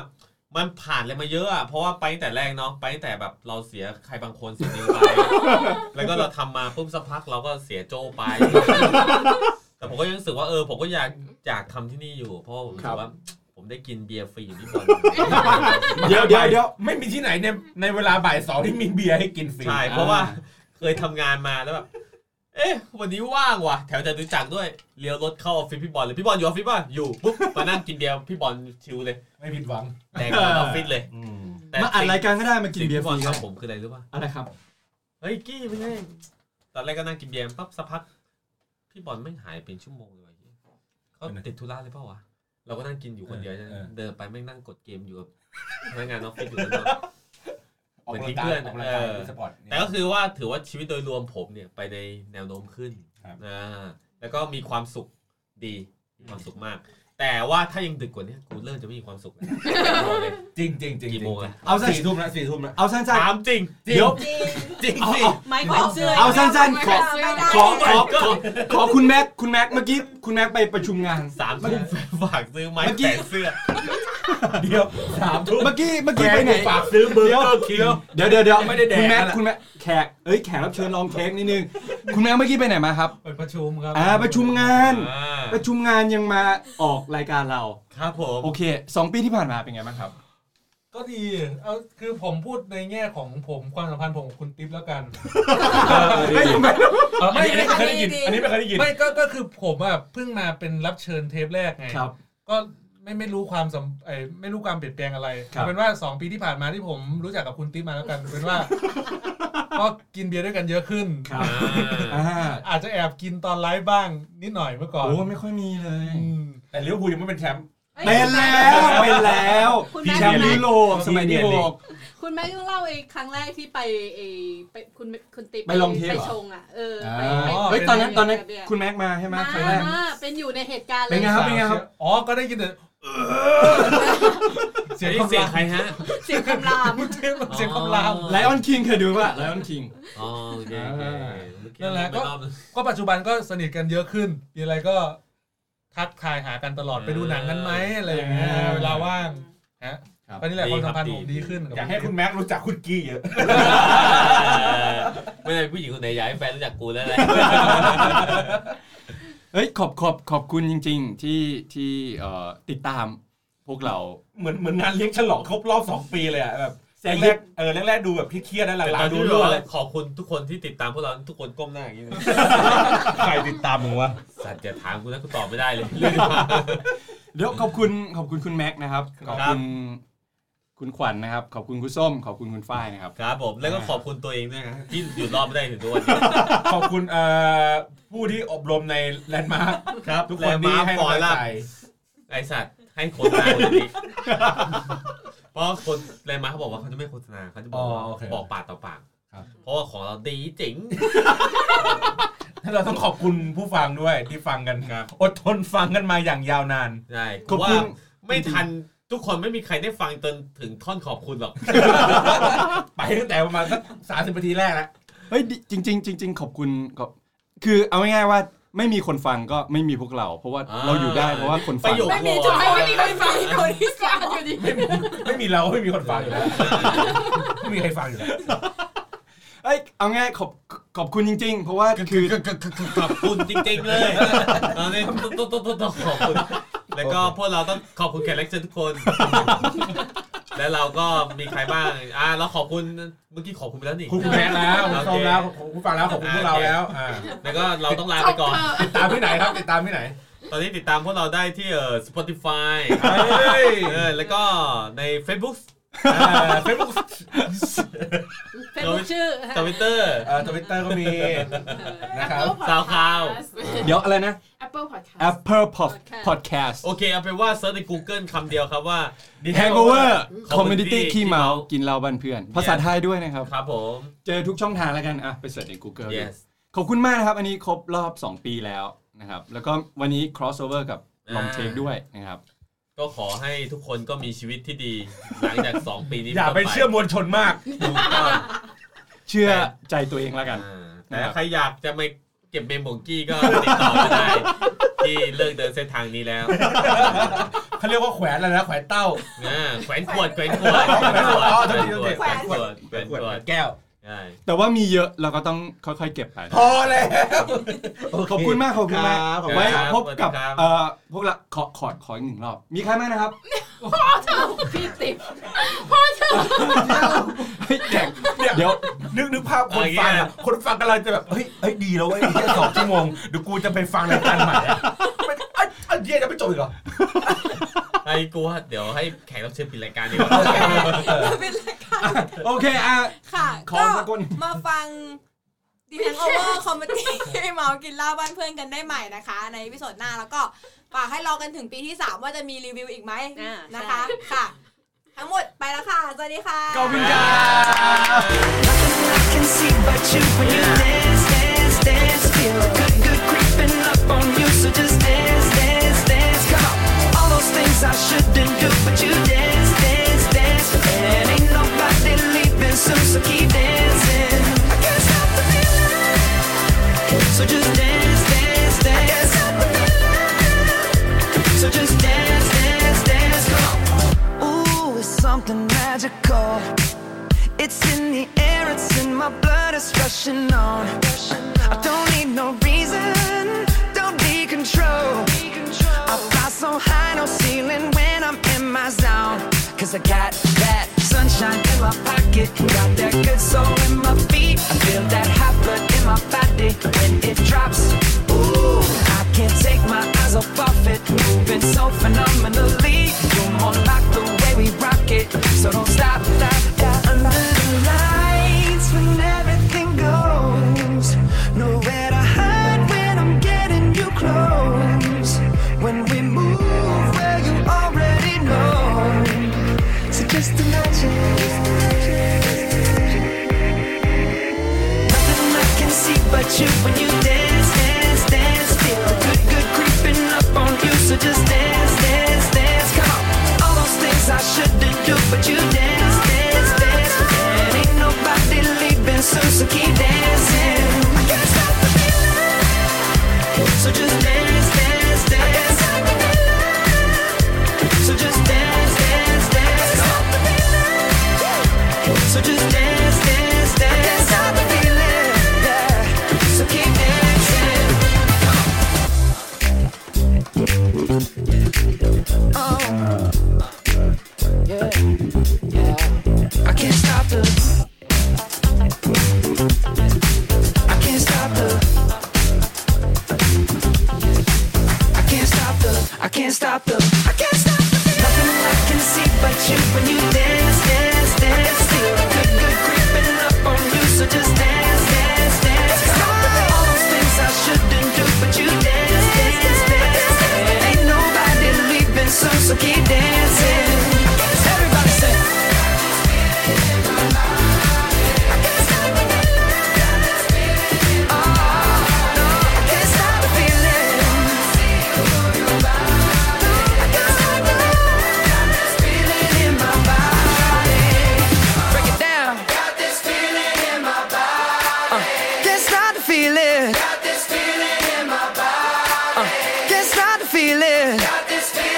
S2: มันผ่านอะไรมาเยอะอะเพราะว่าไปตั้งแต่แรกเนาะไปตั้งแต่แบบเราเสียใครบางคนเสียนิ้วไป <laughs> แล้วก็เราทำมาปุ๊บสักพักเราก็เสียโจไป แต่ผมก็ยังรู้สึกว่าเออผมก็อยากอยากทำที่นี่อยู่ เพราะว่าผมรู้สึกว่า ผมได้กินเบียร์ฟรีอยู่ที่บอล
S4: เดี๋ยวเดี๋ยวเดี๋ยวไม่มีที่ไหนในในเวลาบ่ายสองที่มีเบียร์ให้กินฟรี
S2: ใช่ เพราะว่า <laughs> เคยทำงานมาแล้วแบบ เอ๊ะ วันนี้ว่างว่ะ แถวจตุจักรด้วย เลี้ยวรถเข้าออฟฟิศพี่บอลเลย พี่บอลอยู่ออฟฟิศป่ะ อยู่ ปุ๊บ มานั่งกินเบียร์ พี่บอลชิลเลย
S3: ไม่ผิดหวัง
S2: แดกเหมือนออฟฟิศเลยแต่
S3: มาอัดรายการก็ได้มากิน
S2: สิ่ง
S3: เบีย
S2: ที่พี่
S3: ร์ฟ
S2: บอ
S3: รี
S2: ล
S3: ค
S2: ค
S3: รั
S2: รั
S3: บบ
S2: ผมคืออะไรรู้ป่ะ
S3: อะไรครับ
S2: เฮ้ย กี้ไม่ใช่ตอนแรกก็นั่งกินเบียร์ ปั๊บ สักพัก พี่บอลไม่งหายเป็นชั่วโมงเลยว่ะเหี้ยเขาติดธุระเลยเปล่าวะ เราก็นั่งกินอยู่คนเดียวใช่ไหมเดินไปไม่งนั่งกดเกมอยู่กับ <laughs> พนักงานออฟฟิศอยู่คนเดียว เหมือนที่เพื่อน
S4: ออกกำลั
S2: เอก
S4: งาย
S2: อ
S4: ดูสปอร์ตเนี่ย
S2: แต่ก็คือว่าถือว่าชีวิตโดยรวมผมเนี่ยไปในแนวโน้มขึ้นอ่าแล้วก็มีความสุขดีมีความสุขมาก แต่ว่าถ้ายังดึกกว่านี้กูเริ่มจะไม่มีความสุขแล้ว
S4: จริงจริงจริง
S2: กี่โมงอะ
S4: เอาสี่ทุ่มละสี่ทุ่มละ
S3: เอาสั้น
S2: ถามจริง
S4: เดี๋ยว
S2: จริงสิ
S8: ไม้แขวนเสื้อ
S3: เอาสั้นๆ ขอ
S5: ไม่ได้
S3: ขอ ขอ ขอขอคุณแม็ก คุณแม็ก เมื่อกี้ คุณแม็กไปประชุมงาน
S2: สามทุ่ม ฝากซื้อไม้
S3: เมื่อ
S2: แข
S3: กี้
S2: วนเสื้อ
S4: เดี๋ยวสามทุ่ม
S3: เมื่อกี้ เมื่อกี้ไปไหน
S4: ฝากซื้อเบอร์เกอร์คิว
S3: เดี๋ยวเดี๋ยวเดี๋ยว
S4: ไม่ได้แดก
S3: คุณแม็ก
S4: นะ
S3: คุณแม็ก แขก เอ้ย แขกรับเชิญลองเค้กนิดนึง คุณแม็กเมื่อกี้ไปไหนมาครับ
S13: ไปประชุมครับ
S3: อ่า ประชุมงาน
S2: อ่า
S3: ประชุมงานยังมาออกรายการเรา
S2: ครับผม
S3: โอเคสองปีที่ผ่านมาเป็นไงบ้างครับ
S13: ก็ดีเอาคือผมพูดในแง่ของผมความสัมพันธ์ผมกับคุณติ๊บแล้วกัน
S4: ไม่ไม่เคยได้ยิน อันนี้ไม่เคยได้ยิน
S13: ไม่ก็ก็คือผมอ่ะเพิ่งมาเป็นรับเชิญเทปแรกไง
S3: ครับ
S13: ก็ไม่ไม่รู้ความสำไอไม่รู้ความเปลี่ยนแปลงอะไร
S3: ครับ
S13: เอาเป็นว่า 2 ปีที่ผ่านมาที่ผมรู้จักกับคุณติ๊บมาแล้วกันเอาเป็นว่า <laughs> ก็กินเบียร์ด้วยกันเยอะขึ้น
S3: ครับ
S2: อ่า
S3: อ่า
S13: อาจจะแอบกินตอนไลฟ์บ้างนิดหน่อยเมื่อก่อน
S3: โอ้ไม่ค่อยมีเลย
S13: อืม
S4: แต่ลิเวอร์พูลยังไม่เป็นแชมป์
S3: เป็นแล้ว เป็นแล้ว
S8: คุณ
S3: พี่
S8: แม็ก
S3: แชมป์ยุโรปสมัยยุโรป
S8: คุณแม็กต้องเล่าไอ้ครั้งแรกที่ไปไอ้ไปคุณคุณติ๊บ
S3: ไปลองเทป
S8: ไป
S3: เหรอ
S8: ชงอ่ะเออ
S3: อ่า
S8: ไปไป
S3: เฮ้ยตอนนั้นตอนนั้น
S8: ไป
S3: คุณแม็กมาใช่ไหม
S8: มา
S3: ครั้งแรก
S8: มาเป็นอยู่ในเหตุการณ์เล
S3: เป็
S8: ย
S3: นไงครับ เป็นไงครับ
S13: อ๋อก็ได้ยิน
S4: <laughs>
S13: แต่เออเสี
S2: เสี
S13: ย
S2: ย
S13: ง
S2: ง
S13: คำ
S2: เสีย
S13: ราง ม
S2: ใครฮะ
S8: เสียงคำราม
S13: เสียงเสียงคำราม
S3: ไลออนคิงเคยดูป่ะไลออนคิง
S2: อ๋อโอเคโอเคโอเค
S13: นั่นแหละก็
S2: ไม่รอบนึง
S13: ก็ปัจจุบันก็สนิทกันเยอะขึ้น มีอะไรก็ทักทายหากันตลอด
S2: เออ
S13: ไปดูหนังกันไหมอะไรอย่างเงี้ย
S3: เออ
S13: เวลาว่างฮะ
S4: ครับ
S13: ตอนนี้แหละความสัมพันธ์ผมดีขึ้น
S4: อยากให้คุณแม็กรู้จักคุณกี้เยอะ
S2: ไม่ได้ผู้หญิงคนไหนอยากให้แฟนรู้จักกูแล้วแหละ
S3: เฮ้ยขอบขอบขอบคุณจริง ๆ ที่ที่เอ่อติดตามพวกเรา
S4: เหมือนเหมือนงานเลี้ยงฉลองครบรอบสองปีเลยอะแบบ
S3: แซงยิ
S4: แร
S3: บ
S4: กๆเออแรกๆดูแบบเครียดๆนะหลั
S2: แต่ตอ
S4: ง
S2: น
S4: ๆดู
S2: ที่
S4: เรื่
S2: เรา
S4: อะไร
S2: ขอบคุณทุกคนที่ติดตามพวกเราทุกคนก้มหน้าอย่างนี้เลย
S4: ใครติดตามมึงวะ
S2: สัตว์จะถามกูแล้วกูตอบไม่ได้เลยเรื่องนี้มา
S3: เดี๋ยวขอบคุณขอบคุณคุณแม็กนะครับ
S2: ครับ
S3: ขอบคุณคุณขวัญนะครับ ขอบคุณคุณส้ม ขอบคุณคุณฝ้ายนะครับ
S2: ครับผมแล้วก็ขอบคุณตัวเองด้วยนะที่อยู่รอดไม่ได้ถึงทุกวันนี้
S4: ขอบคุณเอ่อผู้ที่อบรมในแลนด์มาร์ค
S2: ครับ
S4: ทุก
S2: แล
S4: คน
S2: นด์
S4: ที่
S2: มาร์ค
S4: ให้
S2: ฟอย
S4: กำลั
S2: ล่าง
S4: ใจ
S2: ไอสัตว์ให้โฆษณาคน <laughs> นี้เพราะคนแลนด์มาร์คเขาบอกว่าเขาจะไม่โฆษณาเขาจะบอกว่า
S13: อ๋อโอเค
S2: บอกปากต่อปากเพราะว่าของเราดีจริง
S4: ให้เราต้องขอบคุณผู้ฟังด้วยที่ฟังกัน
S2: ครับ
S4: อดทนฟังกันมาอย่างยาวนาน
S2: ใช่
S3: ข
S2: กู
S3: อบ
S2: ว่า
S3: คุณ
S2: ไม่ทันทุกคนไม่มีใครได้ฟังจนถึงท่อนขอบคุณหรอก
S4: ไปตั้งแต่ประมาณสักสามสิบนาทีแรกแล้ว
S3: เฮ้ยดิจริงๆจริงๆขอบคุณขอบคือเอาง่ายๆว่าไม่มีคนฟังก็ไม่มีพวกเรา เพราะว่า
S2: อ่า
S3: เราอยู่ได้เพราะว่าคน
S2: ป
S3: ฟั
S2: ระ
S3: ง
S2: โยค
S5: ไม่มีจอยไม่มีใครฟังคนที่สามอยู่ดี
S4: ไม่มีเราไม่มีคนฟังอยู่แล้วไม่มีใครฟังอยู่แล้ว
S3: เอ้ยเอาง่ายขอบขอบคุณจริง ๆ เพราะว่าคือ
S2: ขอบคุณจริงๆเลย ตอนนี้ต้องต้องต้องต้องขอบคุณ แล้วก็พวกเราต้องขอบคุณแขกรับเชิญทุกคน และเราก็มีใครบ้าง อ่าเราขอบคุณ เมื่อกี้ขอบคุณไปแล้วนี่
S4: ขอบคุณคุณแม็กแล้วขอบคุณส้มแล้วขอบคุณผู้ฟังแล้วขอบคุณพวกเราแล้วอ่า
S2: แล้วก็เราต้องลาไปก่อน
S4: ติดตามที่ไหนครับติดตามที่ไหน
S2: ตอนนี้ติดตามพวกเราได้ที่เอ่อ Spotify
S4: ย
S2: เออแล้วก็ใน Facebook
S4: เฟซบุ๊ก
S8: เป็นลูกชื่อ
S2: Twitter
S4: ทวิตเตอร์ก็มี นะครับ
S2: SoundCloud
S3: เดี๋ยวอะไรนะ
S9: Apple Podcast <laughs>
S3: Apple Pod-
S9: Podcast
S3: Podcast
S2: โอเคเอาเป็นว่าเซิร์ชใน Google คำเดียวครับว่า
S3: Hangover
S2: Community
S3: Community ขี้เมา
S2: ขี้เมากิ
S3: กินเหล้าบ้านเพื่อน ภาษาไทยด้วยนะครับ
S2: ครับผม
S3: เจอทุกช่องทางแล้วกัน อ่ะ ไปเสิร์ชใน Google ดู
S2: yes
S3: ขอบคุณมากนะครับ อันนี้ครบรอบ 2 ปีแล้วนะครับ แล้วก็วันนี้ crossover กับลองเทคด้วยนะครับ
S2: ก็ขอให้ทุกคนก็มีชีวิตที่ดี หลังจาก 2 ปีนี้
S4: อย่าไปเชื่อมวลชนมาก
S2: ถูกต้อง
S3: เชื่อใจตัวเองแล้วกัน
S2: อ่าแต่ถ้าใครอยากจะไม่เก็บเมมของกี้ก็ติดต่อมาได้ ที่เลิกเดินเส้นทางนี้แล้ว
S3: เขาเรียกว่าแขวนอะไรนะ แขวนเต้า
S2: อ่าแขวนขวดแขวนขวด
S3: อ๋อโทษทีโทษที
S2: แขวนขวดแขวนขวดแขวนขวด
S3: แก้ว
S2: ใช่
S3: แต่ว่ามีเยอะเราก็ต้องค่อยๆเก็บไป
S2: พอแล้ว
S3: ขอบคุณมาก ขอบคุณมาก
S2: ครับขอบคุณ
S3: ไว้
S2: ครับ
S3: พบกับ
S2: สวัสดีครับ
S3: เอ่อพวกเราขอขอขออีกหนึ่งรอบ มีใครบ้างนะครับ
S9: พ่อเธอพี่ติ๊บพ่อเธอ
S4: เดี๋ยวนึกนึกภาพคนฟังอะคนฟังกำลังจะแบบเฮ้ยเฮ้ยดีแล้วเว้ยแค่สองชั่วโมงเดี๋ยวกูจะไปฟังรายการใหม่ <laughs> อะไม่เอ้ยเอ้ยเหี้ยจะไม่จบอีกเหรอ
S2: ไอ้กูว่าเดี๋ยวให้แขกรับเชิญปิดรายการดีกว่า
S5: เป็นรายการ
S3: โอเคอ่ะ
S5: ค่ะ
S2: ขอ
S5: ก็
S2: สักคน
S5: มาฟังดีแฮงโอเวอร์คอมเมดี้ <laughs> เมากินเหล้าบ้านเพื่อนกันได้ใหม่นะคะ ในพิโซดหน้าแล้วก็ฝากให้รอกันถึงปีที่ 3 ว่าจะมีรีวิวอีกไหมนะคะ ค่ะ ทั้งหมดไปแล้วค่ะ สวัสดีค่ะ
S1: ขอบคุณครับ can see but you when you dance, dance, dance. Feel the good, good creeping up on you. So just dance, dance, dance. Come on. All those things I shouldn't do, but you dance, dance, dance. And ain't nobody leaving soon, so keep dancing. I can't stop the feeling. So just dance, dance, dance. I can't stop the feeling. So just dance, dance, dance. Come on. Ooh, it's something magical. It's in the air, it's in my blood, it's rushing on. I don't need no reason, don't be control. I fly so high, no ceiling when I'm in my zone. Cause I got that sunshine in my pocket, got that good soul in my feet. I feel that hot blood in my body when it drops. Ooh, I can't take my eyes off of it, moving so phenomenally. You more like the way we rock it, so don't stop. stop, stop. Under the lights when everything goes, nowhere to hide when I'm getting you close. When we move where you already know, so just imagine. Nothing I can see but you when you dance, dance, dance. Feel the good, good creeping up on you. So just dance, dance, dance. Come on. All those things I shouldn't do, but you dance, dance, dance. And ain't nobody leaving soon, so keep dancing. I can't stop the feeling. So just dance, dance, dance. I can't stop the feeling. So just dance, dance, dance. I can't stop the feeling. So just dance, dance, dance. I can't stop the feeling. Yeah. So keep dancing. Oh. Yeah. Yeah. I can't stop the. I can't stop the. I can't stop the. I can't stop the. I can't stop the. Nothing I can see but you when you dance, dance, dance. Feel the good, good creeping up on you, so just dance, dance, dance. All those things I shouldn't do, but you dance, dance, dance. And ain't nobody leaving soon, so keep dancing. Everybody say. Ah, Got this Uh, feeling in my body. Can't stop to feel it. Got this Uh, feeling in my body. Can't stop to feel it. Got this feeling